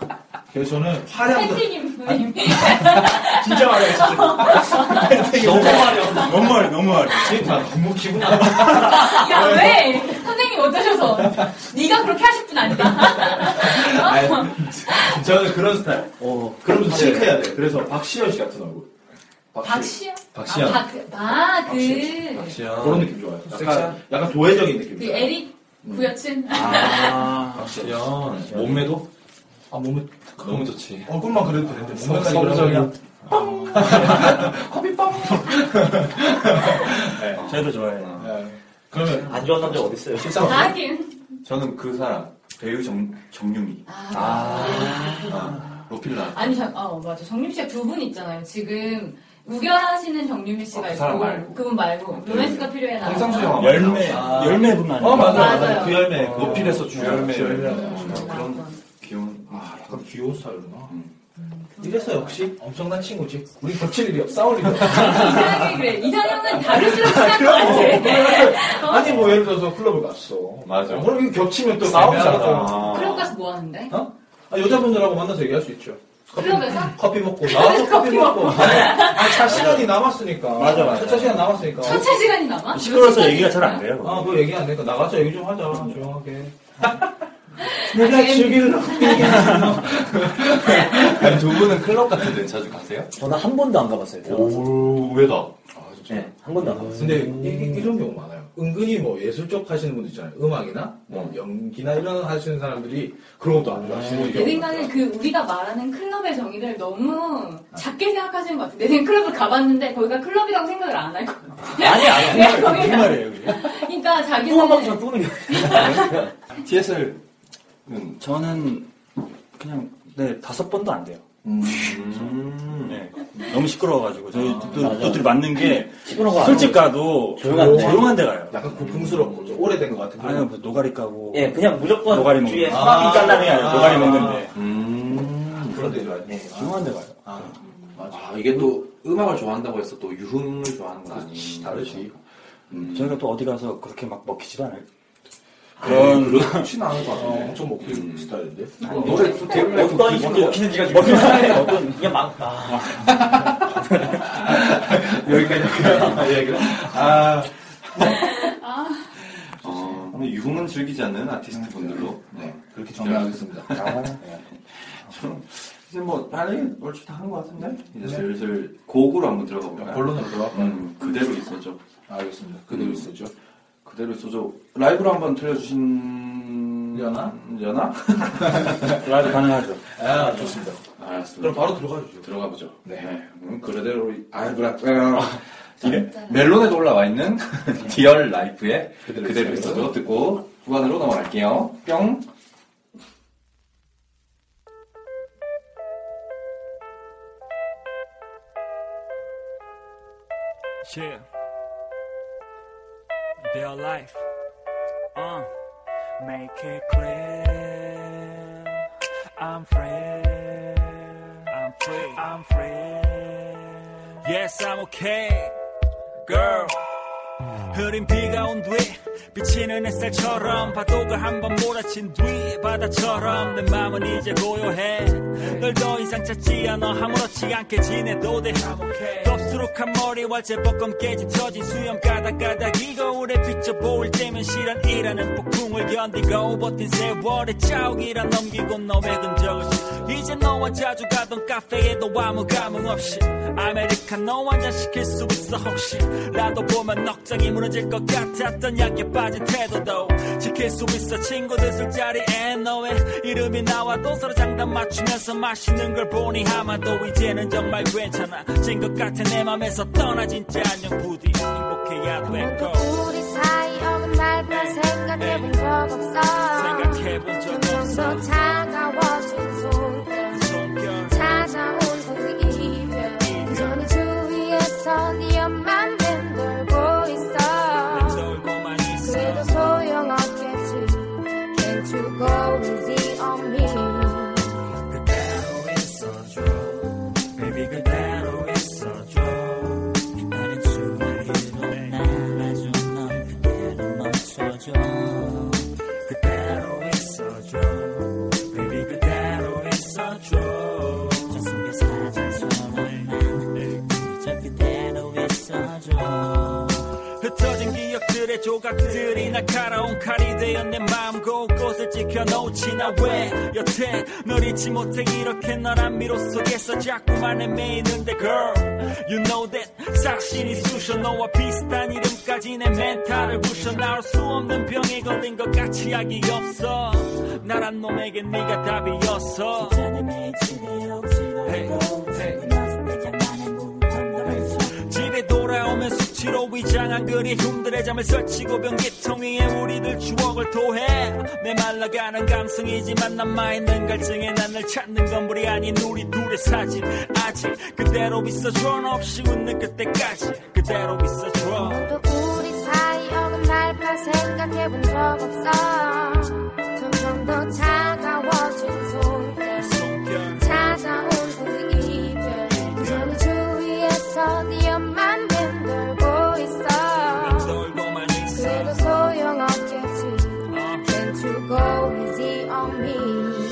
[SPEAKER 4] 그래서 저는 화려한 거-
[SPEAKER 3] 팬티님 부모님.
[SPEAKER 4] 진짜 화려해
[SPEAKER 2] <laughs>
[SPEAKER 4] 진짜.
[SPEAKER 3] 너무 화려해.
[SPEAKER 4] 너무 화려 너무 화려. 진짜 너무 기분 나빠.
[SPEAKER 3] <laughs> 야, 왜?
[SPEAKER 11] 뭐-
[SPEAKER 3] 선생님 어떠셔서? 네가 그렇게 하실 분 아니다. 어?
[SPEAKER 4] 저는 그런 스타일. 어, 그러면 시크해야 돼. 그래서 박시현 씨 같은 얼굴.
[SPEAKER 3] 박시현?
[SPEAKER 4] 박시현.
[SPEAKER 3] 아, 박, 아, 그,
[SPEAKER 4] 박시현. 그런 느낌 좋아요. 약간,
[SPEAKER 5] 섹시한?
[SPEAKER 4] 약간 도회적인 느낌.
[SPEAKER 3] 그 에릭
[SPEAKER 11] 음.
[SPEAKER 3] 구여친?
[SPEAKER 5] 아, 박시현. 몸매도?
[SPEAKER 4] 아, 몸에
[SPEAKER 5] 너무 좋지.
[SPEAKER 4] 얼굴만 그래도 되는데 몸매까지
[SPEAKER 5] 서브-
[SPEAKER 4] 그러면 <laughs>
[SPEAKER 11] 저희도 좋아해요.
[SPEAKER 4] 네. 그러면
[SPEAKER 2] 안 좋아하는 남자 어디 있어요?
[SPEAKER 3] <laughs> 하긴.
[SPEAKER 5] 저는 그 사람 배우 정 정유미.
[SPEAKER 11] 아.
[SPEAKER 5] 아, 로필라.
[SPEAKER 3] 아니, 저, 어, 맞아. 정림 씨가 두 분 있잖아요. 지금 우겨하시는 정림 씨가
[SPEAKER 5] 그
[SPEAKER 3] 있고,
[SPEAKER 5] 사람 말고.
[SPEAKER 3] 그분 말고, 로맨스가 필요해. 나.
[SPEAKER 5] 홍상수 영화
[SPEAKER 4] 네.
[SPEAKER 11] 열매,
[SPEAKER 5] 아.
[SPEAKER 11] 열매 분만.
[SPEAKER 5] 어 맞아 맞아,
[SPEAKER 3] 맞아요.
[SPEAKER 5] 그 열매 그
[SPEAKER 4] 어.
[SPEAKER 5] 로필에서 주 열매
[SPEAKER 4] 주 열매.
[SPEAKER 3] 음,
[SPEAKER 5] 어, 그런 귀여운
[SPEAKER 4] 아, 약간 귀여운 스타일이구나.
[SPEAKER 5] 음.
[SPEAKER 4] 이래서 역시 엄청난 친구지. 우리 겹칠 일이 없, 싸울 일이 없어.
[SPEAKER 3] 이상하게 그래. 이상형은 다를수록 친한 것 같아. <laughs> 어?
[SPEAKER 4] 아니, 뭐, 예를 들어서 클럽을 갔어.
[SPEAKER 5] 맞아.
[SPEAKER 4] 그럼 이게 겹치면 또
[SPEAKER 5] 싸우잖아.
[SPEAKER 4] 싸우잖아.
[SPEAKER 3] 클럽 가서 뭐 하는데?
[SPEAKER 4] 아, 여자분들하고 만나서 얘기할 수 있죠.
[SPEAKER 3] 클럽에서?
[SPEAKER 4] 커피 먹고, 나와서 커피 먹고. 아니, 아니, 차 시간이 남았으니까.
[SPEAKER 11] 맞아, 맞아.
[SPEAKER 4] 차 시간 남았으니까.
[SPEAKER 3] 첫차 시간이 남아?
[SPEAKER 11] 시끄러워서 얘기가 잘 안 돼요.
[SPEAKER 4] 아, 뭐 얘기 안 되니까 나가자, 얘기 좀 하자, 조용하게.
[SPEAKER 3] 내가
[SPEAKER 4] 죽일라.
[SPEAKER 5] 아니, 두 분은 클럽 같은 데 자주 가세요?
[SPEAKER 2] 저는 한 번도 안 가봤어요.
[SPEAKER 5] 오 의외다.
[SPEAKER 2] 네, 한 번도 안 가봤어요.
[SPEAKER 4] 근데 이, 런 경우 많아요. 은근히 뭐 예술 쪽 하시는 분들 있잖아요. 음악이나 뭐 연기나 이런 하시는 사람들이 그런 것도 안 좋아하시는
[SPEAKER 3] 내
[SPEAKER 4] 경우.
[SPEAKER 3] 생각에 그 우리가 말하는 클럽의 정의를 너무 작게 생각하시는 것 같아요. 내 생각에 클럽을 가봤는데 거기가 클럽이라고 생각을 안 할 것 같아요.
[SPEAKER 2] 아니, 아니,
[SPEAKER 3] <laughs> 내가
[SPEAKER 11] 음.
[SPEAKER 2] 무슨
[SPEAKER 3] 거기가-
[SPEAKER 2] 말이에요,
[SPEAKER 3] 그러니까 자기는
[SPEAKER 2] 똥한 방울 뿜는 게
[SPEAKER 5] TSL.
[SPEAKER 11] 음, 저는 그냥 네 다섯 번도 안 돼요. 네, 너무 시끄러워가지고 저희 또
[SPEAKER 4] 맞아.
[SPEAKER 11] 그것들이 맞는 게
[SPEAKER 4] 시끄러운 거안
[SPEAKER 11] 술집
[SPEAKER 4] 먹어요.
[SPEAKER 11] 가도
[SPEAKER 4] 조용한 데.
[SPEAKER 11] 조용한 데 가요.
[SPEAKER 4] 약간 고풍스럽고 좀 오래된 것 같은
[SPEAKER 11] 아니요 뭐 노가리 까고
[SPEAKER 2] 예, 그냥 무조건
[SPEAKER 11] 노가리 먹는
[SPEAKER 2] 뒤에
[SPEAKER 11] 데.
[SPEAKER 2] 사람이 잘라는 게 아니라
[SPEAKER 11] 아,
[SPEAKER 2] 노가리
[SPEAKER 11] 먹는데
[SPEAKER 4] 그런 데 좋아요.
[SPEAKER 11] 네, 조용한 데 가요.
[SPEAKER 5] 아 이게 또 음악을 좋아한다고 해서 또 유흥을 좋아하는 건 아니.
[SPEAKER 11] 다르지. 저희가 또 어디 가서 그렇게 막 먹히지도 않아요.
[SPEAKER 5] 그런
[SPEAKER 11] 그런
[SPEAKER 5] 그렇진 않을 것 같은데.
[SPEAKER 4] 어, 엄청 먹히는 스타일인데. 어,
[SPEAKER 5] 노래 대부분
[SPEAKER 2] 어떤 이식으로 먹히는지가 지금
[SPEAKER 5] 먹히는
[SPEAKER 2] 궁금해요. 어떤 이게 막 아,
[SPEAKER 4] 여기까지 얘기를. 아,
[SPEAKER 5] 어, 오늘 유흥은 즐기지 않는 아티스트 분들로 네.
[SPEAKER 4] 그렇게 정리하겠습니다.
[SPEAKER 5] 저는 이제 뭐 다른 게 얼추 다 한 것 같은데 이제 슬슬 곡으로 한번 들어가 볼까요?
[SPEAKER 4] 본론으로 들어갈까요?
[SPEAKER 5] 음, 그대로 있어죠.
[SPEAKER 4] 알겠습니다. 그대로 있었죠.
[SPEAKER 5] 그대로 있어죠. 라이브로 한번 들려주신
[SPEAKER 4] 연아?
[SPEAKER 5] 연아?
[SPEAKER 11] 라이브 가능하죠.
[SPEAKER 4] 아, 좋습니다.
[SPEAKER 5] 알았습니다.
[SPEAKER 4] 그럼 바로 들어가 주죠.
[SPEAKER 5] 들어가 보죠.
[SPEAKER 4] 네.
[SPEAKER 5] 음, 그대로 아 그래. 이래? 멜론에도 올라와
[SPEAKER 4] <laughs>
[SPEAKER 5] 있는 디얼 라이프의
[SPEAKER 4] 네. 그대로
[SPEAKER 5] 그대로
[SPEAKER 4] 있어요.
[SPEAKER 5] 있어도 듣고 후반으로 넘어갈게요. 뿅.
[SPEAKER 6] Yeah. Their life. Uh, make it clear. I'm free. I'm free. I'm free. Yes, I'm okay. Girl. 흐린 비가 온 뒤 비치는 햇살처럼 파도가 한번 몰아친 뒤 바다처럼 내 마음은 이제 고요해 널 더 이상 찾지 않아 아무렇지 않게 지내도 돼 덥수룩한 머리와 제법 검게 짙어진 수염 까닥까닥 이 거울에 비춰 보일 때면 실현이라는 폭풍을 견디고 버틴 세월의 짜옥이라 넘기고 너의 흔적을 이제 너와 자주 가던 카페에도 아무 감흥 없이 아메리카노 한잔 시킬 수 있어 혹시 나도 보면 넉장이 무너질 것 같았던 약에 빠진 태도도 지킬 수 있어 친구들 술자리에 너의 이름이 나와도 서로 장단 맞추면서 마시는 걸 보니 아마도 이제는 정말 괜찮아진 것 같아 내 맘에서 떠나 진짜 안녕 부디 행복해야 되고
[SPEAKER 14] 우리 사이 어긋날 걸 생각해본 적 없어
[SPEAKER 6] 생각해본 적 없어
[SPEAKER 14] 더 차가워진 손길
[SPEAKER 6] 손결
[SPEAKER 14] 찾아온 그 이별 여전히 주위에서 네 엄만 맴돌고 있어
[SPEAKER 6] 돌고만 있어
[SPEAKER 14] 그래도 소용없겠지 Can't you go easy on me
[SPEAKER 6] 그대로 있어줘 Baby 그대로 있어줘 이별의 주위로 날아준 넌 그대로 멈춰줘 그대로 있어줘 Baby
[SPEAKER 2] 모든 기억들의 조각들이 날카로운 칼이 되어 내 마음 곳곳을 지켜놓지 나왜 여태 널 잊지 못해 이렇게 널 안미로 속에서 자꾸만 헤매이는데 girl you know that 싹신이 쑤셔 너와 비슷한 이름까지 내 멘탈을 부셔 나올 수 없는 병에 걸린 것 같이 약이 없어 나란 놈에게 네가 답이었어 Hey, hey. 집에 돌아오면 수치로 위장한 그리 흉들의 잠을 설치고 변기통 위에 우리들 추억을 토해 내 말라가는 감성이지만 남아있는 갈증에 난널 찾는 건 물이 아닌 우리 둘의 사진 아직 그대로 비싸줘 너 없이 웃는 그때까지 그대로 비싸줘
[SPEAKER 3] 또 우리 사이 어긋 날까 생각해본 적 없어 점점 더 차가워진 손길 찾아온 그 이별 여전히 주위에서 네 엄만 맴돌고 있어 그래도 소용없겠지 Can't you go easy on me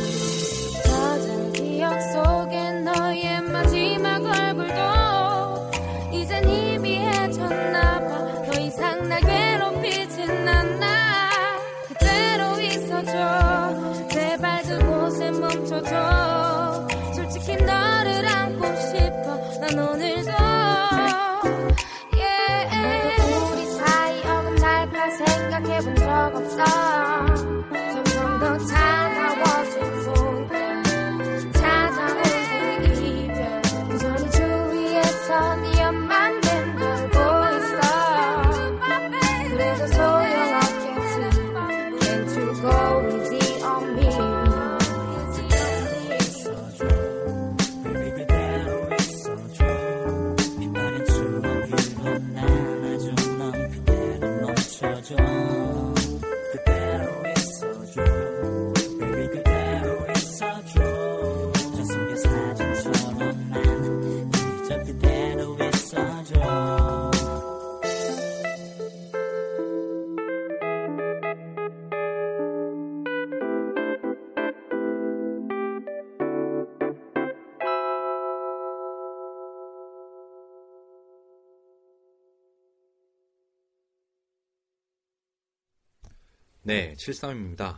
[SPEAKER 3] 젖은 기억 속에 너의 마지막 얼굴도 이젠 희미해졌나봐 더 이상 날 괴롭히진 않나 그대로 있어줘 제발 그곳에 멈춰줘 솔직히 너를 안고 싶어 난 오늘도 yeah. 우리 사이 어긋날까 생각해본 적 없어 점점 더 차가워진 손길 찾아온 그 이별 그전에 주위에서 네 엄만 맴돌고 있어 그래도 소용없겠지 Can't you go easy on me
[SPEAKER 6] 네, 73입니다.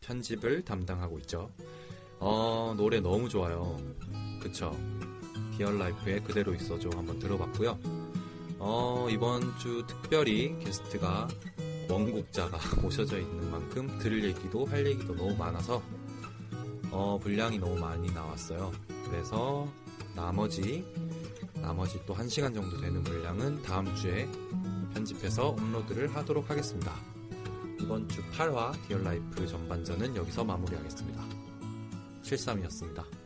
[SPEAKER 6] 편집을 담당하고 있죠. 어, 노래 너무 좋아요. 그쵸. 디얼라이프의 그대로 있어줘 한번 들어봤고요. 어, 이번 주 특별히 게스트가 원곡자가 <laughs> 모셔져 있는 만큼 들을 얘기도 할 얘기도 너무 많아서 어, 분량이 너무 많이 나왔어요. 그래서 나머지 나머지 또 1시간 정도 되는 분량은 다음 주에 편집해서 업로드를 하도록 하겠습니다. 이번 주 8화 디얼라이프 전반전은 여기서 마무리하겠습니다. 73이었습니다.